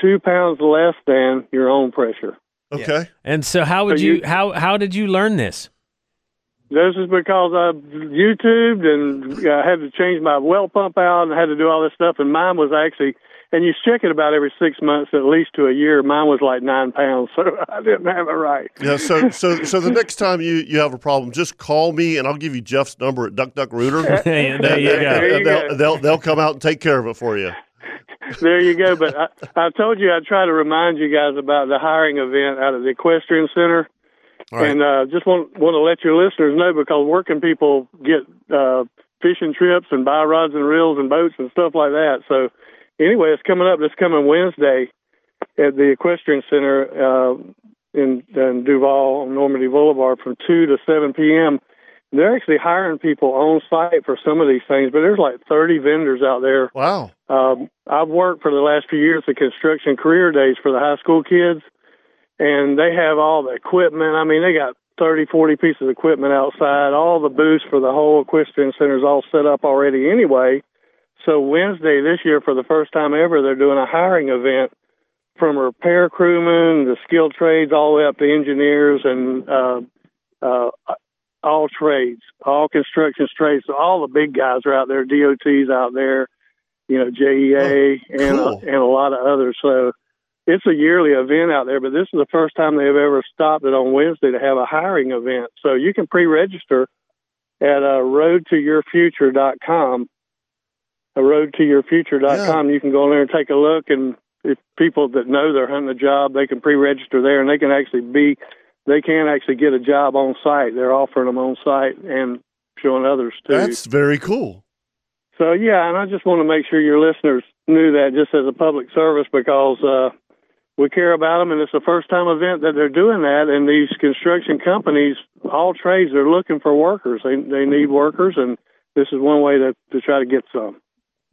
[SPEAKER 9] two pounds less than your own pressure.
[SPEAKER 1] Okay.
[SPEAKER 4] And so how would
[SPEAKER 9] So
[SPEAKER 4] you,
[SPEAKER 9] you-
[SPEAKER 4] how how did you learn this?
[SPEAKER 9] This is because I YouTubed and I had to change my well pump out and had to do all this stuff. And mine was actually, and you check it about every six months, at least to a year. Mine was like nine pounds, so I didn't have it right.
[SPEAKER 1] Yeah. So, so, so the next time you you have a problem, just call me and I'll give you Jeff's number at Duck Duck Rooter.
[SPEAKER 4] Yeah, there you go.
[SPEAKER 9] There you
[SPEAKER 1] they'll,
[SPEAKER 9] go.
[SPEAKER 1] they'll they'll come out and take care of it for you.
[SPEAKER 9] There you go. But I, I told you I'd try to remind you guys about the hiring event out of the Equestrian Center.
[SPEAKER 3] All right.
[SPEAKER 9] And uh, just want want to let your listeners know because working people get uh, fishing trips and buy rods and reels and boats and stuff like that. So anyway, it's coming up this coming Wednesday at the Equestrian Center uh, in, in Duval on Normandy Boulevard from two to seven p.m. They're actually hiring people on site for some of these things, but there's like 30 vendors out there
[SPEAKER 1] Wow.
[SPEAKER 9] um, I've worked for the last few years at construction career days for the high school kids, and they have all the equipment. I mean, they got 30, 40 pieces of equipment outside. All the booths for the whole equestrian center's all set up already anyway. So Wednesday this year, for the first time ever, they're doing a hiring event from repair crewmen, the skilled trades, all the way up to engineers and uh, uh, all trades, all construction trades. So all the big guys are out there, DOTs out there you know, JEA and
[SPEAKER 1] Oh,
[SPEAKER 9] uh,
[SPEAKER 1] cool.
[SPEAKER 9] and a lot of others. So it's a yearly event out there, but this is the first time they've ever stopped it on Wednesday to have a hiring event. So you can pre-register at uh, roadtoyourfuture.com. A roadtoyourfuture.com. You can go in there and take a look, and if people that know they're hunting a job, they can pre-register there, and they can actually be, they can actually get a job on site. They're offering them on site and showing others too.
[SPEAKER 1] That's very cool.
[SPEAKER 9] So yeah, and I just want to make sure your listeners knew that just as a public service because uh, we care about them, and it's the first time event that they're doing that. And these construction companies, all trades, are looking for workers. They they need workers, and this is one way to to try to get some.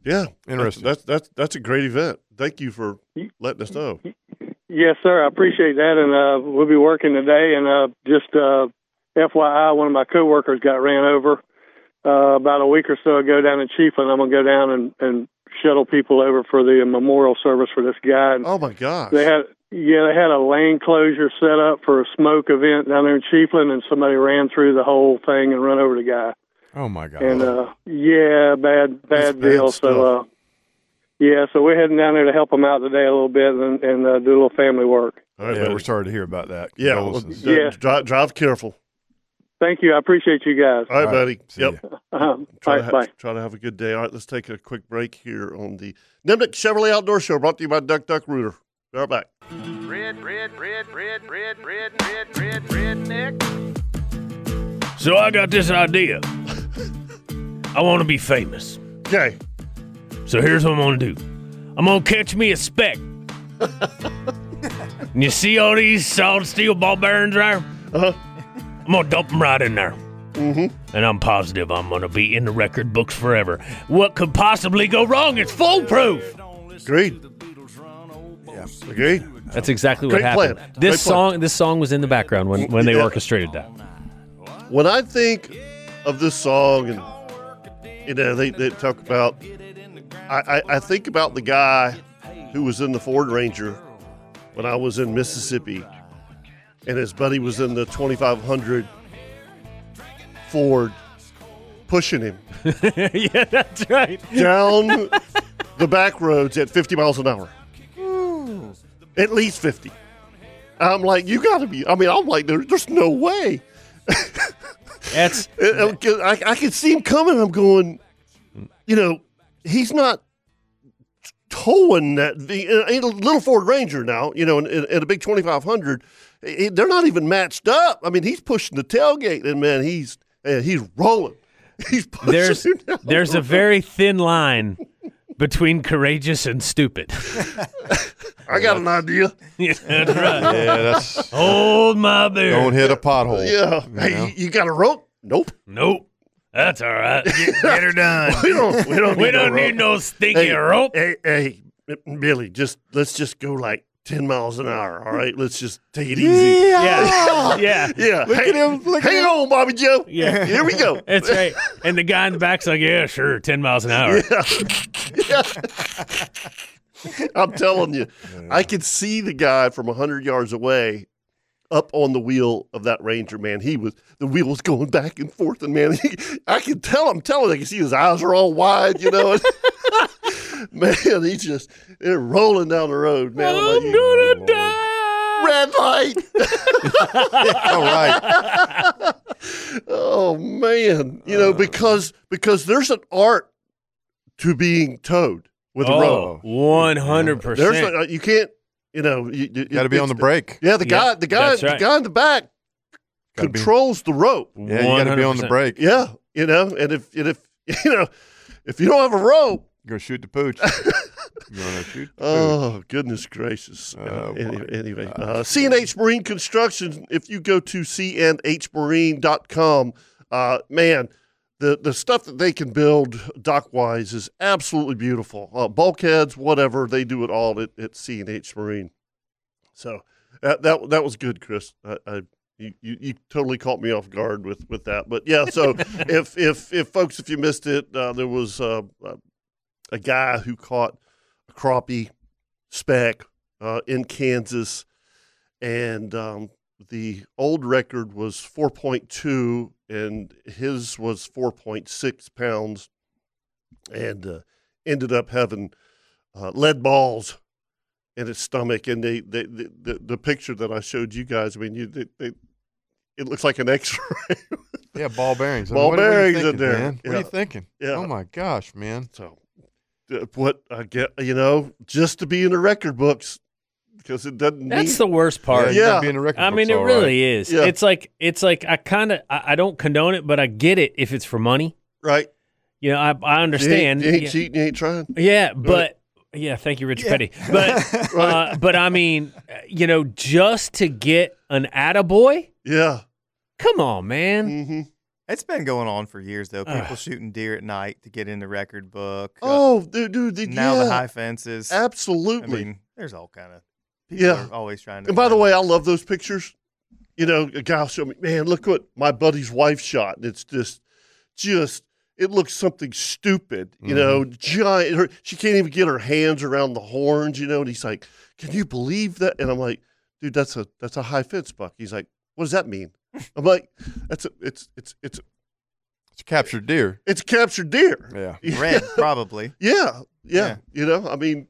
[SPEAKER 1] Yeah,
[SPEAKER 3] Interesting.
[SPEAKER 1] That's that's that's, that's a great event. Thank you for letting us know.
[SPEAKER 9] Yes, sir. I appreciate that, and uh, we'll be working today. And uh, just uh, FYI, one of my coworkers got ran over uh, about a week or so ago down in Chiefland. I'm gonna go down and, and shuttle people over for the memorial service for this guy. And
[SPEAKER 1] Oh my gosh!
[SPEAKER 9] They had yeah, they had a lane closure set up for a smoke event down there in Chiefland, and somebody ran through the whole thing and run over the guy.
[SPEAKER 3] Oh my god.
[SPEAKER 9] And uh, yeah, bad
[SPEAKER 1] That's bad
[SPEAKER 9] bad deal. so uh,
[SPEAKER 1] stuff.
[SPEAKER 9] yeah, so we're heading down there to help them out today a little bit and, and uh, do a little family work.
[SPEAKER 1] All right,
[SPEAKER 3] yeah,
[SPEAKER 1] buddy.
[SPEAKER 3] we're sorry to hear about that.
[SPEAKER 1] yeah, well,
[SPEAKER 3] Condolences.
[SPEAKER 1] d-
[SPEAKER 9] Yeah.
[SPEAKER 1] dri- drive careful.
[SPEAKER 9] Thank you. I appreciate you guys.
[SPEAKER 1] All right,
[SPEAKER 3] All right,
[SPEAKER 1] buddy.
[SPEAKER 3] see
[SPEAKER 1] Yep.
[SPEAKER 3] ya.
[SPEAKER 9] Uh-huh.
[SPEAKER 1] Try,
[SPEAKER 9] All
[SPEAKER 1] to
[SPEAKER 9] right,
[SPEAKER 1] ha-
[SPEAKER 9] bye.
[SPEAKER 1] try to have a good day. All right, let's take a quick break here on the Nimnik Chevrolet Outdoor Show brought to you by Duck Duck Rooter. Be right back.
[SPEAKER 4] So I got this idea. I want to be famous.
[SPEAKER 1] Okay.
[SPEAKER 4] So here's what I'm gonna do. I'm gonna catch me a speck. and you see all these solid steel ball bearings there?
[SPEAKER 1] Uh-huh.
[SPEAKER 4] I'm gonna dump them right in there. Mm-hmm. And I'm positive I'm gonna be in the record books forever. What could possibly go wrong? It's foolproof.
[SPEAKER 1] Agreed. Yeah. Agreed.
[SPEAKER 4] That's exactly
[SPEAKER 1] what Great happened. plan. This Great plan. song-
[SPEAKER 4] this song was in the background when, when
[SPEAKER 1] they Yeah.
[SPEAKER 4] orchestrated that.
[SPEAKER 1] When I think of this song and you know, they, they talk about I, I, I think about the guy who was in the Ford Ranger when I was in Mississippi and his buddy was in the twenty five hundred Ford pushing him.
[SPEAKER 4] yeah, that's right.
[SPEAKER 1] down the back roads at 50 miles an hour. At least 50. I'm like, you got to be. I mean, I'm like, there, there's no way.
[SPEAKER 4] That's
[SPEAKER 1] And- and I, I can see him coming. I'm going, you know, he's not towing that the in a little Ford Ranger now, you know, in, in, in a big 2500. eh, They're not even matched up. I mean, he's pushing the tailgate, and man, he's eh, he's rolling. He's pushing.
[SPEAKER 4] there's
[SPEAKER 1] him down
[SPEAKER 4] there's
[SPEAKER 1] the
[SPEAKER 4] a very thin line between courageous and stupid.
[SPEAKER 1] I got an idea.
[SPEAKER 4] Yeah, that's right.
[SPEAKER 3] yeah, that's
[SPEAKER 4] Hold my beer.
[SPEAKER 3] don't hit a pothole.
[SPEAKER 1] Yeah.
[SPEAKER 3] you
[SPEAKER 1] hey,
[SPEAKER 3] know?
[SPEAKER 1] you, you got a rope? Nope.
[SPEAKER 4] Nope. Uh, That's all right.
[SPEAKER 1] Get her done. we don't. We don't.
[SPEAKER 4] we
[SPEAKER 1] need
[SPEAKER 4] don't
[SPEAKER 1] no rope.
[SPEAKER 4] need no stinky
[SPEAKER 1] hey,
[SPEAKER 4] rope.
[SPEAKER 1] Hey, hey, Billy, just let's just go like ten miles an hour. All right, let's just take it easy.
[SPEAKER 4] Yeah. yeah.
[SPEAKER 1] Yeah. Look hey,
[SPEAKER 3] at him, look at
[SPEAKER 1] hang on, Bobby Joe.
[SPEAKER 4] Yeah.
[SPEAKER 1] Here we go.
[SPEAKER 4] That's right. And the guy in the back's like, yeah, sure, 10 miles an hour.
[SPEAKER 1] I'm telling you, I could see the guy from hundred yards away. Up on the wheel of that Ranger, man, he was the wheel was going back and forth, and man, he, I could tell him, telling, I can see his eyes are all wide, you know. man, he just they're rolling down the road, man. I'm like,
[SPEAKER 4] I'm going to die.
[SPEAKER 1] red light.
[SPEAKER 3] All right.
[SPEAKER 1] Oh man, you know because because there's an art to being towed with a rope.
[SPEAKER 4] Oh, 100%.
[SPEAKER 1] There's a, uh, you can't you know you, you
[SPEAKER 3] Got to be on the brake.
[SPEAKER 1] Yeah, the guy the guy
[SPEAKER 4] that's
[SPEAKER 1] the
[SPEAKER 4] right.
[SPEAKER 1] guy in the back
[SPEAKER 3] Gotta be-
[SPEAKER 1] controls the rope.
[SPEAKER 3] Yeah, you got to be on the
[SPEAKER 4] 100%.
[SPEAKER 3] brake.
[SPEAKER 1] Yeah, you know, and if and if you know if you don't have a rope,
[SPEAKER 3] You're gonna shoot the pooch. You're gonna shoot the pooch.
[SPEAKER 1] oh goodness gracious.
[SPEAKER 3] Oh,
[SPEAKER 1] Uh, any-
[SPEAKER 3] my
[SPEAKER 1] anyway, uh, CNH Marine Construction. If you go to cnhmarine.com, uh, man, the, the stuff that they can build dock wise is absolutely beautiful. Uh, bulkheads, whatever, they do it all at, at CNH Marine. So that that, that was good, Chris. I, I you, you, you totally caught me off guard with, with that, but yeah. So if if if folks, if you missed it, uh, there was uh, uh, a guy who caught a crappie spec uh, in Kansas, and um, the old record was 4.2, and his was 4.6 pounds, and uh, ended up having uh, lead balls in his stomach. And they, they, the, the the picture that I showed you guys, I mean, you they, they, it looks like an X-ray.
[SPEAKER 3] Yeah, ball bearings. I mean,
[SPEAKER 1] Ball
[SPEAKER 3] what- what are you
[SPEAKER 1] bearings in
[SPEAKER 3] thinking,
[SPEAKER 1] there.
[SPEAKER 3] man? What are you
[SPEAKER 1] Yeah.
[SPEAKER 3] thinking?
[SPEAKER 1] Yeah.
[SPEAKER 3] Oh my gosh, man.
[SPEAKER 1] So uh, what I get, you know, just to be in the record books because it doesn't.
[SPEAKER 4] That's
[SPEAKER 1] mean-
[SPEAKER 4] the worst part.
[SPEAKER 1] Yeah.
[SPEAKER 3] Be in the record
[SPEAKER 4] I mean, it
[SPEAKER 3] books, all
[SPEAKER 4] really
[SPEAKER 3] right.
[SPEAKER 4] is.
[SPEAKER 1] Yeah.
[SPEAKER 4] It's like it's like I kind of I, I don't condone it, but I get it if it's for money.
[SPEAKER 1] right.
[SPEAKER 4] You know, I I
[SPEAKER 1] You ain't,
[SPEAKER 4] understand.
[SPEAKER 1] you ain't
[SPEAKER 4] yeah,
[SPEAKER 1] cheating. You ain't trying.
[SPEAKER 4] yeah, but yeah, thank you, Rich Petty. But uh, but I mean, uh, you know, just to get an attaboy,
[SPEAKER 1] Yeah.
[SPEAKER 4] come on, man.
[SPEAKER 1] Mm-hmm.
[SPEAKER 5] It's been going on for years though. People
[SPEAKER 4] Ugh.
[SPEAKER 5] shooting deer at night to get in the record book. Uh,
[SPEAKER 1] Oh, dude, dude, the-
[SPEAKER 5] now
[SPEAKER 1] yeah,
[SPEAKER 5] the high fences. I
[SPEAKER 1] absolutely.
[SPEAKER 5] mean, there's all kind of people
[SPEAKER 1] Yeah.
[SPEAKER 5] are always trying to.
[SPEAKER 1] and by the
[SPEAKER 5] find-
[SPEAKER 1] way, I love those pictures. You know, a guy showed me, man, look what my buddy's wife shot, and it's just, just, it looks something stupid.
[SPEAKER 5] Mm-hmm.
[SPEAKER 3] Mm-hmm.
[SPEAKER 1] You know, giant. Her, she can't even get her hands around the horns. You know, and he's like, "Can you believe that?" And I'm like, "Dude, that's a that's a high fence buck." He's like, "What does that mean?" I'm like, "That's a it's it's it's
[SPEAKER 3] It's a captured deer.
[SPEAKER 1] it's a captured deer."
[SPEAKER 3] Oh, Yeah.
[SPEAKER 5] red probably.
[SPEAKER 1] Yeah, yeah,
[SPEAKER 5] Yeah.
[SPEAKER 1] You know, I mean,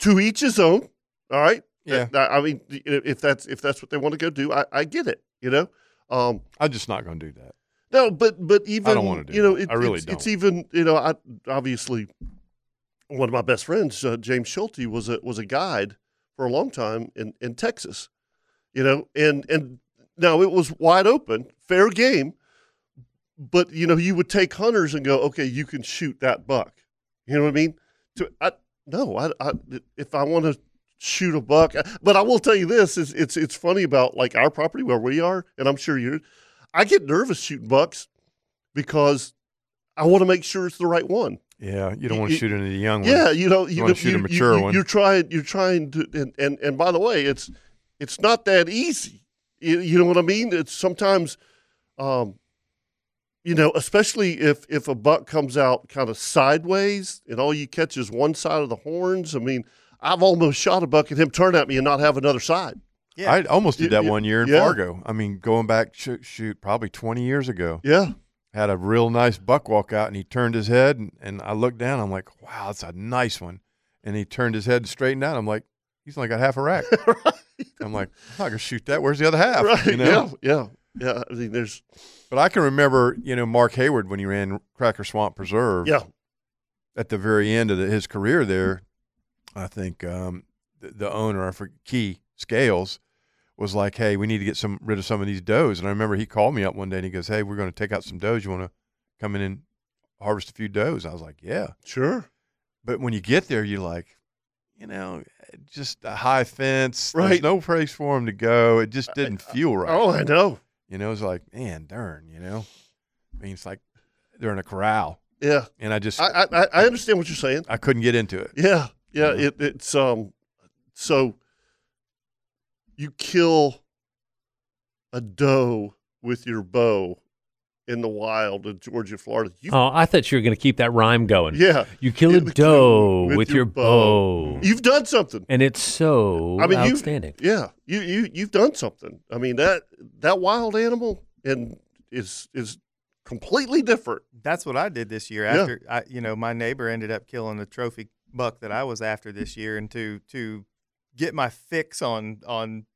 [SPEAKER 1] to each his own. All right.
[SPEAKER 3] Yeah.
[SPEAKER 1] That- I mean, you know, if that's if that's what they want to go do, I, I get it. You know. Um.
[SPEAKER 3] I'm just not going to do that.
[SPEAKER 1] No, but but even
[SPEAKER 3] wanna do
[SPEAKER 1] you know
[SPEAKER 3] that.
[SPEAKER 1] it,
[SPEAKER 3] I really
[SPEAKER 1] it's, it's
[SPEAKER 3] don't.
[SPEAKER 1] even you know I obviously one of my best friends uh, James Schulte was a was a guide for a long time in in Texas, you know, and and now it was wide open, fair game, but you know you would take hunters and go, okay, you can shoot that buck, you know what I mean? To I no, I, I if I want to shoot a buck, uh, but I will tell you this is it's it's funny about like our property where we are, and I'm sure you're. I get nervous shooting bucks because I want to make sure it's the right one.
[SPEAKER 3] Yeah. You don't
[SPEAKER 1] You-
[SPEAKER 3] want
[SPEAKER 1] you-
[SPEAKER 3] to shoot any of the young
[SPEAKER 1] Yeah,
[SPEAKER 3] ones.
[SPEAKER 1] you know,
[SPEAKER 3] You
[SPEAKER 1] you,
[SPEAKER 3] wanna
[SPEAKER 1] know,
[SPEAKER 3] shoot a
[SPEAKER 1] you,
[SPEAKER 3] mature
[SPEAKER 1] you,
[SPEAKER 3] one.
[SPEAKER 1] You're trying, you're trying to, and, and and by the way, it's it's not that easy. You, you know what I mean? It's sometimes, um, you know, especially if if a buck comes out kind of sideways and all you catch is one side of the horns. I mean, I've almost shot a buck and him turn at me and not have another side.
[SPEAKER 5] Yeah.
[SPEAKER 3] I almost
[SPEAKER 1] You-
[SPEAKER 3] did that
[SPEAKER 1] you-
[SPEAKER 3] one year in
[SPEAKER 1] yeah.
[SPEAKER 3] Fargo. I mean, going back, shoot, shoot, probably 20 years ago,
[SPEAKER 1] Yeah,
[SPEAKER 3] had a real nice buck walk out and he turned his head and, and I looked down. I'm like, wow, that's a nice one. And he turned his head and straightened out. I'm like, he's only got half a rack. I'm like, I'm not going to shoot that. Where's the other half?
[SPEAKER 1] right.
[SPEAKER 3] You know?
[SPEAKER 1] Yeah, yeah, yeah. I mean, there's
[SPEAKER 3] But I can remember, you know, Mark Hayward when he ran Cracker Swamp Preserve.
[SPEAKER 1] yeah,
[SPEAKER 3] at the very end of the, his career there, I think um, the, the owner, I forget, Key Scales, was like, "Hey, we need to get some rid of some of these does." And I remember he called me up one day and he goes, "Hey, we're going to take out some does. You want to come in and harvest a few does?" I was like, "Yeah."
[SPEAKER 1] sure,
[SPEAKER 3] But when you get there, you're like, you know, just a high fence.
[SPEAKER 1] Right.
[SPEAKER 3] There's no place for him to go. It just didn't feel right.
[SPEAKER 1] Oh, I know.
[SPEAKER 3] You know, it's like, man, darn. You know, I mean, it's like they're in a corral,
[SPEAKER 1] Yeah.
[SPEAKER 3] and I just
[SPEAKER 1] I, I, I- I understand what you're saying.
[SPEAKER 3] I couldn't get into it.
[SPEAKER 1] Yeah, yeah.
[SPEAKER 3] Yeah.
[SPEAKER 1] It, it's um, so you kill a doe with your bow in the wild in Georgia, Florida. You,
[SPEAKER 4] Oh, I thought you were going to keep that rhyme going.
[SPEAKER 1] yeah,
[SPEAKER 4] You kill
[SPEAKER 1] Yeah,
[SPEAKER 4] a
[SPEAKER 1] with-
[SPEAKER 4] doe
[SPEAKER 1] with
[SPEAKER 4] with,
[SPEAKER 1] your
[SPEAKER 4] your,
[SPEAKER 1] bow.
[SPEAKER 4] bow.
[SPEAKER 1] you've done something.
[SPEAKER 4] and it's so
[SPEAKER 1] I mean, you-
[SPEAKER 4] outstanding.
[SPEAKER 1] Yeah, you you you've done something. I mean that that wild animal and is is completely different.
[SPEAKER 5] That's what I did this year.
[SPEAKER 1] Yeah.
[SPEAKER 5] After I, you know, my neighbor ended up killing a trophy buck that I was after this year, and to to get my fix on on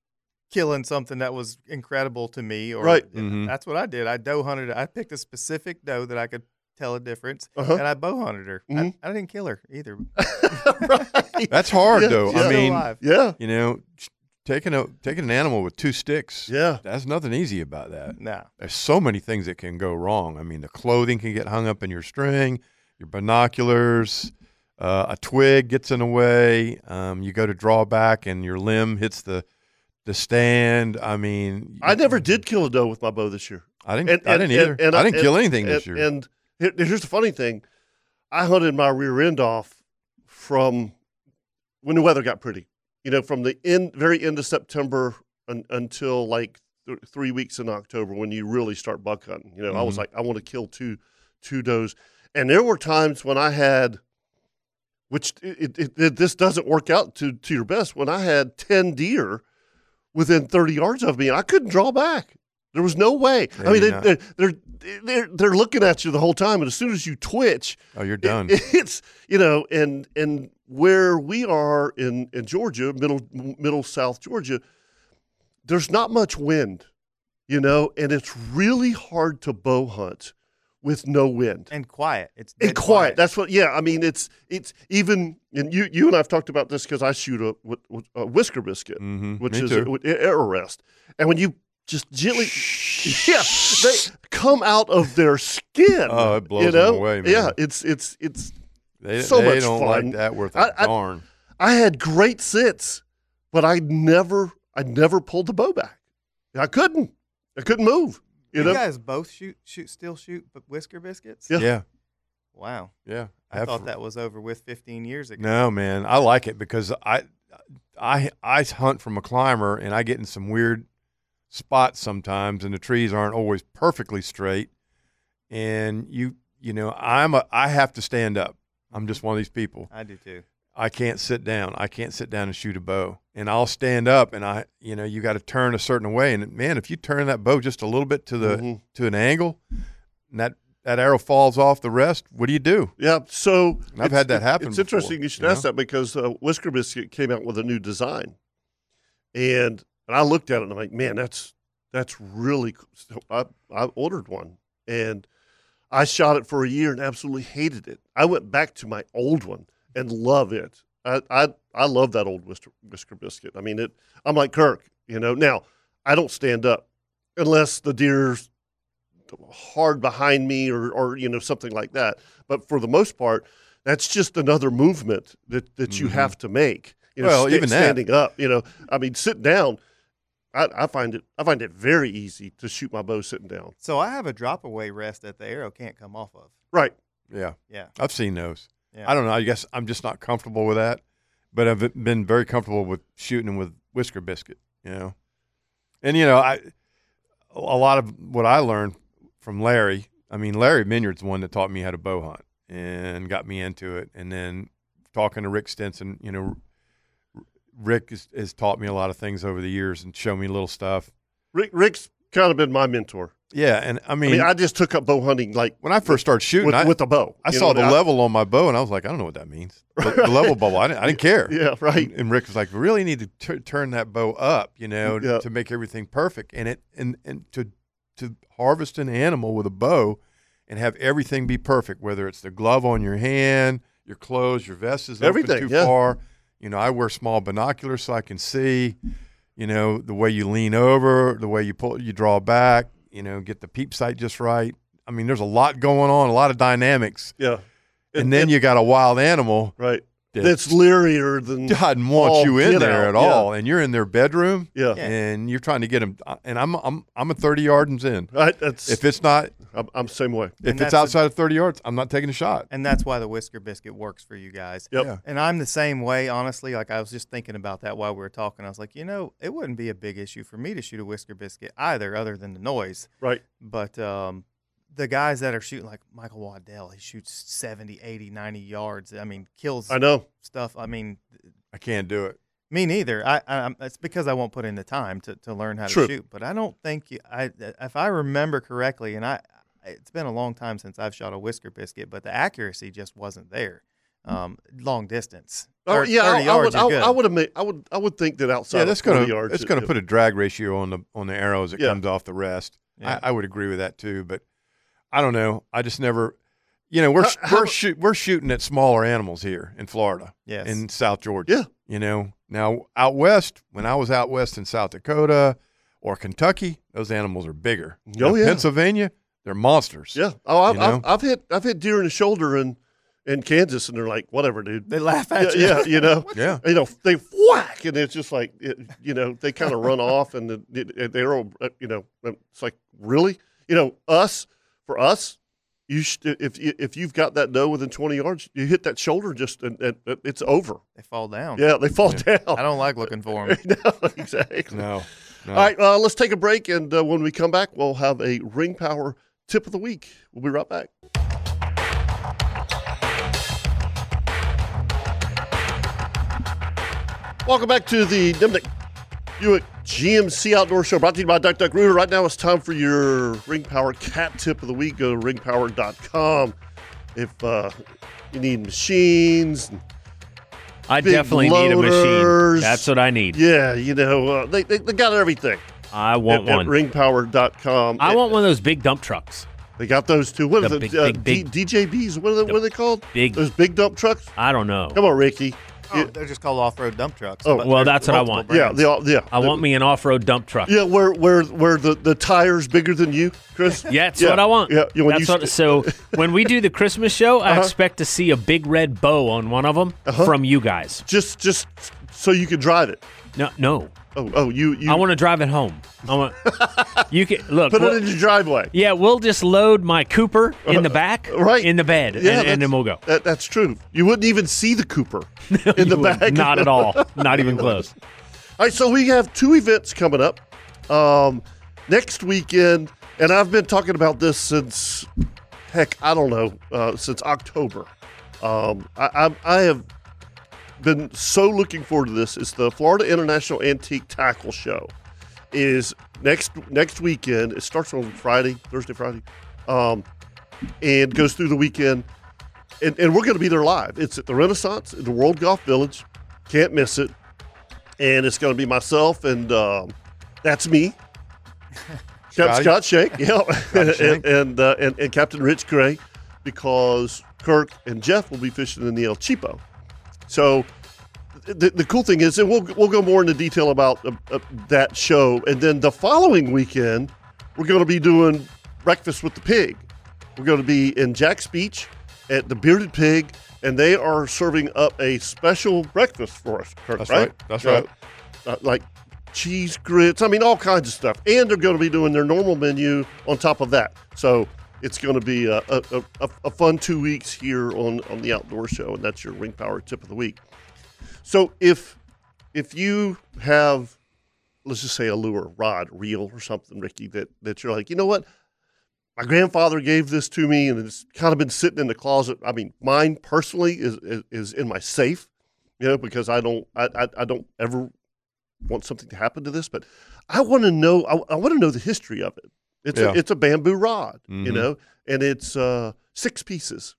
[SPEAKER 5] killing something that was incredible to me, or
[SPEAKER 1] Right.
[SPEAKER 3] Mhm.
[SPEAKER 5] That's what I did. I doe hunted. I picked a specific doe that I could tell a difference,
[SPEAKER 1] Uh-huh.
[SPEAKER 5] and I bow hunted her. I-
[SPEAKER 1] Mhm.
[SPEAKER 5] I, didn't kill her either.
[SPEAKER 1] right.
[SPEAKER 3] That's hard
[SPEAKER 1] Yeah,
[SPEAKER 3] though.
[SPEAKER 1] yeah.
[SPEAKER 3] I mean,
[SPEAKER 5] alive.
[SPEAKER 1] Yeah,
[SPEAKER 3] you know, ch- taking a taking an animal with two sticks.
[SPEAKER 1] yeah.
[SPEAKER 3] That's nothing easy about that.
[SPEAKER 5] No.
[SPEAKER 3] There's so many things that can go wrong. I mean, the clothing can get hung up in your string, your binoculars, uh, a twig gets in the way. Um, you go to draw back and your limb hits the the stand. I mean,
[SPEAKER 1] I never did kill a doe with my bow this year.
[SPEAKER 3] I didn't.
[SPEAKER 1] and,
[SPEAKER 3] I didn't either. I didn't kill anything
[SPEAKER 1] and,
[SPEAKER 3] this year.
[SPEAKER 1] And here- here's the funny thing: I hunted my rear end off from when the weather got pretty. You know, from the end, very end of September un, until like th- three weeks in October when you really start buck hunting. You know, I was
[SPEAKER 3] Mhm.
[SPEAKER 1] like, I want to kill two two does, and there were times when I had. Which it, it, it, this doesn't work out to, to your best. When I had ten deer within thirty yards of me, and I couldn't draw back. There was no way. I mean, they,
[SPEAKER 3] you're not.
[SPEAKER 1] they're, they're they're they're looking at you the whole time, and as soon as you twitch,
[SPEAKER 3] Oh, you're done.
[SPEAKER 1] it's you know, and and where we are in in Georgia, middle middle South Georgia, there's not much wind, you know, and it's really hard to bow hunt with no wind
[SPEAKER 5] and quiet. It's
[SPEAKER 1] and quiet. That's what. Yeah, I mean, it's it's even and you you and I've talked about this because I shoot a, with, with a whisker biscuit, which
[SPEAKER 3] Mm-hmm. me
[SPEAKER 1] is
[SPEAKER 3] too.
[SPEAKER 1] with air arrest, and when you just gently, yeah, they come out of their skin.
[SPEAKER 3] Oh, it blows
[SPEAKER 1] you
[SPEAKER 3] 'em
[SPEAKER 1] know?
[SPEAKER 3] away,
[SPEAKER 1] Yeah,
[SPEAKER 3] man.
[SPEAKER 1] it's it's it's
[SPEAKER 3] They,
[SPEAKER 1] so
[SPEAKER 3] they
[SPEAKER 1] much
[SPEAKER 3] don't
[SPEAKER 1] fun.
[SPEAKER 3] like that worth a
[SPEAKER 1] I- I-
[SPEAKER 3] darn.
[SPEAKER 1] I had great sits, but I never I never pulled the bow back. I couldn't. I couldn't move. You
[SPEAKER 5] You,
[SPEAKER 1] know.
[SPEAKER 5] guys both shoot, shoot, still shoot, but whisker biscuits.
[SPEAKER 1] Yeah.
[SPEAKER 3] yeah,
[SPEAKER 5] Wow.
[SPEAKER 3] yeah.
[SPEAKER 5] I
[SPEAKER 3] After-
[SPEAKER 5] thought that was over with 15 years ago.
[SPEAKER 3] No, man, I like it because I, I, I hunt from a climber, and I get in some weird spots sometimes, and the trees aren't always perfectly straight. And you, you know, I'm a, I have to stand up. I'm just one of these people.
[SPEAKER 5] I do too.
[SPEAKER 3] I can't sit down. I can't sit down and shoot a bow. And I'll stand up, and I, you know, you got to turn a certain way. And man, if you turn that bow just a little bit to the
[SPEAKER 1] Mhm.
[SPEAKER 3] to an angle, and that that arrow falls off the rest, what do you do?
[SPEAKER 1] Yeah, so
[SPEAKER 3] And I've
[SPEAKER 1] it's-
[SPEAKER 3] had
[SPEAKER 1] it-
[SPEAKER 3] that happen
[SPEAKER 1] It's
[SPEAKER 3] before,
[SPEAKER 1] interesting you should
[SPEAKER 3] you
[SPEAKER 1] ask that because uh, Whisker Biscuit came out with a new design, and and I looked at it and I'm like, man, that's that's really. Cool. So I I ordered one and I shot it for a year and absolutely hated it. I went back to my old one and love it. I I, I love that old Whisker, Whisker Biscuit. I mean, it. I'm like Kirk, you know. Now I don't stand up unless the deer's hard behind me or, or you know something like that. But for the most part, that's just another movement that, that you
[SPEAKER 3] Mhm.
[SPEAKER 1] have to make. You know,
[SPEAKER 3] Well, even that.
[SPEAKER 1] standing up. You know, I mean, sitting down. I, I find it I find it very easy to shoot my bow sitting down.
[SPEAKER 5] So I have a drop away rest that the arrow can't come off of.
[SPEAKER 1] Right.
[SPEAKER 3] Yeah.
[SPEAKER 5] Yeah.
[SPEAKER 3] I've seen those.
[SPEAKER 5] Yeah.
[SPEAKER 3] I don't know. I guess I'm just not comfortable with that, but I've been very comfortable with shooting with whisker biscuit. You know, and you know, I a lot of what I learned from Larry. I mean, Larry Minyard's the one that taught me how to bow hunt and got me into it. And then talking to Rick Stinson, you know, Rick has, has taught me a lot of things over the years and shown me little stuff.
[SPEAKER 1] Rick Rick's kind of been my mentor.
[SPEAKER 3] Yeah, and I
[SPEAKER 1] I
[SPEAKER 3] mean,
[SPEAKER 1] mean, I just took up bow hunting like
[SPEAKER 3] when I first started shooting,
[SPEAKER 1] with,
[SPEAKER 3] I,
[SPEAKER 1] with a bow.
[SPEAKER 3] I
[SPEAKER 1] You
[SPEAKER 3] saw
[SPEAKER 1] know,
[SPEAKER 3] the
[SPEAKER 1] I-
[SPEAKER 3] level on my bow and I was like, I don't know what that means. The, the level bubble, I didn't, I didn't care.
[SPEAKER 1] Yeah, right.
[SPEAKER 3] And, and Rick was like, "We really need to tur turn that bow up, you know,
[SPEAKER 1] Yeah.
[SPEAKER 3] to make everything perfect." And it and and to to harvest an animal with a bow and have everything be perfect, whether it's the glove on your hand, your clothes, your vest is open
[SPEAKER 1] Everything,
[SPEAKER 3] too
[SPEAKER 1] yeah.
[SPEAKER 3] far. You know, I wear small binoculars so I can see. You know, the way you lean over, the way you pull, you draw back. You know, get the peep sight just right. I mean, there's a lot going on, a lot of dynamics,
[SPEAKER 1] Yeah.
[SPEAKER 3] and, then you got a wild animal
[SPEAKER 1] right.
[SPEAKER 3] that
[SPEAKER 1] That's learier than
[SPEAKER 3] doesn't want
[SPEAKER 1] all
[SPEAKER 3] you in
[SPEAKER 1] get
[SPEAKER 3] there
[SPEAKER 1] out,
[SPEAKER 3] at
[SPEAKER 1] yeah.
[SPEAKER 3] all, and you're in their bedroom,
[SPEAKER 1] yeah.
[SPEAKER 5] Yeah.
[SPEAKER 3] and you're trying to get them. And I'm I'm I'm a 30 yard's in.
[SPEAKER 1] Right. That's
[SPEAKER 3] If it's not,
[SPEAKER 1] I'm, I'm the same way.
[SPEAKER 3] if
[SPEAKER 5] And
[SPEAKER 3] it's
[SPEAKER 5] that's a-
[SPEAKER 3] outside of 30 yards, I'm not taking a shot.
[SPEAKER 5] And that's why the whisker biscuit works for you guys.
[SPEAKER 1] Yep.
[SPEAKER 3] Yeah.
[SPEAKER 5] And I'm the same way, honestly. Like I was just thinking about that while we were talking. I was like, you know, it wouldn't be a big issue for me to shoot a whisker biscuit either, other than the noise.
[SPEAKER 1] Right.
[SPEAKER 5] But um, the guys that are shooting, like Michael Waddell, he shoots 70, 80, 90 yards. I mean, kills
[SPEAKER 1] I know.
[SPEAKER 5] stuff. I mean,
[SPEAKER 3] I can't do it.
[SPEAKER 5] me neither. I, I I'm- it's because I won't put in the time to, to learn how
[SPEAKER 1] True.
[SPEAKER 5] to shoot. But I don't think you. I if I remember correctly, and I it's been a long time since I've shot a whisker biscuit, but the accuracy just wasn't there. Um, long distance.
[SPEAKER 1] Hmm. Oh,
[SPEAKER 5] Thir-
[SPEAKER 1] yeah, I,
[SPEAKER 5] 30
[SPEAKER 1] I would.
[SPEAKER 5] yards,
[SPEAKER 1] I,
[SPEAKER 5] you're
[SPEAKER 1] would- I
[SPEAKER 5] good.
[SPEAKER 1] would have. made- I would. I would think that outside.
[SPEAKER 3] yeah, that's
[SPEAKER 1] of 40
[SPEAKER 3] gonna
[SPEAKER 1] yards,
[SPEAKER 3] it's
[SPEAKER 1] it-
[SPEAKER 3] gonna
[SPEAKER 1] it-
[SPEAKER 3] put a drag ratio on the on the arrow as it
[SPEAKER 1] Yeah.
[SPEAKER 3] comes off the rest.
[SPEAKER 5] Yeah.
[SPEAKER 3] I, I would agree with that too, but I don't know. I just never, you know, we're
[SPEAKER 1] How- how-
[SPEAKER 3] we're shoot, we're shooting at smaller animals here in Florida.
[SPEAKER 5] Yes.
[SPEAKER 3] in South Georgia.
[SPEAKER 1] Yeah.
[SPEAKER 3] You know, now out west, when I was out west in South Dakota or Kentucky, those animals are bigger.
[SPEAKER 1] Oh,
[SPEAKER 3] Now,
[SPEAKER 1] yeah.
[SPEAKER 3] Pennsylvania, they're monsters.
[SPEAKER 1] Yeah. Oh, I've,
[SPEAKER 3] You
[SPEAKER 1] I've,
[SPEAKER 3] know?
[SPEAKER 1] I've hit. I've hit deer in the shoulder in in Kansas, and they're like, whatever, dude.
[SPEAKER 5] they laugh
[SPEAKER 1] Yeah,
[SPEAKER 5] at you.
[SPEAKER 1] yeah, you know.
[SPEAKER 3] Yeah.
[SPEAKER 1] You know, they whack, and it's just like, it, you know, they kind of run off, and the, it, it- they're all, uh, you know, it's like, really, you know, us for us, you sh- if you- if you've got that doe within twenty yards, you hit that shoulder, just and, and and it's over.
[SPEAKER 5] They fall down.
[SPEAKER 1] Yeah, they fall down.
[SPEAKER 5] I don't like looking for them.
[SPEAKER 1] no, exactly.
[SPEAKER 3] No. no.
[SPEAKER 1] All right, uh, let's take a break, and uh, when we come back, we'll have a Ring Power tip of the week. We'll be right back. Welcome back to the Dimnick Buick GMC Outdoor Show brought to you by DuckDuckRooter. Right now it's time for your Ring Power Cat Tip of the Week. Go to ringpower.com if uh, you need machines.
[SPEAKER 4] I
[SPEAKER 1] big
[SPEAKER 4] definitely need a
[SPEAKER 1] loaders.
[SPEAKER 4] machine. That's what I need.
[SPEAKER 1] Yeah, you know, uh, they, they, they got everything
[SPEAKER 4] I want
[SPEAKER 1] at,
[SPEAKER 4] one.
[SPEAKER 1] at ringpower.com.
[SPEAKER 4] I want one of those big dump trucks.
[SPEAKER 1] They got those two. What are the,
[SPEAKER 4] The big,
[SPEAKER 1] uh,
[SPEAKER 4] big, big-
[SPEAKER 1] D- DJBs? What are, they, what are they called?
[SPEAKER 4] Big.
[SPEAKER 1] Those big dump trucks?
[SPEAKER 4] I don't know.
[SPEAKER 1] Come on, Ricky.
[SPEAKER 5] Oh, they're just called off-road dump trucks.
[SPEAKER 1] Oh,
[SPEAKER 5] but
[SPEAKER 4] well,
[SPEAKER 5] there's
[SPEAKER 4] that's what I
[SPEAKER 5] multiple
[SPEAKER 4] want.
[SPEAKER 1] Yeah, they all, yeah.
[SPEAKER 4] I want me an off-road dump truck.
[SPEAKER 1] Yeah, where where where the the tires bigger than you, Chris?
[SPEAKER 4] Yeah, that's
[SPEAKER 1] Yeah,
[SPEAKER 4] what I want.
[SPEAKER 1] yeah, you- when
[SPEAKER 4] that's
[SPEAKER 1] you
[SPEAKER 4] what, so when we do the Christmas show, I
[SPEAKER 1] Uh-huh.
[SPEAKER 4] expect to see a big red bow on one of them from you guys.
[SPEAKER 1] Just just so you can drive it.
[SPEAKER 4] No, no,
[SPEAKER 1] Oh oh, you you
[SPEAKER 4] I want to drive it home. I want you can look.
[SPEAKER 1] put
[SPEAKER 4] we'll-
[SPEAKER 1] it in your driveway. Uh,
[SPEAKER 4] yeah, we'll just load my Cooper in the back,
[SPEAKER 1] Right.
[SPEAKER 4] in the bed,
[SPEAKER 1] Yeah,
[SPEAKER 4] and,
[SPEAKER 1] that's-
[SPEAKER 4] and then we'll go.
[SPEAKER 1] That, that's true. You wouldn't even see the Cooper in the
[SPEAKER 4] You would-
[SPEAKER 1] back.
[SPEAKER 4] Not at all. Not even close.
[SPEAKER 1] All right, so we have two events coming up um, next weekend, and I've been talking about this since heck, I don't know, uh, since October. Um, I, I, I have been so looking forward to this. It's the Florida International Antique Tackle Show. It is next next weekend. It starts on Friday, Thursday, Friday, um, and goes through the weekend. And, and we're going to be there live. It's at the Renaissance at the World Golf Village. Can't miss it and it's going to be myself and um, that's me. Scott,
[SPEAKER 3] Scotty.
[SPEAKER 1] Scott Shank, yeah, and
[SPEAKER 3] Shank.
[SPEAKER 1] and, uh, and and Captain Rich Gray, because Kirk and Jeff will be fishing in the El Chipo. So the, the cool thing is, and we'll we'll go more into detail about uh, uh, that show, and then the following weekend we're going to be doing breakfast with the pig. We're going to be in Jack's Beach at the Bearded Pig, and they are serving up a special breakfast for us. Kirk,
[SPEAKER 3] That's
[SPEAKER 1] right?
[SPEAKER 3] right. That's
[SPEAKER 1] Yeah.
[SPEAKER 3] right.
[SPEAKER 1] Uh, like cheese grits. I mean, all kinds of stuff. And they're going to be doing their normal menu on top of that. So it's going to be a, a, a- a, a fun two weeks here on, on the Outdoor Show, and that's your Ring Power Tip of the Week. So if if you have, let's just say a lure, rod, reel, or something, Ricky, that that you're like, you know what, my grandfather gave this to me, and it's kind of been sitting in the closet. I mean, mine personally is is, is in my safe, you know, because I don't I, I, I don't ever want something to happen to this, but I want to know I, I want to know the history of it. It's
[SPEAKER 3] Yeah.
[SPEAKER 1] a, it's a bamboo rod, you
[SPEAKER 3] Mhm.
[SPEAKER 1] know, and it's uh, six pieces,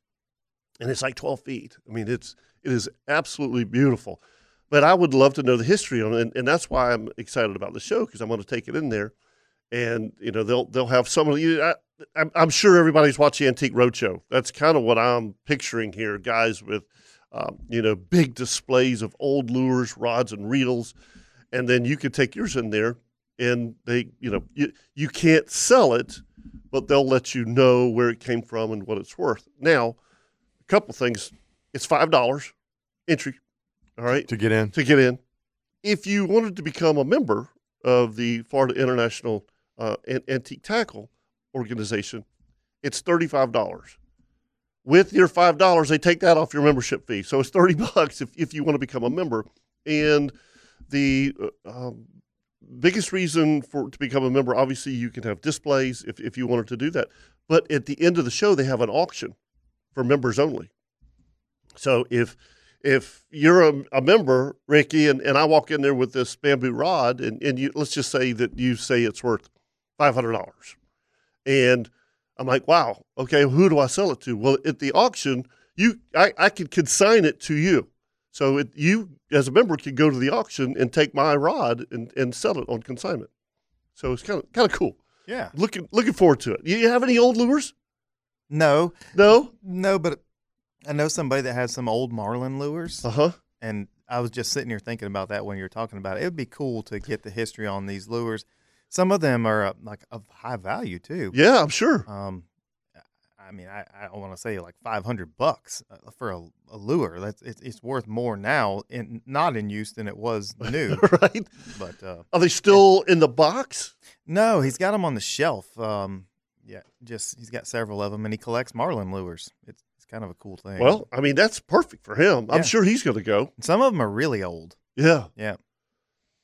[SPEAKER 1] and it's like twelve feet. I mean, it's it is absolutely beautiful but I would love to know the history on it, and, and that's why I'm excited about the show because I'm going to take it in there, and you know they'll they'll have some of you. I, I'm, I'm sure everybody's watching Antique Roadshow. That's kind of what I'm picturing here, guys with um, you know big displays of old lures, rods, and reels, and then you could take yours in there, and they you know you you can't sell it, but they'll let you know where it came from and what it's worth. Now, a couple things. It's five dollars entry. All right
[SPEAKER 3] to get in.
[SPEAKER 1] to get in. If you wanted to become a member of the Florida International uh, An- Antique Tackle Organization, it's thirty-five dollars. With your five dollars, they take that off your membership fee, so it's thirty bucks if, if you want to become a member. And the uh, um, biggest reason for to become a member, obviously, you can have displays if if you wanted to do that. But at the end of the show, they have an auction for members only. So if if you're a, a member, Ricky, and, and I walk in there with this bamboo rod, and, and you let's just say that you say it's worth five hundred dollars, and I'm like, wow, okay, who do I sell it to? Well, at the auction, you I, I could consign it to you, so it, you as a member can go to the auction and take my rod and, and sell it on consignment. So it's kind of kind of cool.
[SPEAKER 5] Yeah.
[SPEAKER 1] Looking looking forward to it. You you have any old lures?
[SPEAKER 5] No,
[SPEAKER 1] No.
[SPEAKER 5] no, but I know somebody that has some old marlin lures,
[SPEAKER 1] Uh huh.
[SPEAKER 5] and I was just sitting here thinking about that when you were talking about it. It would be cool to get the history on these lures. Some of them are uh, like of high value too.
[SPEAKER 1] Yeah, I'm sure.
[SPEAKER 5] Um, I mean, I, I want to say like five hundred bucks uh, for a, a lure. That's it's, it's worth more now, and not in use than it was new.
[SPEAKER 1] right?
[SPEAKER 5] but uh,
[SPEAKER 1] Are they still in the box?
[SPEAKER 5] No, he's got them on the shelf. Um, yeah, just he's got several of them, and he collects marlin lures. It's it's kind of a cool thing.
[SPEAKER 1] Well, I mean, that's perfect for him. I'm
[SPEAKER 5] Yeah.
[SPEAKER 1] sure he's going to go.
[SPEAKER 5] some of them are really old.
[SPEAKER 1] Yeah.
[SPEAKER 5] Yeah.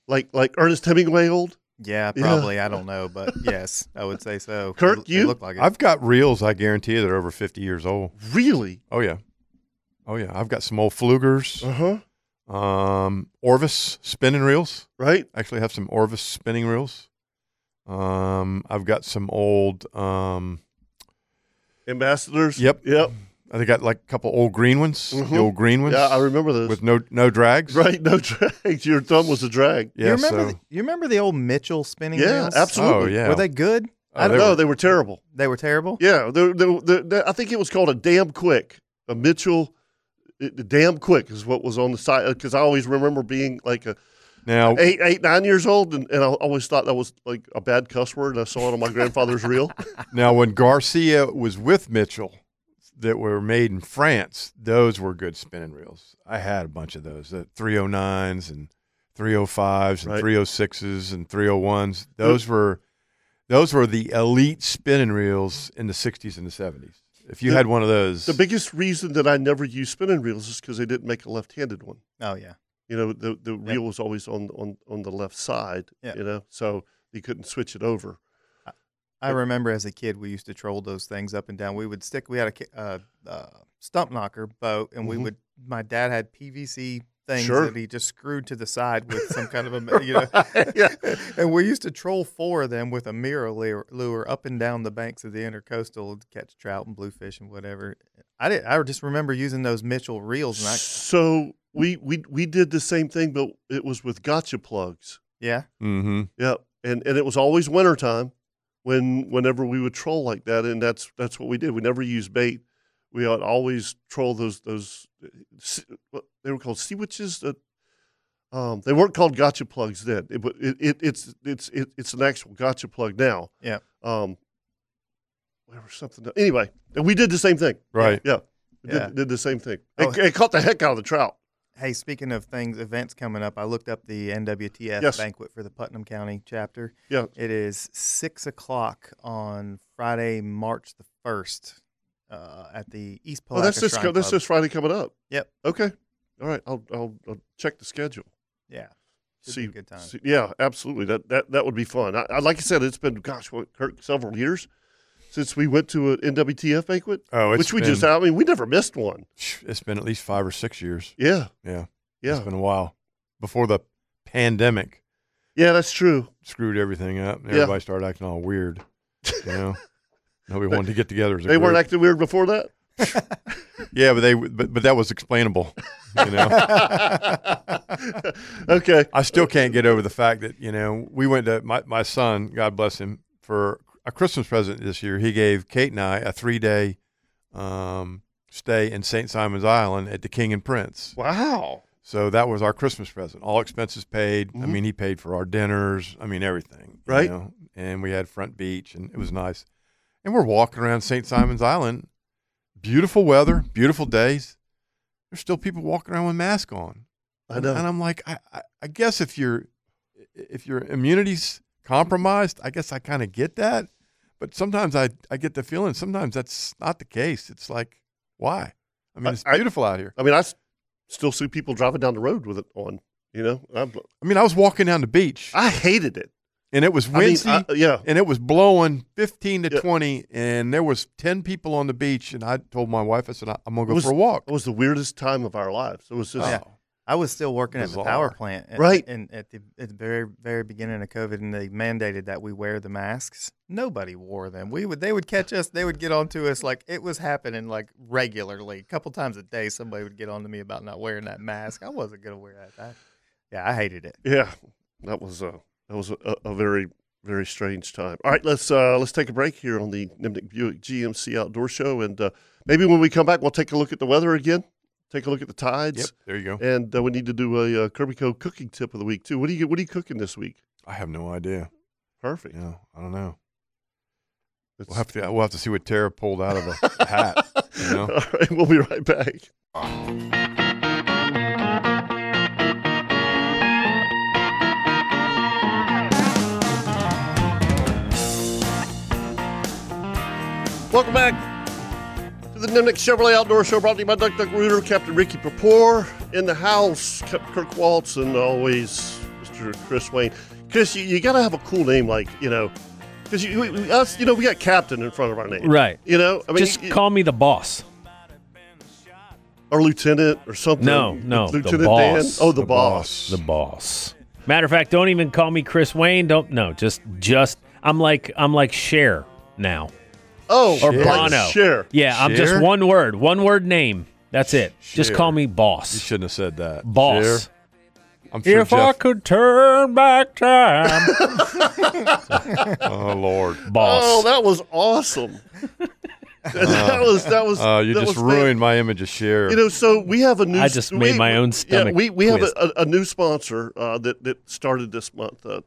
[SPEAKER 1] Like like Ernest Hemingway old.
[SPEAKER 5] Yeah,
[SPEAKER 1] Yeah.
[SPEAKER 5] probably. I don't know, but yes, I would say so. They
[SPEAKER 1] Kirk,
[SPEAKER 5] l-
[SPEAKER 1] you-
[SPEAKER 5] they look like it.
[SPEAKER 3] I've got reels. I guarantee you, they're over fifty years old.
[SPEAKER 1] Really?
[SPEAKER 3] Oh yeah, oh yeah. I've got some old flugers.
[SPEAKER 1] Uh huh.
[SPEAKER 3] Um, Orvis spinning reels.
[SPEAKER 1] Right.
[SPEAKER 3] Actually, have some Orvis spinning reels. Um, I've got some old. Um,
[SPEAKER 1] Ambassadors.
[SPEAKER 3] yep.
[SPEAKER 1] Yep.
[SPEAKER 3] I think I got like a couple old green ones.
[SPEAKER 1] Mhm.
[SPEAKER 3] The old green ones.
[SPEAKER 1] Yeah, I remember those.
[SPEAKER 3] With no no drags.
[SPEAKER 1] Right, no drags. Your thumb was a drag.
[SPEAKER 3] Yeah.
[SPEAKER 5] you remember?
[SPEAKER 3] so,
[SPEAKER 5] The, you remember the old Mitchell spinning
[SPEAKER 1] Yeah,
[SPEAKER 5] reels?
[SPEAKER 1] absolutely.
[SPEAKER 3] Oh yeah.
[SPEAKER 5] Were they good?
[SPEAKER 3] Oh,
[SPEAKER 1] I
[SPEAKER 3] they
[SPEAKER 1] don't know.
[SPEAKER 3] were-
[SPEAKER 1] They were terrible.
[SPEAKER 5] They were terrible.
[SPEAKER 1] Yeah, they they they I think it was called a damn quick. A Mitchell, it, damn quick is what was on the side because I always remember being like a
[SPEAKER 3] now
[SPEAKER 1] eight, eight, nine years old, and, and I always thought that was like a bad cuss word. And I saw it on my grandfather's reel.
[SPEAKER 3] Now, when Garcia was with Mitchell, that were made in France, those were good spinning reels. I had a bunch of those, the 309s and 305s and
[SPEAKER 1] Right.
[SPEAKER 3] 306s and 301s. Those were those were the elite spinning reels in the 60s and the 70s. If you
[SPEAKER 1] The-
[SPEAKER 3] had one of those,
[SPEAKER 1] The biggest reason that I never used spinning reels is because they didn't make a left-handed one.
[SPEAKER 5] Oh yeah.
[SPEAKER 1] You know, the the reel was always on on on the left side.
[SPEAKER 5] Yeah.
[SPEAKER 1] You know, so you couldn't switch it over.
[SPEAKER 5] I remember as a kid, we used to troll those things up and down. We would stick. We had a ki- uh, uh, stump knocker boat, and we
[SPEAKER 1] Mhm.
[SPEAKER 5] would. My dad had PVC things
[SPEAKER 1] Sure.
[SPEAKER 5] that he just screwed to the side with some kind of a, you know.
[SPEAKER 1] yeah.
[SPEAKER 5] and we used to troll four of them with a mirror lure, lure up and down the banks of the intercoastal to catch trout and bluefish and whatever. I did. I just remember using those Mitchell reels, and I,
[SPEAKER 1] So we we we did the same thing, but it was with gotcha plugs.
[SPEAKER 5] yeah,
[SPEAKER 3] hmm
[SPEAKER 1] Yep. And and it was always wintertime when whenever we would troll like that, and that's that's what we did. We never used bait. We would always troll those those uh, se- what they were called sea witches. That um, they weren't called gotcha plugs then, it, but it, it it's it's it, it's an actual gotcha plug now.
[SPEAKER 5] Yeah.
[SPEAKER 1] Um. There was something. Anyway, and we did the same thing.
[SPEAKER 3] right?
[SPEAKER 1] Yeah. We
[SPEAKER 5] Yeah.
[SPEAKER 1] Did, did the same thing.
[SPEAKER 5] Oh.
[SPEAKER 1] It, it caught the heck out of the trout.
[SPEAKER 5] Hey, speaking of things, events coming up, I looked up the NWTF
[SPEAKER 1] Yes.
[SPEAKER 5] banquet for the Putnam County chapter.
[SPEAKER 1] Yeah.
[SPEAKER 5] It is six o'clock on Friday, March the first, uh, at the East
[SPEAKER 1] Oh,
[SPEAKER 5] Palatka
[SPEAKER 1] that's this
[SPEAKER 5] Shrine
[SPEAKER 1] co- that's
[SPEAKER 5] Club.
[SPEAKER 1] this Friday coming up.
[SPEAKER 5] Yep.
[SPEAKER 1] Okay. All right. I'll I'll, I'll check the schedule.
[SPEAKER 5] Yeah, Should be
[SPEAKER 1] see,
[SPEAKER 5] a good time.
[SPEAKER 1] see- yeah, absolutely. That that that would be fun. I, I like I said, it's been gosh, what Kirk, several years since we went to an NWTF banquet,
[SPEAKER 3] Oh, it's
[SPEAKER 1] which we
[SPEAKER 3] been,
[SPEAKER 1] just. I mean, we never missed one.
[SPEAKER 3] It's been at least five or six years.
[SPEAKER 1] Yeah.
[SPEAKER 3] Yeah,
[SPEAKER 1] Yeah.
[SPEAKER 3] It's been a while before the pandemic.
[SPEAKER 1] yeah. That's true.
[SPEAKER 3] screwed everything up. And
[SPEAKER 1] Yeah.
[SPEAKER 3] everybody started acting all weird. You know, nobody wanted to get together. As a
[SPEAKER 1] They weren't
[SPEAKER 3] group.
[SPEAKER 1] acting weird before that.
[SPEAKER 3] yeah, but they but, but that was explainable. You know,
[SPEAKER 1] okay.
[SPEAKER 3] I still can't get over the fact that you know we went to my my son, God bless him, for a Christmas present this year. He gave Kate and I a three day um, stay in St. Simon's Island at the King and Prince.
[SPEAKER 1] Wow.
[SPEAKER 3] So that was our Christmas present. All expenses paid. I
[SPEAKER 1] Mhm.
[SPEAKER 3] mean, he paid for our dinners. I mean, everything. you
[SPEAKER 1] Right.
[SPEAKER 3] know? And we had front beach, and it was nice. And we're walking around St. Simon's Island. Beautiful weather, beautiful days. There's still people walking around with masks on.
[SPEAKER 1] I
[SPEAKER 3] And-
[SPEAKER 1] know.
[SPEAKER 3] And I'm like, I, I, I guess if your if your immunity's compromised, I guess I kind of get that. But sometimes I, I get the feeling sometimes that's not the case. It's like, why? I mean,
[SPEAKER 1] I-
[SPEAKER 3] it's
[SPEAKER 1] I-
[SPEAKER 3] beautiful out here.
[SPEAKER 1] I mean, I s- still see people driving down the road with it on. You know, I'm,
[SPEAKER 3] I mean, I was walking down the beach.
[SPEAKER 1] I hated it.
[SPEAKER 3] and it was
[SPEAKER 1] I mean,
[SPEAKER 3] windy
[SPEAKER 1] I- yeah.
[SPEAKER 3] and it was blowing 15 to
[SPEAKER 1] Yeah.
[SPEAKER 3] 20 and there was 10 people on the beach and i told my wife i said "I- i'm going to go
[SPEAKER 1] Was-
[SPEAKER 3] for a walk
[SPEAKER 1] It was the weirdest time of our lives. It was just
[SPEAKER 3] Oh,
[SPEAKER 5] I was still working at the power
[SPEAKER 3] Bizarre.
[SPEAKER 5] plant, at,
[SPEAKER 1] Right.
[SPEAKER 5] And at the at the very very beginning of COVID, and they mandated that we wear the masks. Nobody wore them. We would they would catch us. They would get onto us like it was happening like regularly, a couple times a day. Somebody would get on to me about not wearing that mask. I wasn't gonna wear that. I, yeah, I hated it.
[SPEAKER 1] yeah, that was a that was a, a very very strange time. All right, let's uh, let's take a break here on the Nimnik Buick GMC Outdoor Show, and uh, maybe when we come back, we'll take a look at the weather again, take a look at the tides,
[SPEAKER 3] yep there you go
[SPEAKER 1] and uh, we need to do a uh, Kirby Co cooking tip of the week too. What do you what are you cooking this week?
[SPEAKER 3] i have no idea
[SPEAKER 1] Perfect.
[SPEAKER 3] yeah i don't know
[SPEAKER 1] It's-
[SPEAKER 3] we'll have to we'll have to see what tara pulled out of a hat you know?
[SPEAKER 1] All right, we'll be right back. Welcome back to the Nimnik Chevrolet Outdoor Show brought to you by Duck Duck Rooter, Captain Ricky Papour in the house, Captain Kirk Waltz, and always Mr. Chris Wayne. Chris, you, you got to have a cool name like, you know, because you, we- we- us, you know, we got Captain in front of our name.
[SPEAKER 10] Right.
[SPEAKER 1] You know, I mean,
[SPEAKER 10] Just
[SPEAKER 1] you-
[SPEAKER 10] call me the boss.
[SPEAKER 1] or lieutenant or something?
[SPEAKER 4] No, no, the
[SPEAKER 1] Lieutenant
[SPEAKER 4] boss.
[SPEAKER 1] Dan. Oh, the, boss.
[SPEAKER 4] The boss. Matter of fact, don't even call me Chris Wayne. Don't no, just just I'm like I'm like Cher now.
[SPEAKER 1] Oh,
[SPEAKER 4] Or
[SPEAKER 1] like
[SPEAKER 4] Bono.
[SPEAKER 1] Cher.
[SPEAKER 4] Yeah, I'm just
[SPEAKER 3] Cher?
[SPEAKER 4] one word, one word name. That's it. Just
[SPEAKER 3] Cher.
[SPEAKER 4] call me
[SPEAKER 3] You
[SPEAKER 4] boss.
[SPEAKER 3] shouldn't have said that.
[SPEAKER 4] Boss.
[SPEAKER 3] Cher. I'm sure
[SPEAKER 4] if I
[SPEAKER 3] Jeff.
[SPEAKER 4] could turn back time,
[SPEAKER 3] Oh Lord.
[SPEAKER 4] boss.
[SPEAKER 1] Oh, that was awesome. that was that was.
[SPEAKER 3] Uh, you
[SPEAKER 1] that
[SPEAKER 3] just
[SPEAKER 1] was
[SPEAKER 3] ruined my image of Cher.
[SPEAKER 1] You know, so we have a new.
[SPEAKER 4] I just
[SPEAKER 1] we-
[SPEAKER 4] made my own
[SPEAKER 1] Yeah,
[SPEAKER 4] stomach
[SPEAKER 1] we we have
[SPEAKER 4] twist.
[SPEAKER 1] a, a, a new sponsor uh, that that started this month. Uh,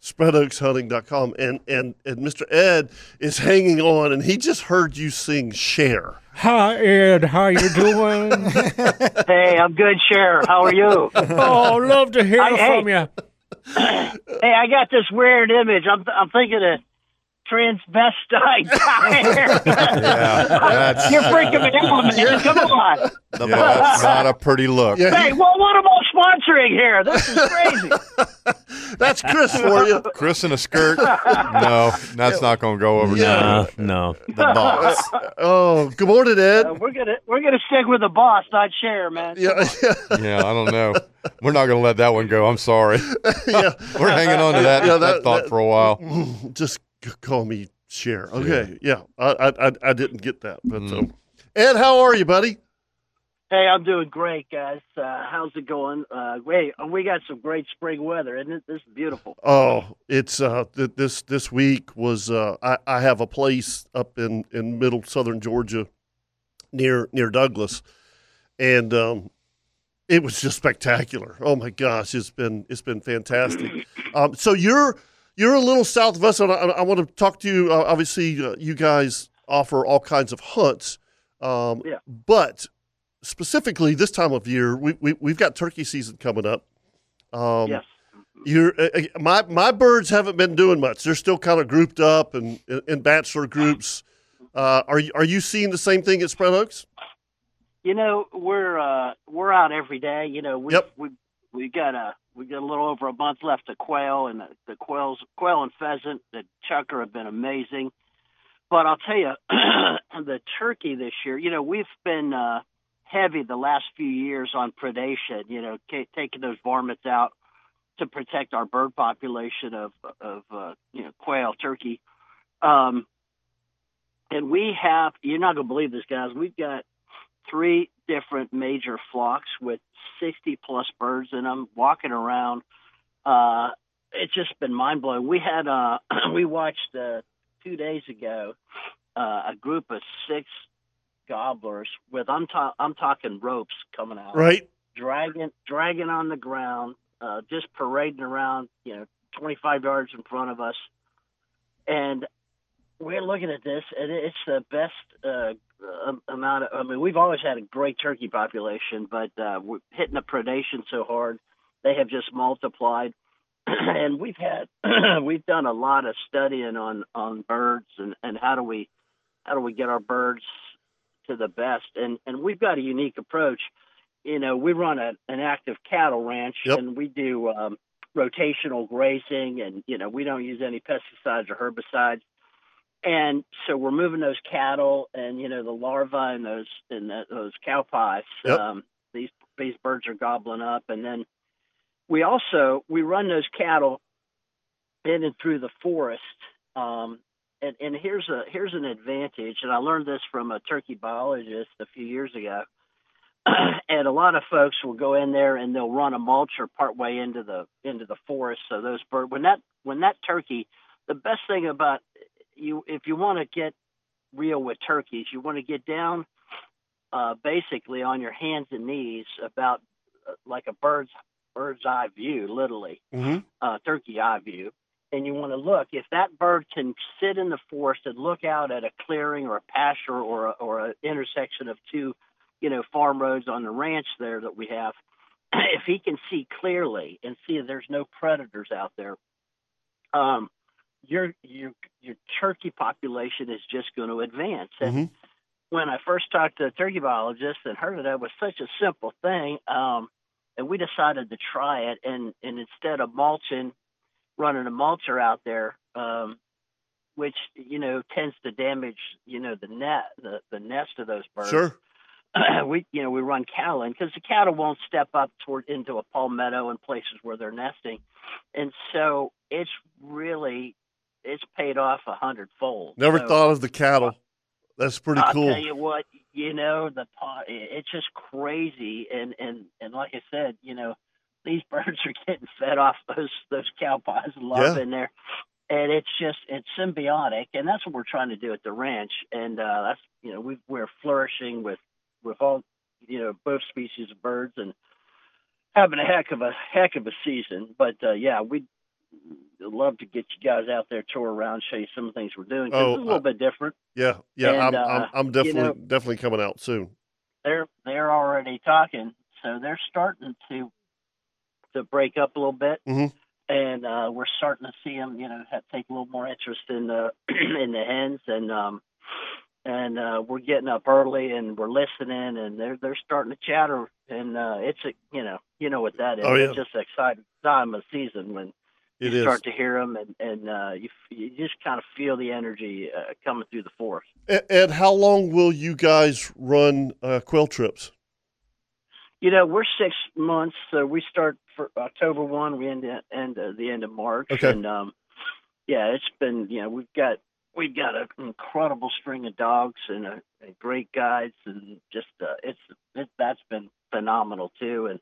[SPEAKER 1] spreadoakshunting.com and and and Mr. Ed is hanging on and he just heard you sing share.
[SPEAKER 4] Hi Ed, how you doing?
[SPEAKER 10] Hey, I'm good, Cher. How are you?
[SPEAKER 4] oh, love to hear
[SPEAKER 10] I-
[SPEAKER 4] from you.
[SPEAKER 10] hey, I got this weird image. I'm I'm thinking of transvestite guy.
[SPEAKER 3] yeah, that's,
[SPEAKER 10] You're
[SPEAKER 3] yeah,
[SPEAKER 10] freaking me out, man. Come on.
[SPEAKER 3] that's not a pretty look.
[SPEAKER 1] Yeah.
[SPEAKER 10] Hey, well, what am I sponsoring here? This is crazy.
[SPEAKER 1] That's Chris for you.
[SPEAKER 3] Chris in a skirt. No, that's not going to go over.
[SPEAKER 1] Yeah.
[SPEAKER 4] Uh, no.
[SPEAKER 3] The boss.
[SPEAKER 1] Oh, good morning, Ed.
[SPEAKER 10] Uh, we're gonna we're gonna stick with the boss, not Cher, man.
[SPEAKER 1] Yeah, yeah,
[SPEAKER 3] Yeah, I don't know. We're not going to let that one go. I'm sorry.
[SPEAKER 1] yeah.
[SPEAKER 3] We're hanging on to that,
[SPEAKER 1] Yeah,
[SPEAKER 3] that,
[SPEAKER 1] that-
[SPEAKER 3] thought
[SPEAKER 1] that-
[SPEAKER 3] for a while.
[SPEAKER 1] Just c- call me share. Okay, yeah. I I I, I didn't get that, but
[SPEAKER 3] Mm-hmm.
[SPEAKER 1] um, Ed, how are you, buddy?
[SPEAKER 10] Hey, I'm doing great, guys. Uh, how's it going? Uh, wait, we got some great spring weather, isn't it? This is beautiful.
[SPEAKER 1] Oh, it's uh th- this this week was uh I, I have a place up in in middle southern Georgia near near Douglas and um it was just spectacular. Oh my gosh, it's been it's been fantastic. um so you're you're a little south of us and I, I want to talk to you uh, obviously uh, you guys offer all kinds of hunts um
[SPEAKER 10] Yeah.
[SPEAKER 1] but specifically this time of year we, we we've got turkey season coming up. Um
[SPEAKER 10] yes.
[SPEAKER 1] you're uh, uh, my my birds haven't been doing much. They're still kind of grouped up and in, in bachelor groups. Uh, are you are you seeing the same thing at Spread Oaks?
[SPEAKER 10] You know, we're uh, we're out every day. You know, we
[SPEAKER 1] Yep.
[SPEAKER 10] we we got a we got a little over a month left of quail, and the, the quails, quail and pheasant, the chucker have been amazing. But I'll tell you, the turkey this year. You know, we've been uh, heavy the last few years on predation. You know, ca- taking those varmints out to protect our bird population of of uh, you know quail, turkey. Um, and we have you're not gonna believe this, guys. We've got three different major flocks with 60 plus birds in them walking around. Uh, it's just been mind blowing. We had uh, we watched uh, two days ago uh, a group of six gobblers with I'm ta- I'm talking ropes coming out
[SPEAKER 1] Right.
[SPEAKER 10] dragging dragging on the ground, uh, just parading around, you know, 25 yards in front of us, and we're looking at this, and it- it's the best uh, um, amount. Of, I mean, we've always had a great turkey population, but uh, we're hitting the predation so hard, they have just multiplied. And we've had we've done a lot of studying on on birds and and how do we how do we get our birds to the best and and we've got a unique approach you know, we run a, an active cattle ranch
[SPEAKER 1] Yep.
[SPEAKER 10] and we do um, rotational grazing and, you know, we don't use any pesticides or herbicides. And so we're moving those cattle and, you know, the larvae and those, and the, those cow pies,
[SPEAKER 1] Yep.
[SPEAKER 10] um, these, these birds are gobbling up. And then we also, we run those cattle in and through the forest. Um, and, and here's a, here's an advantage. And I learned this from a turkey biologist a few years ago and a lot of folks will go in there and they'll run a mulcher partway into the into the forest. So those bird when that when that turkey, the best thing about you if you want to get real with turkeys, you want to get down uh, basically on your hands and knees about uh, like a bird's bird's eye view, literally
[SPEAKER 1] Mhm.
[SPEAKER 10] uh, turkey eye view. And you want to look if that bird can sit in the forest and look out at a clearing or a pasture or a, or an intersection of two you know, farm roads on the ranch there that we have, if he can see clearly and see if there's no predators out there, um, your your your turkey population is just going to advance. And
[SPEAKER 1] Mm-hmm.
[SPEAKER 10] when I first talked to a turkey biologist and heard of that it was such a simple thing, um, and we decided to try it. And and instead of mulching, running a mulcher out there, um, which you know tends to damage you know the net the, the nest of those birds
[SPEAKER 1] Sure.
[SPEAKER 10] we you know we run cattle in because the cattle won't step up toward into a palmetto and places where they're nesting, and so it's really it's paid off a hundredfold.
[SPEAKER 1] Never
[SPEAKER 10] So-
[SPEAKER 1] thought of the cattle. That's pretty
[SPEAKER 10] I'll
[SPEAKER 1] cool.
[SPEAKER 10] tell you what, you know, the po- it's just crazy, and and and like I said, you know, these birds are getting fed off those those cow pies and love
[SPEAKER 11] Yeah.
[SPEAKER 10] in there, and it's just it's symbiotic, and that's what we're trying to do at the ranch, and uh, that's you know we we're flourishing with with all you know both species of birds and having a heck of a heck of a season, but uh, yeah, we. would Love to get you guys out there, tour around, show you some of the things we're doing. 'cause
[SPEAKER 1] Oh,
[SPEAKER 10] it's a little
[SPEAKER 1] uh,
[SPEAKER 10] bit different.
[SPEAKER 1] Yeah, yeah.
[SPEAKER 10] And,
[SPEAKER 1] I'm,
[SPEAKER 10] uh,
[SPEAKER 1] I'm, I'm
[SPEAKER 10] you
[SPEAKER 1] definitely
[SPEAKER 10] know-
[SPEAKER 1] definitely coming out soon.
[SPEAKER 10] they're they're already talking, so they're starting to to break up a little bit,
[SPEAKER 1] Mhm.
[SPEAKER 10] and uh, we're starting to see them, you know, have, take a little more interest in the in the hens, and um, and uh, we're getting up early and we're listening, and they're they're starting to chatter, and uh, it's a you know you know what that is,
[SPEAKER 1] Oh, yeah.
[SPEAKER 10] it's just an exciting time of season when.
[SPEAKER 1] It
[SPEAKER 10] you
[SPEAKER 1] is.
[SPEAKER 10] start to hear them, and and uh, you f- you just kind of feel the energy uh, coming through the forest.
[SPEAKER 1] E- Ed, how long will you guys run uh, quail trips?
[SPEAKER 10] You know, we're six months, so we start for October one. We end at end uh, the end of March,
[SPEAKER 1] Okay.
[SPEAKER 10] and um, yeah, it's been you know we've got we've got an incredible string of dogs and a, and great guides, and just uh, it's it, that's been phenomenal too. And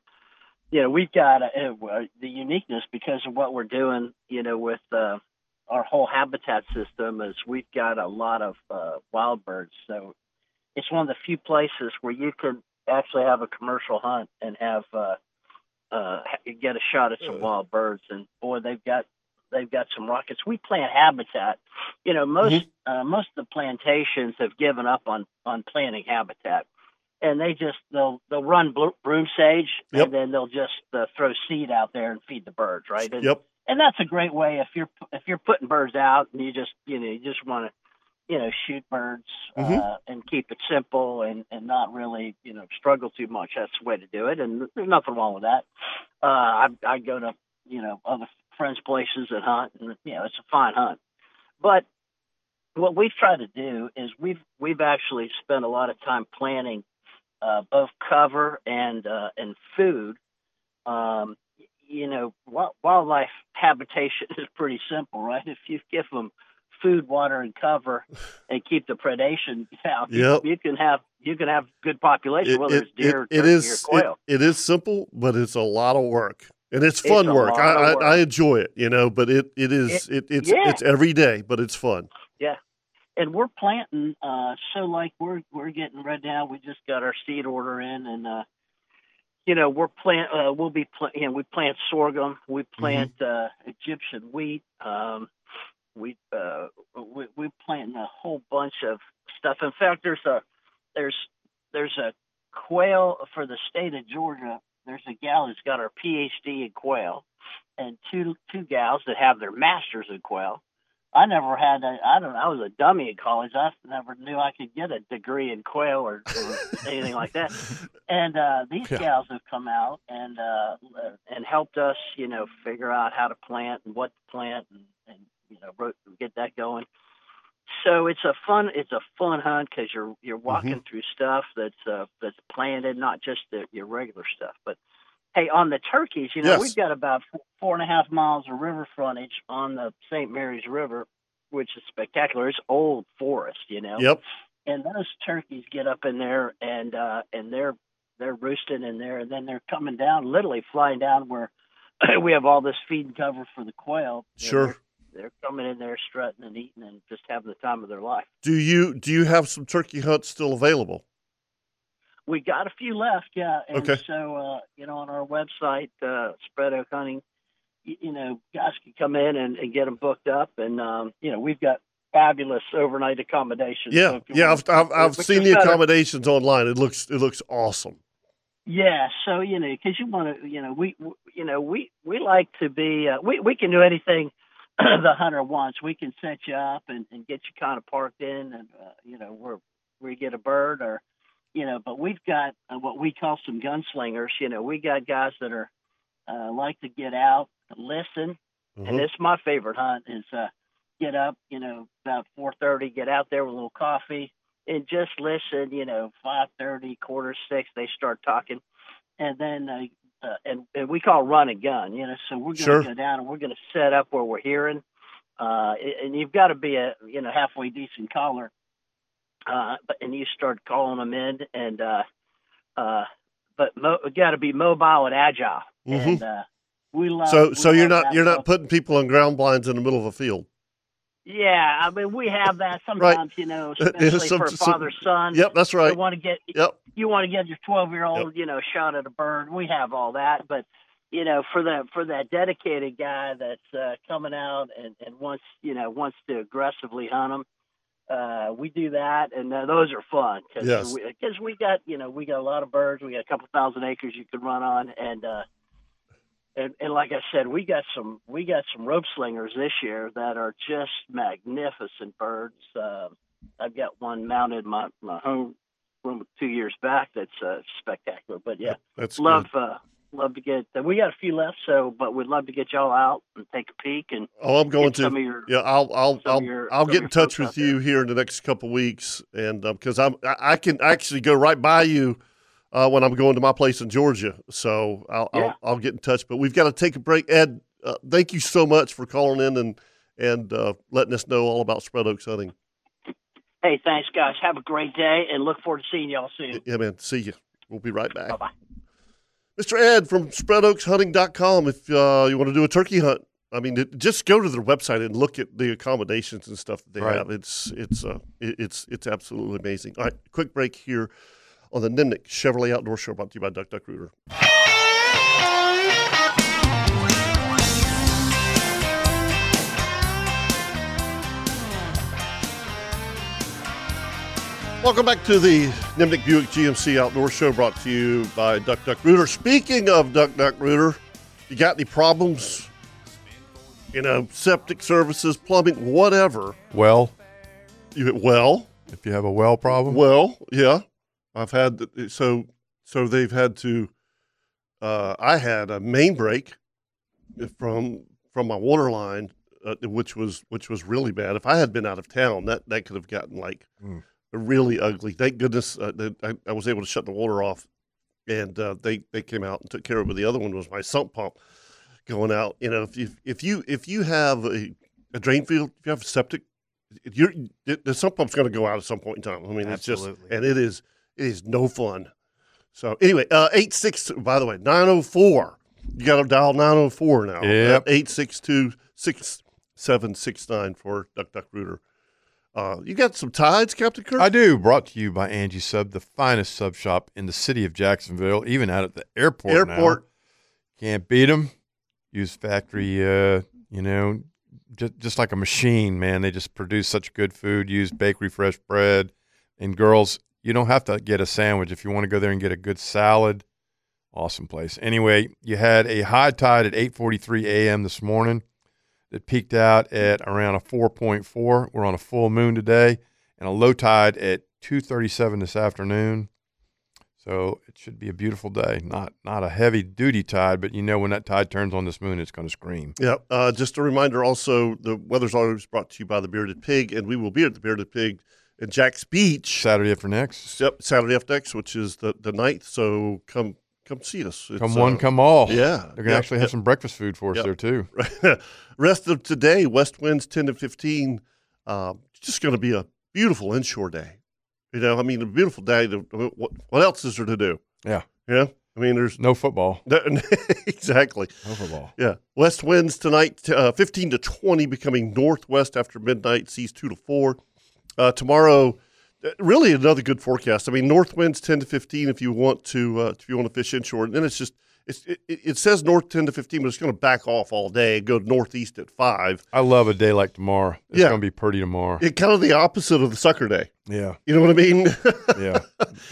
[SPEAKER 10] you know, we've got uh, uh, the uniqueness because of what we're doing. You know, with uh, our whole habitat system is we've got a lot of uh, wild birds, so it's one of the few places where you can actually have a commercial hunt and have uh, uh, ha- get a shot at some wild birds. And boy, they've got they've got some rockets. We plant habitat. You know, most
[SPEAKER 1] Mm-hmm.
[SPEAKER 10] uh, most of the plantations have given up on on planting habitat, and they just they'll they'll run blo- broom sage
[SPEAKER 1] Yep.
[SPEAKER 10] and then they'll just uh, throw seed out there and feed the birds, right? And,
[SPEAKER 1] Yep.
[SPEAKER 10] and that's a great way if you're if you're putting birds out and you just you know you just want to you know shoot birds uh,
[SPEAKER 1] Mhm.
[SPEAKER 10] and keep it simple and and not really you know struggle too much that's the way to do it and there's nothing wrong with that uh i i go to you know other friends places and hunt and you know it's a fine hunt but what we've tried to do is we've we've actually spent a lot of time planning uh, both cover and uh, and food. Um, y- you know, wi- wildlife habitation is pretty simple, right? If you give them food, water, and cover, and keep the predation down, you-
[SPEAKER 1] Yep.
[SPEAKER 10] you, can have you can have good population, whether it's deer,
[SPEAKER 1] it- it
[SPEAKER 10] turkey,
[SPEAKER 1] is
[SPEAKER 10] or
[SPEAKER 1] it-
[SPEAKER 10] quail.
[SPEAKER 1] it is simple, but it's a lot of work, and it's
[SPEAKER 10] It's
[SPEAKER 1] fun
[SPEAKER 10] a
[SPEAKER 1] work.
[SPEAKER 10] lot
[SPEAKER 1] I,
[SPEAKER 10] of work.
[SPEAKER 1] I I enjoy it, you know, but it it is
[SPEAKER 10] It-
[SPEAKER 1] it, it's
[SPEAKER 10] yeah.
[SPEAKER 1] it's every day, but it's fun.
[SPEAKER 10] Yeah. And we're planting, uh, so like we're we're getting right now. We just got our seed order in, and uh, you know we're plant. Uh, we'll be pl- you know we plant sorghum, we
[SPEAKER 2] Mm-hmm.
[SPEAKER 10] plant uh, Egyptian wheat. Um, we uh, we we planting a whole bunch of stuff. In fact, there's a there's there's a quail for the state of Georgia. There's a gal who's got her PhD in quail, and two two gals that have their masters in quail. I never had a, I don't know, I was a dummy in college. I never knew I could get a degree in quail or, or anything like that. And uh, these
[SPEAKER 11] Yeah.
[SPEAKER 10] gals have come out and uh, and helped us, you know, figure out how to plant and what to plant and, and you know, ro- get that going. So it's a fun it's a fun hunt because you're you're walking through stuff that's uh, that's planted, not just the, your regular stuff. But hey, on the turkeys, you know,
[SPEAKER 11] Yes.
[SPEAKER 10] we've got about four, four and a half miles of river frontage on the St. Mary's River, which is spectacular. It's old forest, you know.
[SPEAKER 1] Yep.
[SPEAKER 10] And those turkeys get up in there and uh, and they're they're roosting in there, and then they're coming down, literally flying down where we have all this feed and cover for the quail. and
[SPEAKER 1] Sure.
[SPEAKER 10] they're coming in there strutting and eating and just having the time of their life.
[SPEAKER 1] Do you do you have some turkey hunts still available?
[SPEAKER 10] We got a few left, yeah. And
[SPEAKER 1] Okay.
[SPEAKER 10] so, uh, you know, on our website, uh, Spread Oak Hunting, you, you know, guys can come in and, and get them booked up. And, um, you know, we've got fabulous overnight accommodations. so
[SPEAKER 1] Yeah,
[SPEAKER 10] if you
[SPEAKER 1] yeah. I've I've,
[SPEAKER 10] want-
[SPEAKER 1] I've
[SPEAKER 10] which
[SPEAKER 1] seen
[SPEAKER 10] is
[SPEAKER 1] the
[SPEAKER 10] better.
[SPEAKER 1] accommodations online. It looks it looks awesome.
[SPEAKER 10] Yeah, so you know, because you want to, you know, we, w- you know, we we like to be, uh, we we can do anything the hunter wants. We can set you up and and get you kind of parked in, and uh, you know, where we get a bird or, you know, but we've got uh, what we call some gunslingers. You know, we got guys that are uh, like to get out, listen, and
[SPEAKER 6] Mm-hmm.
[SPEAKER 10] this my favorite hunt is uh, get up, you know, about four thirty, get out there with a little coffee, and just listen. You know, five thirty, quarter six, they start talking, and then uh, uh, and, and we call run and gun. You know, so we're going to
[SPEAKER 11] Sure.
[SPEAKER 10] go down and we're going to set up where we're hearing. Uh, and you've got to be a you know halfway decent caller, uh, but and you start calling them in, and uh, uh, but mo- got to be mobile and agile.
[SPEAKER 1] Mhm.
[SPEAKER 10] And uh, we love
[SPEAKER 1] so
[SPEAKER 10] we
[SPEAKER 1] so you're
[SPEAKER 10] love
[SPEAKER 1] not
[SPEAKER 10] that
[SPEAKER 1] you're
[SPEAKER 10] stuff.
[SPEAKER 1] not putting people on ground blinds in the middle of a field.
[SPEAKER 10] Yeah, I mean we have that sometimes, you know,
[SPEAKER 1] Yeah,
[SPEAKER 10] especially
[SPEAKER 1] some-
[SPEAKER 10] for
[SPEAKER 1] some-
[SPEAKER 10] father son.
[SPEAKER 1] Yep, that's right.
[SPEAKER 10] You want to get
[SPEAKER 1] Yep.
[SPEAKER 10] you want to get your twelve year old, you know, shot at a bird. We have all that, but you know, for that for that dedicated guy that's uh, coming out and and wants you know wants to aggressively hunt them. Uh, we do that, and uh, those are fun because
[SPEAKER 12] Yes.
[SPEAKER 10] we, 'cause we got you know we got a lot of birds. We got a couple thousand acres you can run on, and uh, and, and like I said, we got some we got some rope slingers this year that are just magnificent birds. Uh, I've got one mounted in my my home room two years back. That's uh, spectacular. But yeah,
[SPEAKER 1] That's
[SPEAKER 10] love uh, love to get. We got a few left, so but we'd love to get y'all out and take a peek and
[SPEAKER 1] Oh, I'm going
[SPEAKER 10] get
[SPEAKER 1] to.
[SPEAKER 10] some of your
[SPEAKER 1] yeah, I'll I'll
[SPEAKER 10] of
[SPEAKER 1] I'll,
[SPEAKER 10] your-
[SPEAKER 1] I'll
[SPEAKER 10] some of
[SPEAKER 1] get in
[SPEAKER 10] your
[SPEAKER 1] touch
[SPEAKER 10] folks
[SPEAKER 1] with
[SPEAKER 10] out
[SPEAKER 1] you here in the next couple weeks, and because I'm I, I can actually go right by you uh, when I'm going to my place in Georgia, so I'll,
[SPEAKER 13] Yeah.
[SPEAKER 1] I'll I'll get in touch. But we've got to take a break. Ed, uh, thank you so much for calling in and and uh, letting us know all about spread oaks hunting.
[SPEAKER 10] Hey, thanks guys. Have a great day and look forward to seeing y'all soon.
[SPEAKER 1] Yeah, man. See you. We'll be right back. Bye-bye. Mr. Ed from spreadoakshunting.com. If uh, you want to do a turkey hunt, I mean, it- just go to their website and look at the accommodations and stuff that they
[SPEAKER 3] Right.
[SPEAKER 1] have. It's it's uh, it- it's it's absolutely amazing. All right, quick break here on the Nimnik Chevrolet Outdoor Show brought to you by Duck Duck Rooter.
[SPEAKER 10] uh,
[SPEAKER 1] Welcome back to the Nimnik Buick GMC Outdoor Show brought to you by Duck Duck Rooter. Speaking of Duck Duck Rooter, you got any problems? You know, septic services, plumbing, whatever.
[SPEAKER 3] Well,
[SPEAKER 1] you, well,
[SPEAKER 3] if you have a well problem,
[SPEAKER 1] Well, yeah, I've had so so they've had to. Uh, I had a main break from from my water line, uh, which was which was really bad. If I had been out of town, that that could have gotten like
[SPEAKER 3] Mm.
[SPEAKER 1] really ugly. Thank goodness uh, that I, I was able to shut the water off, and uh, they they came out and took care of it. The other one was my sump pump going out. You know, if you if you if you have a, a drain field, if you have a septic, you're, the the sump pump's going to go out at some point in time. I mean, it's just
[SPEAKER 5] Absolutely.
[SPEAKER 1] and it is it is no fun. So anyway, uh, eight six. By the way, nine zero four. You got to dial nine zero four now.
[SPEAKER 3] Yep.
[SPEAKER 1] Eight six two six seven six nine for Duck Duck Rooter. Uh, you got some tides, Captain Kirk?
[SPEAKER 3] I do. Brought to you by Angie Sub, the finest sub shop in the city of Jacksonville, even out at the airport. now.
[SPEAKER 1] Airport.
[SPEAKER 3] can't beat them. Use factory, uh, you know, just just like a machine, man. They just produce such good food. Use bakery fresh bread, and girls, you don't have to get a sandwich if you want to go there and get a good salad. Awesome place. Anyway, you had a high tide at 8:43 a.m. this morning that peaked out at around a 4.4. We're on a full moon today and a low tide at 2:37 this afternoon. So it should be a beautiful day. Not not a heavy duty tide, but you know when that tide turns on this moon, it's going to scream.
[SPEAKER 1] Yeah. Uh, just a reminder also, the weather's always brought to you by the Bearded Pig, and we will be at the Bearded Pig in Jack's Beach
[SPEAKER 3] Saturday after next.
[SPEAKER 1] Yep, Saturday after next, which is the the ninth. So come come see us. It's,
[SPEAKER 3] Come one,
[SPEAKER 1] uh,
[SPEAKER 3] come all.
[SPEAKER 1] Yeah,
[SPEAKER 3] they're going to
[SPEAKER 1] yeah,
[SPEAKER 3] actually have some breakfast food for us
[SPEAKER 1] Yep.
[SPEAKER 3] there too.
[SPEAKER 1] Rest of today, west winds ten to fifteen. Uh, it's just going to be a beautiful inshore day. You know, I mean, a beautiful day. To, what, what else is there to do?
[SPEAKER 3] Yeah.
[SPEAKER 1] Yeah. I mean, there's
[SPEAKER 3] no football.
[SPEAKER 1] exactly.
[SPEAKER 3] No football.
[SPEAKER 1] Yeah. West winds tonight, uh, 15 to 20, becoming northwest after midnight, seas 2 to 4. Uh, tomorrow, uh, really another good forecast. I mean, north winds 10 to 15 if you want to uh, if you want to fish inshore. And then it's just it's, it, it it says north 10 to 15, but it's going to back off all day and go northeast at 5.
[SPEAKER 3] I love a day like tomorrow. It's
[SPEAKER 1] Yeah.
[SPEAKER 3] going to be pretty tomorrow.
[SPEAKER 1] It kind of the opposite of the sucker day.
[SPEAKER 3] Yeah.
[SPEAKER 1] You know what I mean?
[SPEAKER 3] yeah.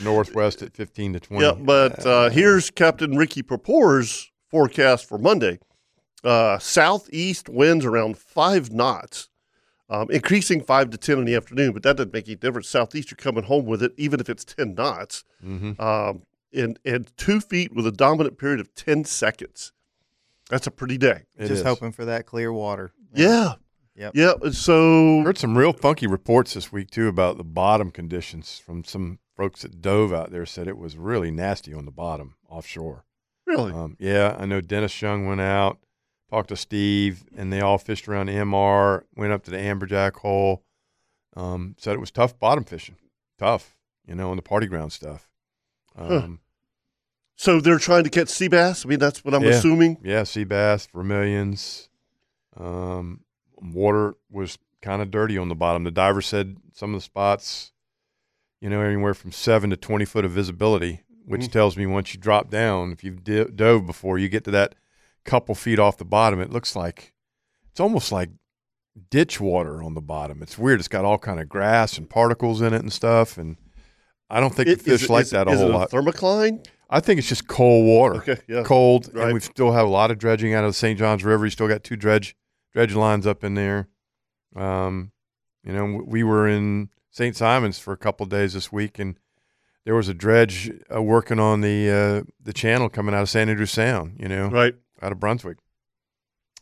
[SPEAKER 3] Northwest at 15 to 20.
[SPEAKER 1] Yeah, but uh, here's Captain Ricky Papor's forecast for Monday. Uh, southeast winds around five knots, um, increasing five to ten in the afternoon, but that doesn't make any difference. Southeast, you're coming home with it, even if it's ten knots,
[SPEAKER 3] Mhm.
[SPEAKER 1] um, and and two feet with a dominant period of ten seconds. That's a pretty day.
[SPEAKER 5] Just hoping for that clear water.
[SPEAKER 1] Yeah.
[SPEAKER 5] Yep.
[SPEAKER 1] Yep. So
[SPEAKER 3] heard some real funky reports this week too about the bottom conditions from some folks that dove out there. Said it was really nasty on the bottom offshore.
[SPEAKER 1] Really?
[SPEAKER 3] Um, yeah, I know Dennis Young went out, talked to Steve, and they all fished around the MR. Went up to the Amberjack hole. Um, said it was tough bottom fishing, tough, you know, on the party ground stuff.
[SPEAKER 1] Huh.
[SPEAKER 3] Um,
[SPEAKER 1] So they're trying to catch sea bass. I mean, that's what I'm
[SPEAKER 3] Yeah.
[SPEAKER 1] assuming.
[SPEAKER 3] Yeah, sea bass, vermilions. Um, water was kind of dirty on the bottom. The diver said some of the spots, you know, anywhere from seven to twenty foot of visibility, which
[SPEAKER 1] Mhm.
[SPEAKER 3] tells me once you drop down, if you've di- dove before, you get to that couple feet off the bottom. It looks like it's almost like ditch water on the bottom. It's weird. It's got all kind of grass and particles in it and stuff. And I don't think
[SPEAKER 1] It-
[SPEAKER 3] the
[SPEAKER 1] is
[SPEAKER 3] fish
[SPEAKER 1] it-
[SPEAKER 3] like
[SPEAKER 1] is it-
[SPEAKER 3] that a
[SPEAKER 1] is
[SPEAKER 3] whole
[SPEAKER 1] it a
[SPEAKER 3] lot.
[SPEAKER 1] Thermocline.
[SPEAKER 3] I think it's just cold water.
[SPEAKER 1] Okay, yeah.
[SPEAKER 3] Cold,
[SPEAKER 1] Right.
[SPEAKER 3] and we still have a lot of dredging out of the St. Johns River. You still got two dredge dredge lines up in there. Um, you know, w- we were in St. Simons for a couple days this week, and there was a dredge uh, working on the uh, the channel coming out of San Andrew Sound. You know,
[SPEAKER 1] Right.
[SPEAKER 3] out of Brunswick.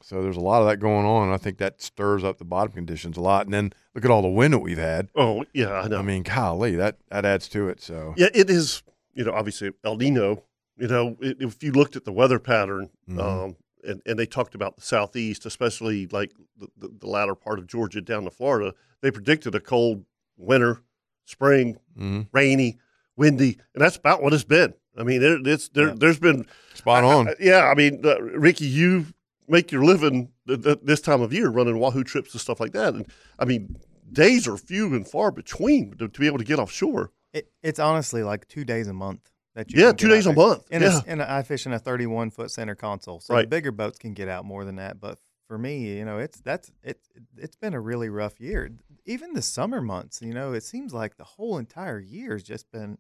[SPEAKER 3] So there's a lot of that going on, and I think that stirs up the bottom conditions a lot. And then look at all the wind that we've had.
[SPEAKER 1] Oh yeah, I know.
[SPEAKER 3] mean, golly, that that adds to it. So
[SPEAKER 1] Yeah, it is. You know, obviously El Nino. You know, i if you looked at the weather pattern,
[SPEAKER 3] Mhm.
[SPEAKER 1] um, and, and they talked about the southeast, especially like the, the, the latter part of Georgia down to Florida, they predicted a cold winter, spring,
[SPEAKER 3] Mhm.
[SPEAKER 1] rainy, windy, and that's about what it's been. I mean, there, it's there. There's been
[SPEAKER 3] spot on.
[SPEAKER 1] yeah, I mean, uh, Ricky, you make your living th- th- this time of year running Wahoo trips and stuff like that, and I mean, days are few and far between to, to be able to get offshore.
[SPEAKER 5] It, it's honestly like two days a month that you
[SPEAKER 1] Yeah,
[SPEAKER 5] can
[SPEAKER 1] two
[SPEAKER 5] get out
[SPEAKER 1] days a
[SPEAKER 5] there.
[SPEAKER 1] month,
[SPEAKER 5] And, it's-
[SPEAKER 1] yeah.
[SPEAKER 5] and I fish in a 31 foot center console, so the
[SPEAKER 1] Right.
[SPEAKER 5] bigger boats can get out more than that. But for me, you know, it's that's it. It's been a really rough year. Even the summer months, you know, it seems like the whole entire year has just been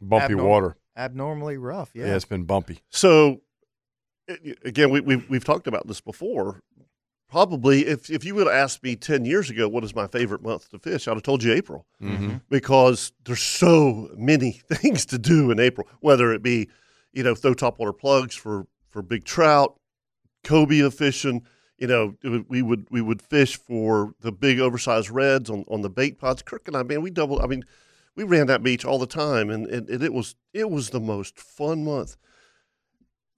[SPEAKER 3] Bumpy
[SPEAKER 5] abnorm-
[SPEAKER 3] water.
[SPEAKER 5] abnormally rough. Yeah,
[SPEAKER 3] yeah, it's been bumpy.
[SPEAKER 1] So, a- again, we, we've, we've talked about this before. Probably, if, if you would have asked me 10 years ago, what is my favorite month to fish, I'd have told you April
[SPEAKER 5] Mm-hmm.
[SPEAKER 3] Mhm.
[SPEAKER 1] because there's so many things to do in April, whether it be, you know, throw topwater plugs for, for big trout, cobia fishing. You know, it would- we would we would fish for the big oversized reds on, on the bait pods. Kirk and I, man, we double. I mean, we ran that beach all the time, and, and, and it was it was the most fun month.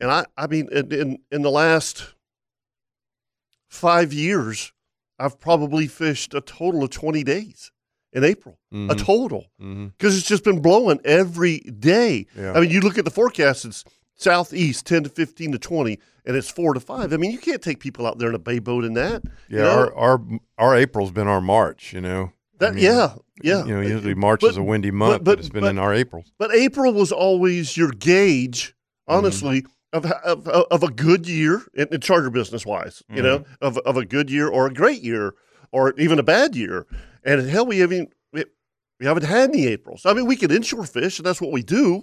[SPEAKER 1] And I, I mean, in, in in the last five years, I've probably fished a total of twenty days in April, a
[SPEAKER 3] Mhm.
[SPEAKER 1] total,
[SPEAKER 3] Mhm.
[SPEAKER 1] because it's just been blowing every day.
[SPEAKER 3] Yeah.
[SPEAKER 1] I mean, you look at the forecast; it's southeast ten to fifteen to twenty, and it's four to five. I mean, you can't take people out there in a bay boat in that. you
[SPEAKER 3] Yeah,
[SPEAKER 1] know?
[SPEAKER 3] our, our our April's been our March. You know.
[SPEAKER 1] That- yeah, yeah.
[SPEAKER 3] You know, usually March is a windy
[SPEAKER 1] but-
[SPEAKER 3] month, but,
[SPEAKER 1] but-
[SPEAKER 3] it's been
[SPEAKER 1] but-
[SPEAKER 3] in our April.
[SPEAKER 1] But April was always your gauge, honestly, of, of of a good year in, in charter business wise. You know, of of a good year or a great year or even a bad year. And hell, we haven't we, we haven't had any Aprils. I mean, we could inshore fish, and that's what we do.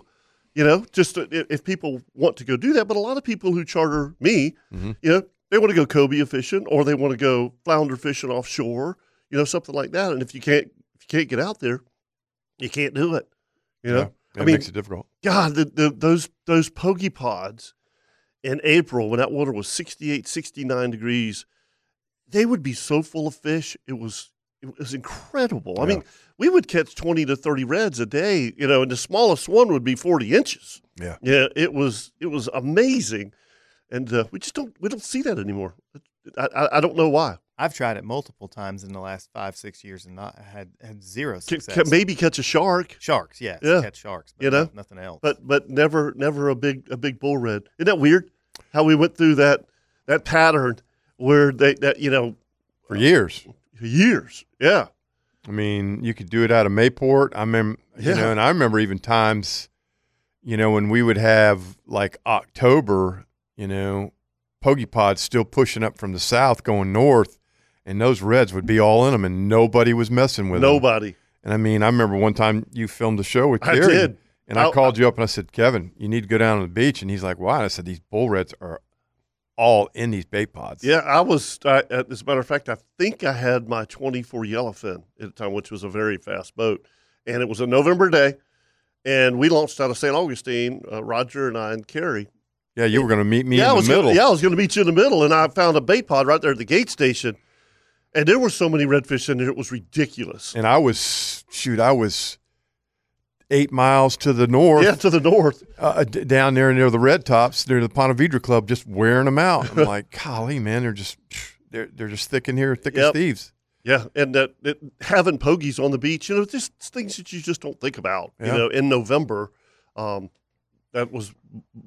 [SPEAKER 1] You know, just to- i- if people want to go do that. But a lot of people who charter me,
[SPEAKER 3] Mm-hmm.
[SPEAKER 1] you know, they want to go cobia fishing or they want to go flounder fishing offshore. You know, something like that. And if you can't if you can't get out there, you can't do it. You know,
[SPEAKER 3] Yeah, that
[SPEAKER 1] I mean,
[SPEAKER 3] makes it difficult.
[SPEAKER 1] God, the, the, those those pokey pods in April when that water was 68, 69 degrees, they would be so full of fish. It was it was incredible. I mean, we would catch twenty to thirty reds a day, you know, and the smallest one would be forty inches.
[SPEAKER 3] Yeah.
[SPEAKER 1] yeah, it was it was amazing, and uh, we just don't we don't see that anymore. I I, I don't know why.
[SPEAKER 5] I've tried it multiple times in the last five, six years and not had had zero
[SPEAKER 1] Ca- ca-
[SPEAKER 5] success.
[SPEAKER 1] maybe catch a shark.
[SPEAKER 5] Sharks, yes,
[SPEAKER 1] Yeah.
[SPEAKER 5] catch sharks, but
[SPEAKER 1] you know,
[SPEAKER 5] no- nothing else.
[SPEAKER 1] But but never never a big a big bull red. Isn't that weird? How we went through that that pattern where they that you know
[SPEAKER 3] for years.
[SPEAKER 1] uh, Years, yeah.
[SPEAKER 3] I mean, you could do it out of Mayport. I remember, you
[SPEAKER 1] Yeah.
[SPEAKER 3] know, and I remember even times, you know, when we would have like October, you know, pogey pods still pushing up from the south going north, and those reds would be all in them, and nobody was messing with 'em.
[SPEAKER 1] Nobody.
[SPEAKER 3] And I mean, I remember one time you filmed a show with
[SPEAKER 1] I
[SPEAKER 3] Gary,
[SPEAKER 1] did.
[SPEAKER 3] and I,
[SPEAKER 1] I-
[SPEAKER 3] called you up and I said, Kevin, you need to go down to the beach, and he's like, Why? And I said, These bull reds are all in these bait pods.
[SPEAKER 1] Yeah, I was. I, uh, as a matter of fact, I think I had my 24 yellowfin at the time, which was a very fast boat, and it was a November day, and we launched out of St. Augustine. Uh, Roger and I and Carrie.
[SPEAKER 3] Yeah, you were going to meet me
[SPEAKER 1] yeah,
[SPEAKER 3] in
[SPEAKER 1] I
[SPEAKER 3] the
[SPEAKER 1] was
[SPEAKER 3] middle.
[SPEAKER 1] Gonna, yeah, I was going to meet you in the middle, and I found a bait pod right there at the gate station, And there were so many redfish in there, it was ridiculous.
[SPEAKER 3] And I was shoot, I was eight miles to the north.
[SPEAKER 1] Yeah, to the north,
[SPEAKER 3] uh, d- down there near the Red Tops, near the Ponte Vedra Club, just wearing them out. I'm like, golly, man, they're just they're they're just thick in here, thick as
[SPEAKER 1] Yep.
[SPEAKER 3] thieves.
[SPEAKER 1] Yeah, and that, that having pogies on the beach, you know, just things that you just don't think about. You
[SPEAKER 5] Yeah.
[SPEAKER 1] know, in November, um, that was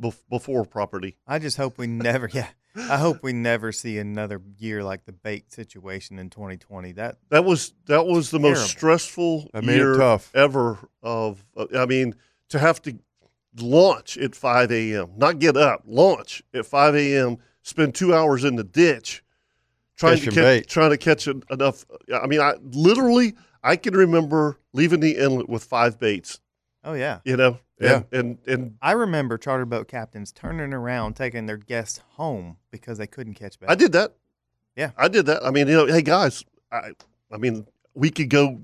[SPEAKER 1] bef- before property.
[SPEAKER 5] I just hope we never, yeah. I hope we never see another year like the bait situation in 2020. That
[SPEAKER 1] That was that was the
[SPEAKER 5] Terrible.
[SPEAKER 1] most stressful
[SPEAKER 5] That made it
[SPEAKER 1] year
[SPEAKER 5] tough.
[SPEAKER 1] ever. Of uh, I mean, to have to launch at five a.m., not get up, launch at five a.m., spend two hours in the ditch trying
[SPEAKER 3] Catching
[SPEAKER 1] to catch,
[SPEAKER 3] bait.
[SPEAKER 1] trying to catch en- enough. uh, I mean, I literally I can remember leaving the inlet with five baits.
[SPEAKER 5] Oh yeah.
[SPEAKER 1] You know,
[SPEAKER 5] Yeah.
[SPEAKER 1] and and, and
[SPEAKER 5] I remember charter boat captains turning around, taking their guests home because they couldn't catch bass.
[SPEAKER 1] I did that.
[SPEAKER 5] Yeah,
[SPEAKER 1] I did that. I mean, you know, hey guys, I, I mean, we could go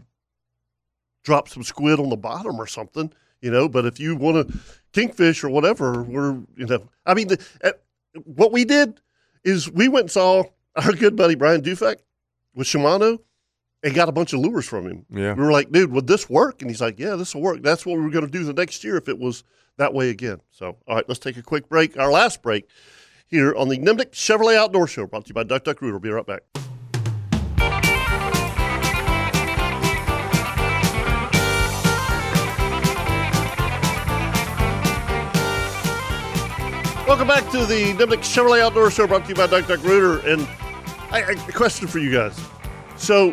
[SPEAKER 1] drop some squid on the bottom or something, you know. But if you want to kingfish or whatever, we're you know, I mean, the, uh, what we did is we went and saw our good buddy Brian Dufek with Shimano and got a bunch of lures from him.
[SPEAKER 3] Yeah.
[SPEAKER 1] we were like, dude, would this work? And he's like, yeah, this will work. That's what we were going to do the next year if it was that way again. So, all right, let's take a quick break. Our last break here on the Nimnik Chevrolet Outdoor Show, brought to you by Duck Duck Rooter. We'll be right back. Welcome back to the Nimnik Chevrolet Outdoor Show, brought to you by Duck Duck Rooter. And I, I, a question for you guys. So,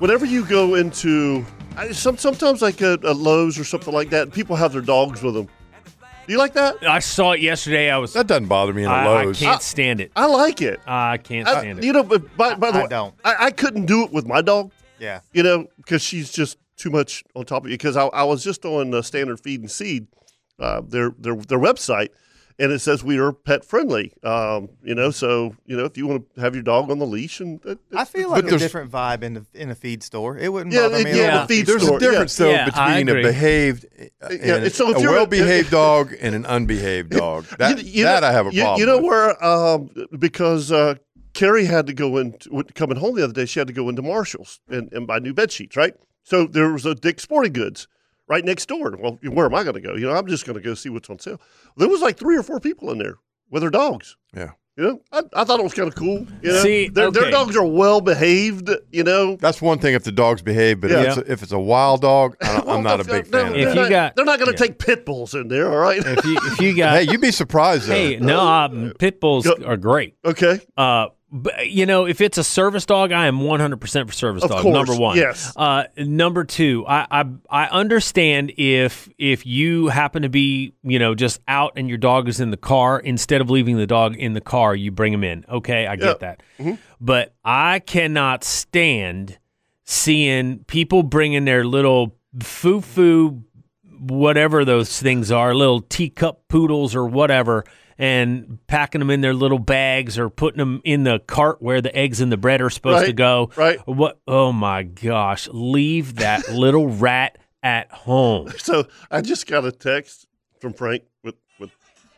[SPEAKER 1] whenever you go into I, some, sometimes like a, a Lowe's or something like that, people have their dogs with them. Do you like that?
[SPEAKER 4] I saw it yesterday. I was that
[SPEAKER 3] doesn't bother me
[SPEAKER 1] in a Lowe's.
[SPEAKER 4] I can't
[SPEAKER 1] I-
[SPEAKER 4] stand it.
[SPEAKER 1] I like it.
[SPEAKER 4] I can't
[SPEAKER 1] I-
[SPEAKER 4] stand it.
[SPEAKER 1] you know, but by, by the
[SPEAKER 4] I
[SPEAKER 1] way,
[SPEAKER 4] don't.
[SPEAKER 1] I, I couldn't do it with my dog.
[SPEAKER 5] Yeah.
[SPEAKER 1] You know, because she's just too much on top of you. Because I, I was just on uh, Standard Feed and Seed, uh, their their their website, and it says we are pet friendly. Um, you know, so you know if you want to have your dog on the leash and uh, it,
[SPEAKER 5] I feel
[SPEAKER 1] But
[SPEAKER 5] like a
[SPEAKER 1] there's-
[SPEAKER 5] different vibe in a, in a feed store. It wouldn't
[SPEAKER 1] Yeah,
[SPEAKER 5] bother
[SPEAKER 1] it-
[SPEAKER 5] me.
[SPEAKER 1] yeah,
[SPEAKER 5] at all.
[SPEAKER 1] the feed
[SPEAKER 3] There's
[SPEAKER 1] store, Uh,
[SPEAKER 3] a difference though between a behaved uh,
[SPEAKER 1] Yeah,
[SPEAKER 3] and
[SPEAKER 1] it's- so if
[SPEAKER 3] a
[SPEAKER 1] you're a-
[SPEAKER 3] well-behaved dog and an unbehaved dog. That, that I have a
[SPEAKER 1] you-
[SPEAKER 3] problem.
[SPEAKER 1] You know where? Um, because uh, Carrie had to go in with- coming home the other day. She had to go into Marshalls and, and buy new bed sheets, right? So there was a Dick's Sporting Goods right next door. Well, where am I going to go? You know, I'm just going to go see what's on sale. There was like three or four people in there with their dogs.
[SPEAKER 3] Yeah.
[SPEAKER 1] You know, I, I thought it was kind of cool. You know,
[SPEAKER 4] See,
[SPEAKER 1] their, their
[SPEAKER 4] okay.
[SPEAKER 1] dogs are well behaved. You know,
[SPEAKER 3] That's one thing if the dog's behaved, but
[SPEAKER 1] Yeah.
[SPEAKER 3] if, it's a, if it's a wild dog, I don't, I'm not a big fan. of
[SPEAKER 1] they're
[SPEAKER 3] that.
[SPEAKER 1] not, they're not going to take pit bulls in there. All right.
[SPEAKER 4] If you, if you got,
[SPEAKER 3] hey, you'd be surprised. Though.
[SPEAKER 4] Hey, no,
[SPEAKER 11] Uh,
[SPEAKER 4] um, pit bulls are great.
[SPEAKER 1] Okay.
[SPEAKER 4] Uh, but, you know, if it's a service dog, I am 100% for service
[SPEAKER 11] Of
[SPEAKER 4] dog.
[SPEAKER 11] course,
[SPEAKER 4] number one.
[SPEAKER 11] yes.
[SPEAKER 4] Uh, number two, I, I I understand if if you happen to be you know just out and your dog is in the car instead of leaving the dog in the car, you bring him in. Okay, I get that.
[SPEAKER 11] Mm-hmm.
[SPEAKER 4] But I cannot stand seeing people bringing their little foo foo whatever those things are, little teacup poodles or whatever, and packing them in their little bags or putting them in the cart where the eggs and the bread are supposed to
[SPEAKER 1] Right,
[SPEAKER 4] go.
[SPEAKER 1] right.
[SPEAKER 4] What? Oh my gosh! Leave that little rat at home.
[SPEAKER 1] So I just got a text from Frank with, with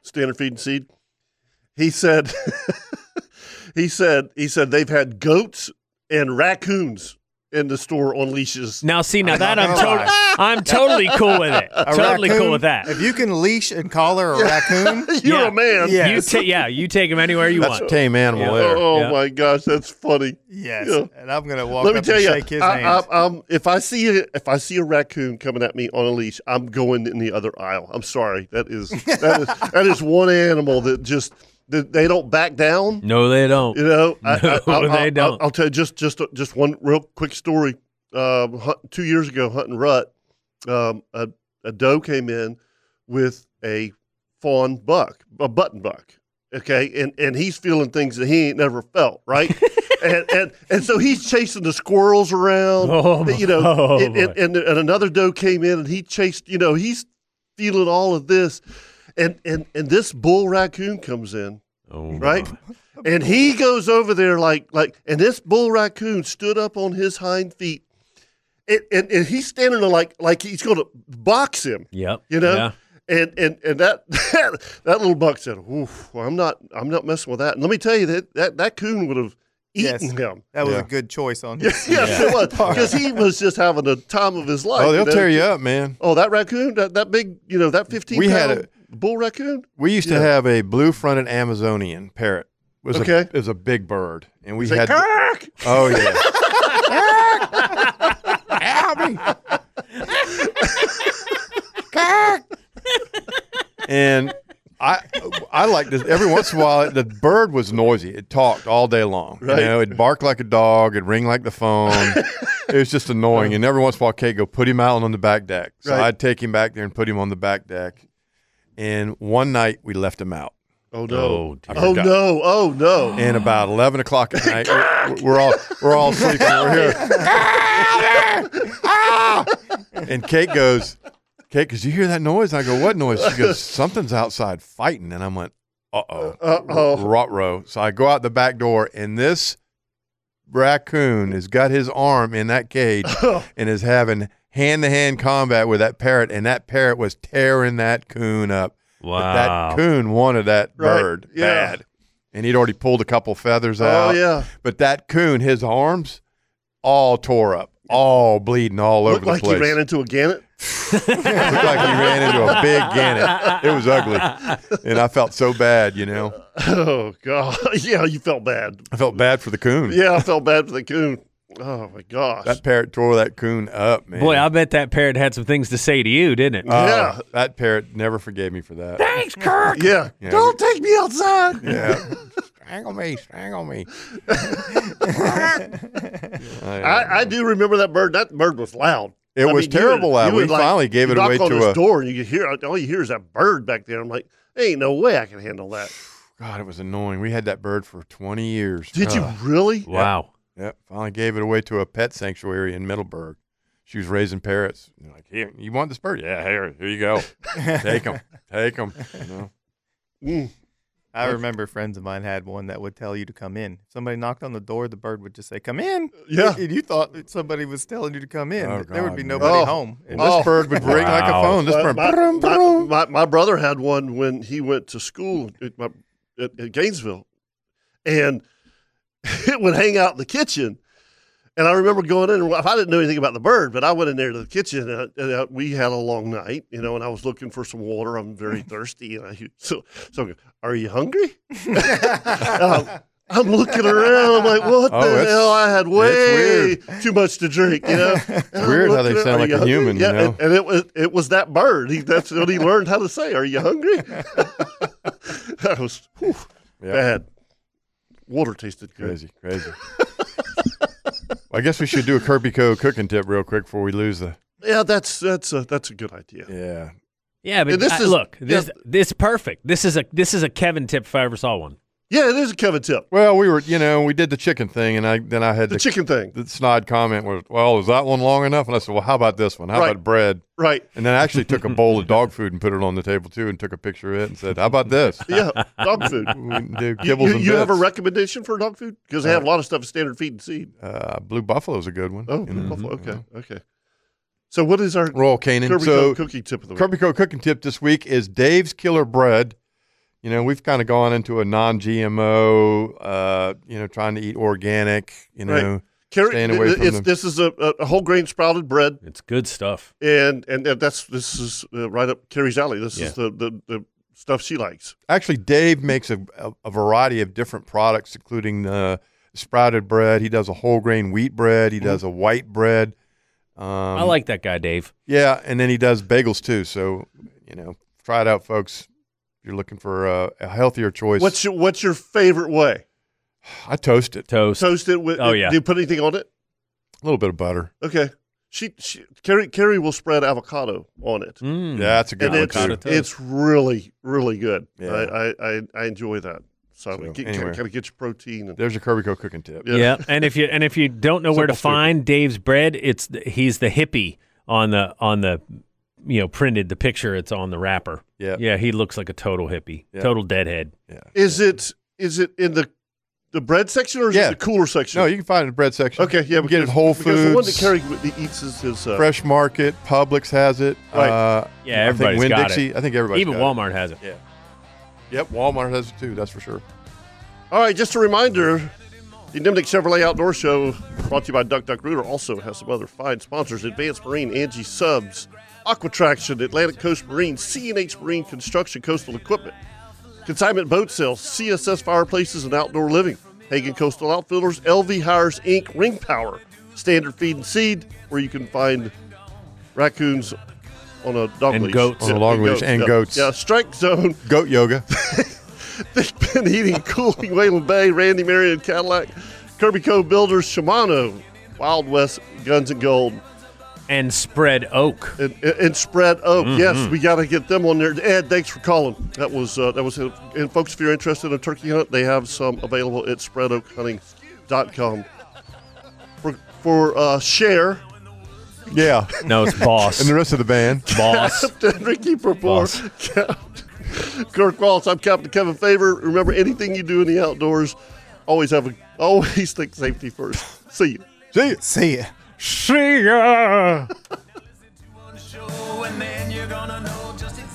[SPEAKER 1] Standard Feed and Seed. He said, he said, he said they've had goats and raccoons in the store on leashes.
[SPEAKER 4] Now, see, now
[SPEAKER 1] I'm
[SPEAKER 4] that
[SPEAKER 1] not
[SPEAKER 4] I'm
[SPEAKER 1] gonna
[SPEAKER 4] totally, I'm totally cool with it.
[SPEAKER 5] A
[SPEAKER 4] totally
[SPEAKER 5] raccoon?
[SPEAKER 4] cool with that.
[SPEAKER 5] If you can leash and collar a raccoon,
[SPEAKER 1] You're a man.
[SPEAKER 4] Yeah, you
[SPEAKER 1] Yes.
[SPEAKER 4] ta- yeah, you take him anywhere you
[SPEAKER 3] That's
[SPEAKER 4] want.
[SPEAKER 3] a tame animal
[SPEAKER 4] Yeah.
[SPEAKER 3] there.
[SPEAKER 1] Oh
[SPEAKER 4] Yeah.
[SPEAKER 1] my gosh, that's funny.
[SPEAKER 5] Yes,
[SPEAKER 1] Yeah.
[SPEAKER 5] and I'm gonna walk
[SPEAKER 1] Let me
[SPEAKER 5] up
[SPEAKER 1] tell
[SPEAKER 5] and
[SPEAKER 1] you,
[SPEAKER 5] shake his
[SPEAKER 1] I,
[SPEAKER 5] hand.
[SPEAKER 1] I, um, if I see a, if I see a raccoon coming at me on a leash, I'm going in the other aisle. I'm sorry, that is that is, that is one animal that just that they don't back down.
[SPEAKER 4] No, they don't.
[SPEAKER 1] You know, I,
[SPEAKER 4] No,
[SPEAKER 1] I,
[SPEAKER 4] they
[SPEAKER 1] will
[SPEAKER 4] don't.
[SPEAKER 1] I'll, I'll tell you just just just one real quick story. Um, hunt, two years ago, hunting rut, um, a, a doe came in with a fawn buck, a button buck. Okay, and and he's feeling things that he ain't never felt, right? and, and and so he's chasing the squirrels around,
[SPEAKER 4] Oh,
[SPEAKER 1] you know.
[SPEAKER 4] boy.
[SPEAKER 1] and, and, and and another doe came in and he chased, you know, he's feeling all of this, and and and this bull raccoon comes in, right? And he goes over there like like, and this bull raccoon stood up on his hind feet, and and, and he's standing there like like he's going to box him.
[SPEAKER 4] Yep.
[SPEAKER 1] You know.
[SPEAKER 4] Yeah.
[SPEAKER 1] And, and and that that, little buck said, Oof, well, I'm not I'm not messing with that. And let me tell you that that, that coon would have
[SPEAKER 5] Yes.
[SPEAKER 1] eating him.
[SPEAKER 5] That was
[SPEAKER 3] Yeah.
[SPEAKER 5] a good choice on
[SPEAKER 1] Yeah,
[SPEAKER 5] his.
[SPEAKER 1] yes, it was because he was just having the time of his life.
[SPEAKER 3] oh, they'll
[SPEAKER 1] know?
[SPEAKER 3] tear you up, man.
[SPEAKER 1] Oh, that raccoon, that, that big, you know, that fifteen.
[SPEAKER 3] We had
[SPEAKER 1] pound bull raccoon.
[SPEAKER 3] We used
[SPEAKER 1] Yeah.
[SPEAKER 3] to have a blue-fronted Amazonian parrot. It was
[SPEAKER 1] Okay.
[SPEAKER 3] a, it was a big bird, and we
[SPEAKER 1] He's like,
[SPEAKER 3] had. Oh yeah. and I I liked this. Every once in a while, the bird was noisy. It talked all day long.
[SPEAKER 1] Right.
[SPEAKER 3] You know, it'd bark like a dog. It'd ring like the phone. it was just annoying. And every once in a while, Kate go put him out on the back deck. So
[SPEAKER 1] Right.
[SPEAKER 3] I'd take him back there and put him on the back deck. And one night we left him out.
[SPEAKER 1] Oh
[SPEAKER 4] Oh,
[SPEAKER 1] no!
[SPEAKER 4] dear.
[SPEAKER 1] Oh, no! Oh no!
[SPEAKER 3] And about eleven o'clock at night, we're, we're all we're all sleeping. We're here. Ah! and Kate goes, Kate, because you hear that noise? I go, what noise? She goes, something's outside fighting. And I went, uh oh,
[SPEAKER 1] Uh-oh.
[SPEAKER 3] row. So I go out the back door, and this raccoon has got his arm in that cage and is having hand to hand combat with that parrot, and that parrot was tearing that coon up. But
[SPEAKER 4] Wow.
[SPEAKER 3] that coon wanted that
[SPEAKER 1] Right.
[SPEAKER 3] bird
[SPEAKER 1] Yeah.
[SPEAKER 3] bad. And he'd already pulled a couple feathers
[SPEAKER 1] oh
[SPEAKER 3] out.
[SPEAKER 1] yeah!
[SPEAKER 3] But that coon, his arms all tore up, all bleeding all
[SPEAKER 1] Looked
[SPEAKER 3] over the
[SPEAKER 1] like
[SPEAKER 3] place.
[SPEAKER 1] he ran into a gannet.
[SPEAKER 3] looked like he ran into a big gannet. It was ugly. And I felt so bad, you know.
[SPEAKER 1] Oh god! yeah, you felt bad.
[SPEAKER 3] I felt bad for the coon.
[SPEAKER 1] Yeah, I felt bad for the coon. Oh my gosh!
[SPEAKER 3] That parrot tore that coon up, man.
[SPEAKER 4] Boy, I bet that parrot had some things to say to you, didn't it?
[SPEAKER 3] Oh,
[SPEAKER 1] Yeah.
[SPEAKER 3] That parrot never forgave me for that.
[SPEAKER 4] Thanks, Kirk.
[SPEAKER 1] yeah.
[SPEAKER 3] Yeah.
[SPEAKER 1] Don't take me outside.
[SPEAKER 3] Yeah. strangle me, strangle me.
[SPEAKER 1] I, I do remember that bird. That bird was loud.
[SPEAKER 3] It was terrible loud. We finally gave it away
[SPEAKER 1] knock on
[SPEAKER 3] to
[SPEAKER 1] his
[SPEAKER 3] a-
[SPEAKER 1] door, and you could hear all you hear is that bird back there. I'm like, ain't no way I can handle that.
[SPEAKER 3] God, it was annoying. We had that bird for 20 years.
[SPEAKER 1] Did you really?
[SPEAKER 4] Wow.
[SPEAKER 3] Yep. Finally gave it away to a pet sanctuary in Middleburg. She was raising parrots. You're like, here, you want this bird? Yeah, here, here you go. Take them, take them.
[SPEAKER 1] Mm.
[SPEAKER 5] I remember friends of mine had one that would tell you to come in. If somebody knocked on the door, the bird would just say, "Come in."
[SPEAKER 1] Yeah.
[SPEAKER 5] And you thought that somebody was telling you to come in.
[SPEAKER 3] Oh,
[SPEAKER 5] there would be
[SPEAKER 3] God,
[SPEAKER 5] nobody
[SPEAKER 1] no.
[SPEAKER 5] home. And
[SPEAKER 1] Oh.
[SPEAKER 3] This bird would ring like a
[SPEAKER 4] Wow.
[SPEAKER 3] phone. This
[SPEAKER 1] Uh,
[SPEAKER 3] bird,
[SPEAKER 1] my,
[SPEAKER 3] brum,
[SPEAKER 1] my-
[SPEAKER 3] brum.
[SPEAKER 1] my- my brother had one when he went to school at, my, at, at Gainesville, and it would hang out in the kitchen. And I remember going in, and I didn't know anything about the bird, but I went in there to the kitchen, and, I, and I- we had a long night, you know. And I was looking for some water. I'm very thirsty, and I so so. I go, Are you hungry? And I'm, I'm looking around. I'm like, what
[SPEAKER 3] Oh,
[SPEAKER 1] the
[SPEAKER 3] it's-
[SPEAKER 1] hell? I had way
[SPEAKER 3] weird.
[SPEAKER 1] too much to drink, you know. And I'm
[SPEAKER 3] weird how they
[SPEAKER 1] looking at-
[SPEAKER 3] sound
[SPEAKER 1] "Are
[SPEAKER 3] like
[SPEAKER 1] you
[SPEAKER 3] a
[SPEAKER 1] hungry?"
[SPEAKER 3] human, you
[SPEAKER 1] Yeah,
[SPEAKER 3] know?
[SPEAKER 1] and- and it was it was that bird. He, that's what he learned how to say. Are you hungry? that was whew,
[SPEAKER 3] Yeah.
[SPEAKER 1] bad. Water tasted good.
[SPEAKER 3] Crazy, crazy. Well, I guess we should do a Kirby Co cooking tip real quick before we lose the.
[SPEAKER 1] Yeah, that's that's a that's a good idea.
[SPEAKER 3] Yeah.
[SPEAKER 4] Yeah,
[SPEAKER 1] Yeah,
[SPEAKER 4] but
[SPEAKER 1] this
[SPEAKER 4] I-
[SPEAKER 1] is-
[SPEAKER 4] look, this
[SPEAKER 1] yeah.
[SPEAKER 4] this perfect. This is a this is a Kevin tip if I ever saw one.
[SPEAKER 1] Yeah, it is a Kevin tip.
[SPEAKER 3] Well, we were, you know, we did the chicken thing, and I then I had
[SPEAKER 1] The
[SPEAKER 3] the,
[SPEAKER 1] chicken thing,
[SPEAKER 3] the snide comment was, "Well, is that one long enough?" And I said, "Well, how about this one? How
[SPEAKER 1] Right.
[SPEAKER 3] about bread?"
[SPEAKER 1] right?
[SPEAKER 3] And then I actually took a bowl of dog food and put it on the table too, and took a picture of it and said, "How about this?"
[SPEAKER 1] Yeah, dog food.
[SPEAKER 3] We can do
[SPEAKER 1] You,
[SPEAKER 3] kibbles
[SPEAKER 1] you-
[SPEAKER 3] and
[SPEAKER 1] you have a
[SPEAKER 3] bits.
[SPEAKER 1] recommendation for dog food because they have a lot of stuff at standard feed and seed.
[SPEAKER 3] uh, blue buffalo's a good one.
[SPEAKER 1] Oh,
[SPEAKER 3] you know, mm-hmm.
[SPEAKER 1] buffalo.
[SPEAKER 3] you
[SPEAKER 1] okay,
[SPEAKER 3] know.
[SPEAKER 1] okay. So what is our
[SPEAKER 3] Royal Canin.
[SPEAKER 1] Kirby
[SPEAKER 3] so
[SPEAKER 1] Co- cookie tip of the week?
[SPEAKER 3] Kirby Co cooking tip this week is Dave's Killer Bread. You know, we've kind of gone into a non-GMO, uh, you know, trying to eat organic. You
[SPEAKER 1] Right.
[SPEAKER 3] know,
[SPEAKER 1] Carry-
[SPEAKER 3] staying away from
[SPEAKER 1] it's-
[SPEAKER 3] them.
[SPEAKER 1] This is a, a a whole grain sprouted bread.
[SPEAKER 4] It's good stuff.
[SPEAKER 1] and and, and that's this is uh, right up Carrie's alley. This
[SPEAKER 4] Yeah.
[SPEAKER 1] is the, the the stuff she likes.
[SPEAKER 3] actually, Dave makes a, a, a variety of different products, including uh, sprouted bread. He does a whole grain wheat bread. He does a white bread. Um,
[SPEAKER 4] Mm-hmm. I like that guy, Dave.
[SPEAKER 3] Yeah, and then he does bagels too. So you know, try it out, folks. If you're looking for a, a healthier choice,
[SPEAKER 1] What's your what's your favorite way?
[SPEAKER 3] I toast it.
[SPEAKER 4] Toast.
[SPEAKER 1] Toast it with.
[SPEAKER 4] Oh, yeah.
[SPEAKER 1] Uh, Do you put anything on it?
[SPEAKER 3] A little bit of butter.
[SPEAKER 1] Okay. She, she Carrie Carrie will spread avocado on it,
[SPEAKER 4] Mm.
[SPEAKER 3] Yeah, that's a good
[SPEAKER 1] and
[SPEAKER 3] one
[SPEAKER 1] it's
[SPEAKER 4] Avocado
[SPEAKER 3] too.
[SPEAKER 4] toast.
[SPEAKER 1] it's really really good.
[SPEAKER 3] Yeah.
[SPEAKER 1] I, I I I enjoy that. So,
[SPEAKER 3] So,
[SPEAKER 1] get,
[SPEAKER 3] anyway.
[SPEAKER 1] kind of get your protein and
[SPEAKER 3] There's your Kirby Co cooking tip.
[SPEAKER 1] Yeah.
[SPEAKER 4] Yeah. and if you and if you don't know where to
[SPEAKER 1] Simple stupid.
[SPEAKER 4] find Dave's bread, it's the, he's the hippie on the on the you know printed the picture. It's on the wrapper.
[SPEAKER 3] Yeah.
[SPEAKER 4] yeah, he looks like a total hippie,
[SPEAKER 3] Yeah.
[SPEAKER 4] total deadhead.
[SPEAKER 1] is it is it in the the bread section or is
[SPEAKER 3] Yeah.
[SPEAKER 1] it the cooler section?
[SPEAKER 3] No, you can find it in the bread section.
[SPEAKER 1] okay, yeah,
[SPEAKER 3] You can get it
[SPEAKER 1] because-
[SPEAKER 3] at Whole
[SPEAKER 1] because the one that
[SPEAKER 3] Foods,
[SPEAKER 1] Carrie eats is his uh,
[SPEAKER 3] Fresh Market, Publix has it.
[SPEAKER 1] Right.
[SPEAKER 3] Uh,
[SPEAKER 4] Yeah,
[SPEAKER 3] I
[SPEAKER 4] everybody's
[SPEAKER 3] think
[SPEAKER 4] got
[SPEAKER 3] Winn-Dixie- I think everybody.
[SPEAKER 4] Even Walmart has it.
[SPEAKER 3] Yep, Walmart has it too. That's for sure.
[SPEAKER 1] All right, just a reminder The Dimnick Chevrolet Outdoor Show, brought to you by Duck Duck Rooter, also has some other fine sponsors Advanced Marine, Angie Subs, Aquatraction, Atlantic Coast Marine, CNH Marine Construction, Coastal Equipment, Consignment Boat Sales, CSS Fireplaces and Outdoor Living, Hagen Coastal Outfitters, LV Hires Inc., Ring Power, Standard Feed and Seed, where you can find raccoons on a dog
[SPEAKER 4] And
[SPEAKER 1] leash.
[SPEAKER 4] goats.
[SPEAKER 3] On a long leash and
[SPEAKER 1] yeah.
[SPEAKER 3] goats.
[SPEAKER 1] Yeah, Strike Zone.
[SPEAKER 3] Goat yoga.
[SPEAKER 1] Big Ben Heating, Cooling, Wayland Bay, Randy Marion Cadillac, Kirby Co. Builders, Shimano, Wild West Guns and Gold,
[SPEAKER 4] and spread oak. Mm-hmm.
[SPEAKER 1] and, and Spread Oak. Yes, we got to get them on there. Ed, thanks for calling. That was uh, that was it. And folks, if you're interested in a turkey hunt, they have some available at spreadoakhunting.com. For for uh, share,
[SPEAKER 3] yeah.
[SPEAKER 4] No, it's boss.
[SPEAKER 3] And the rest of the band.
[SPEAKER 4] boss.
[SPEAKER 1] Captain Ricky
[SPEAKER 4] Boss.
[SPEAKER 1] Perpore, Captain Kirk Wallace. I'm Captain Kevin Favor. Remember, anything you do in the outdoors, always have a always think safety first. See you.
[SPEAKER 3] See ya.
[SPEAKER 5] See ya.
[SPEAKER 4] See ya.
[SPEAKER 2] show, and then you're gonna know just exactly.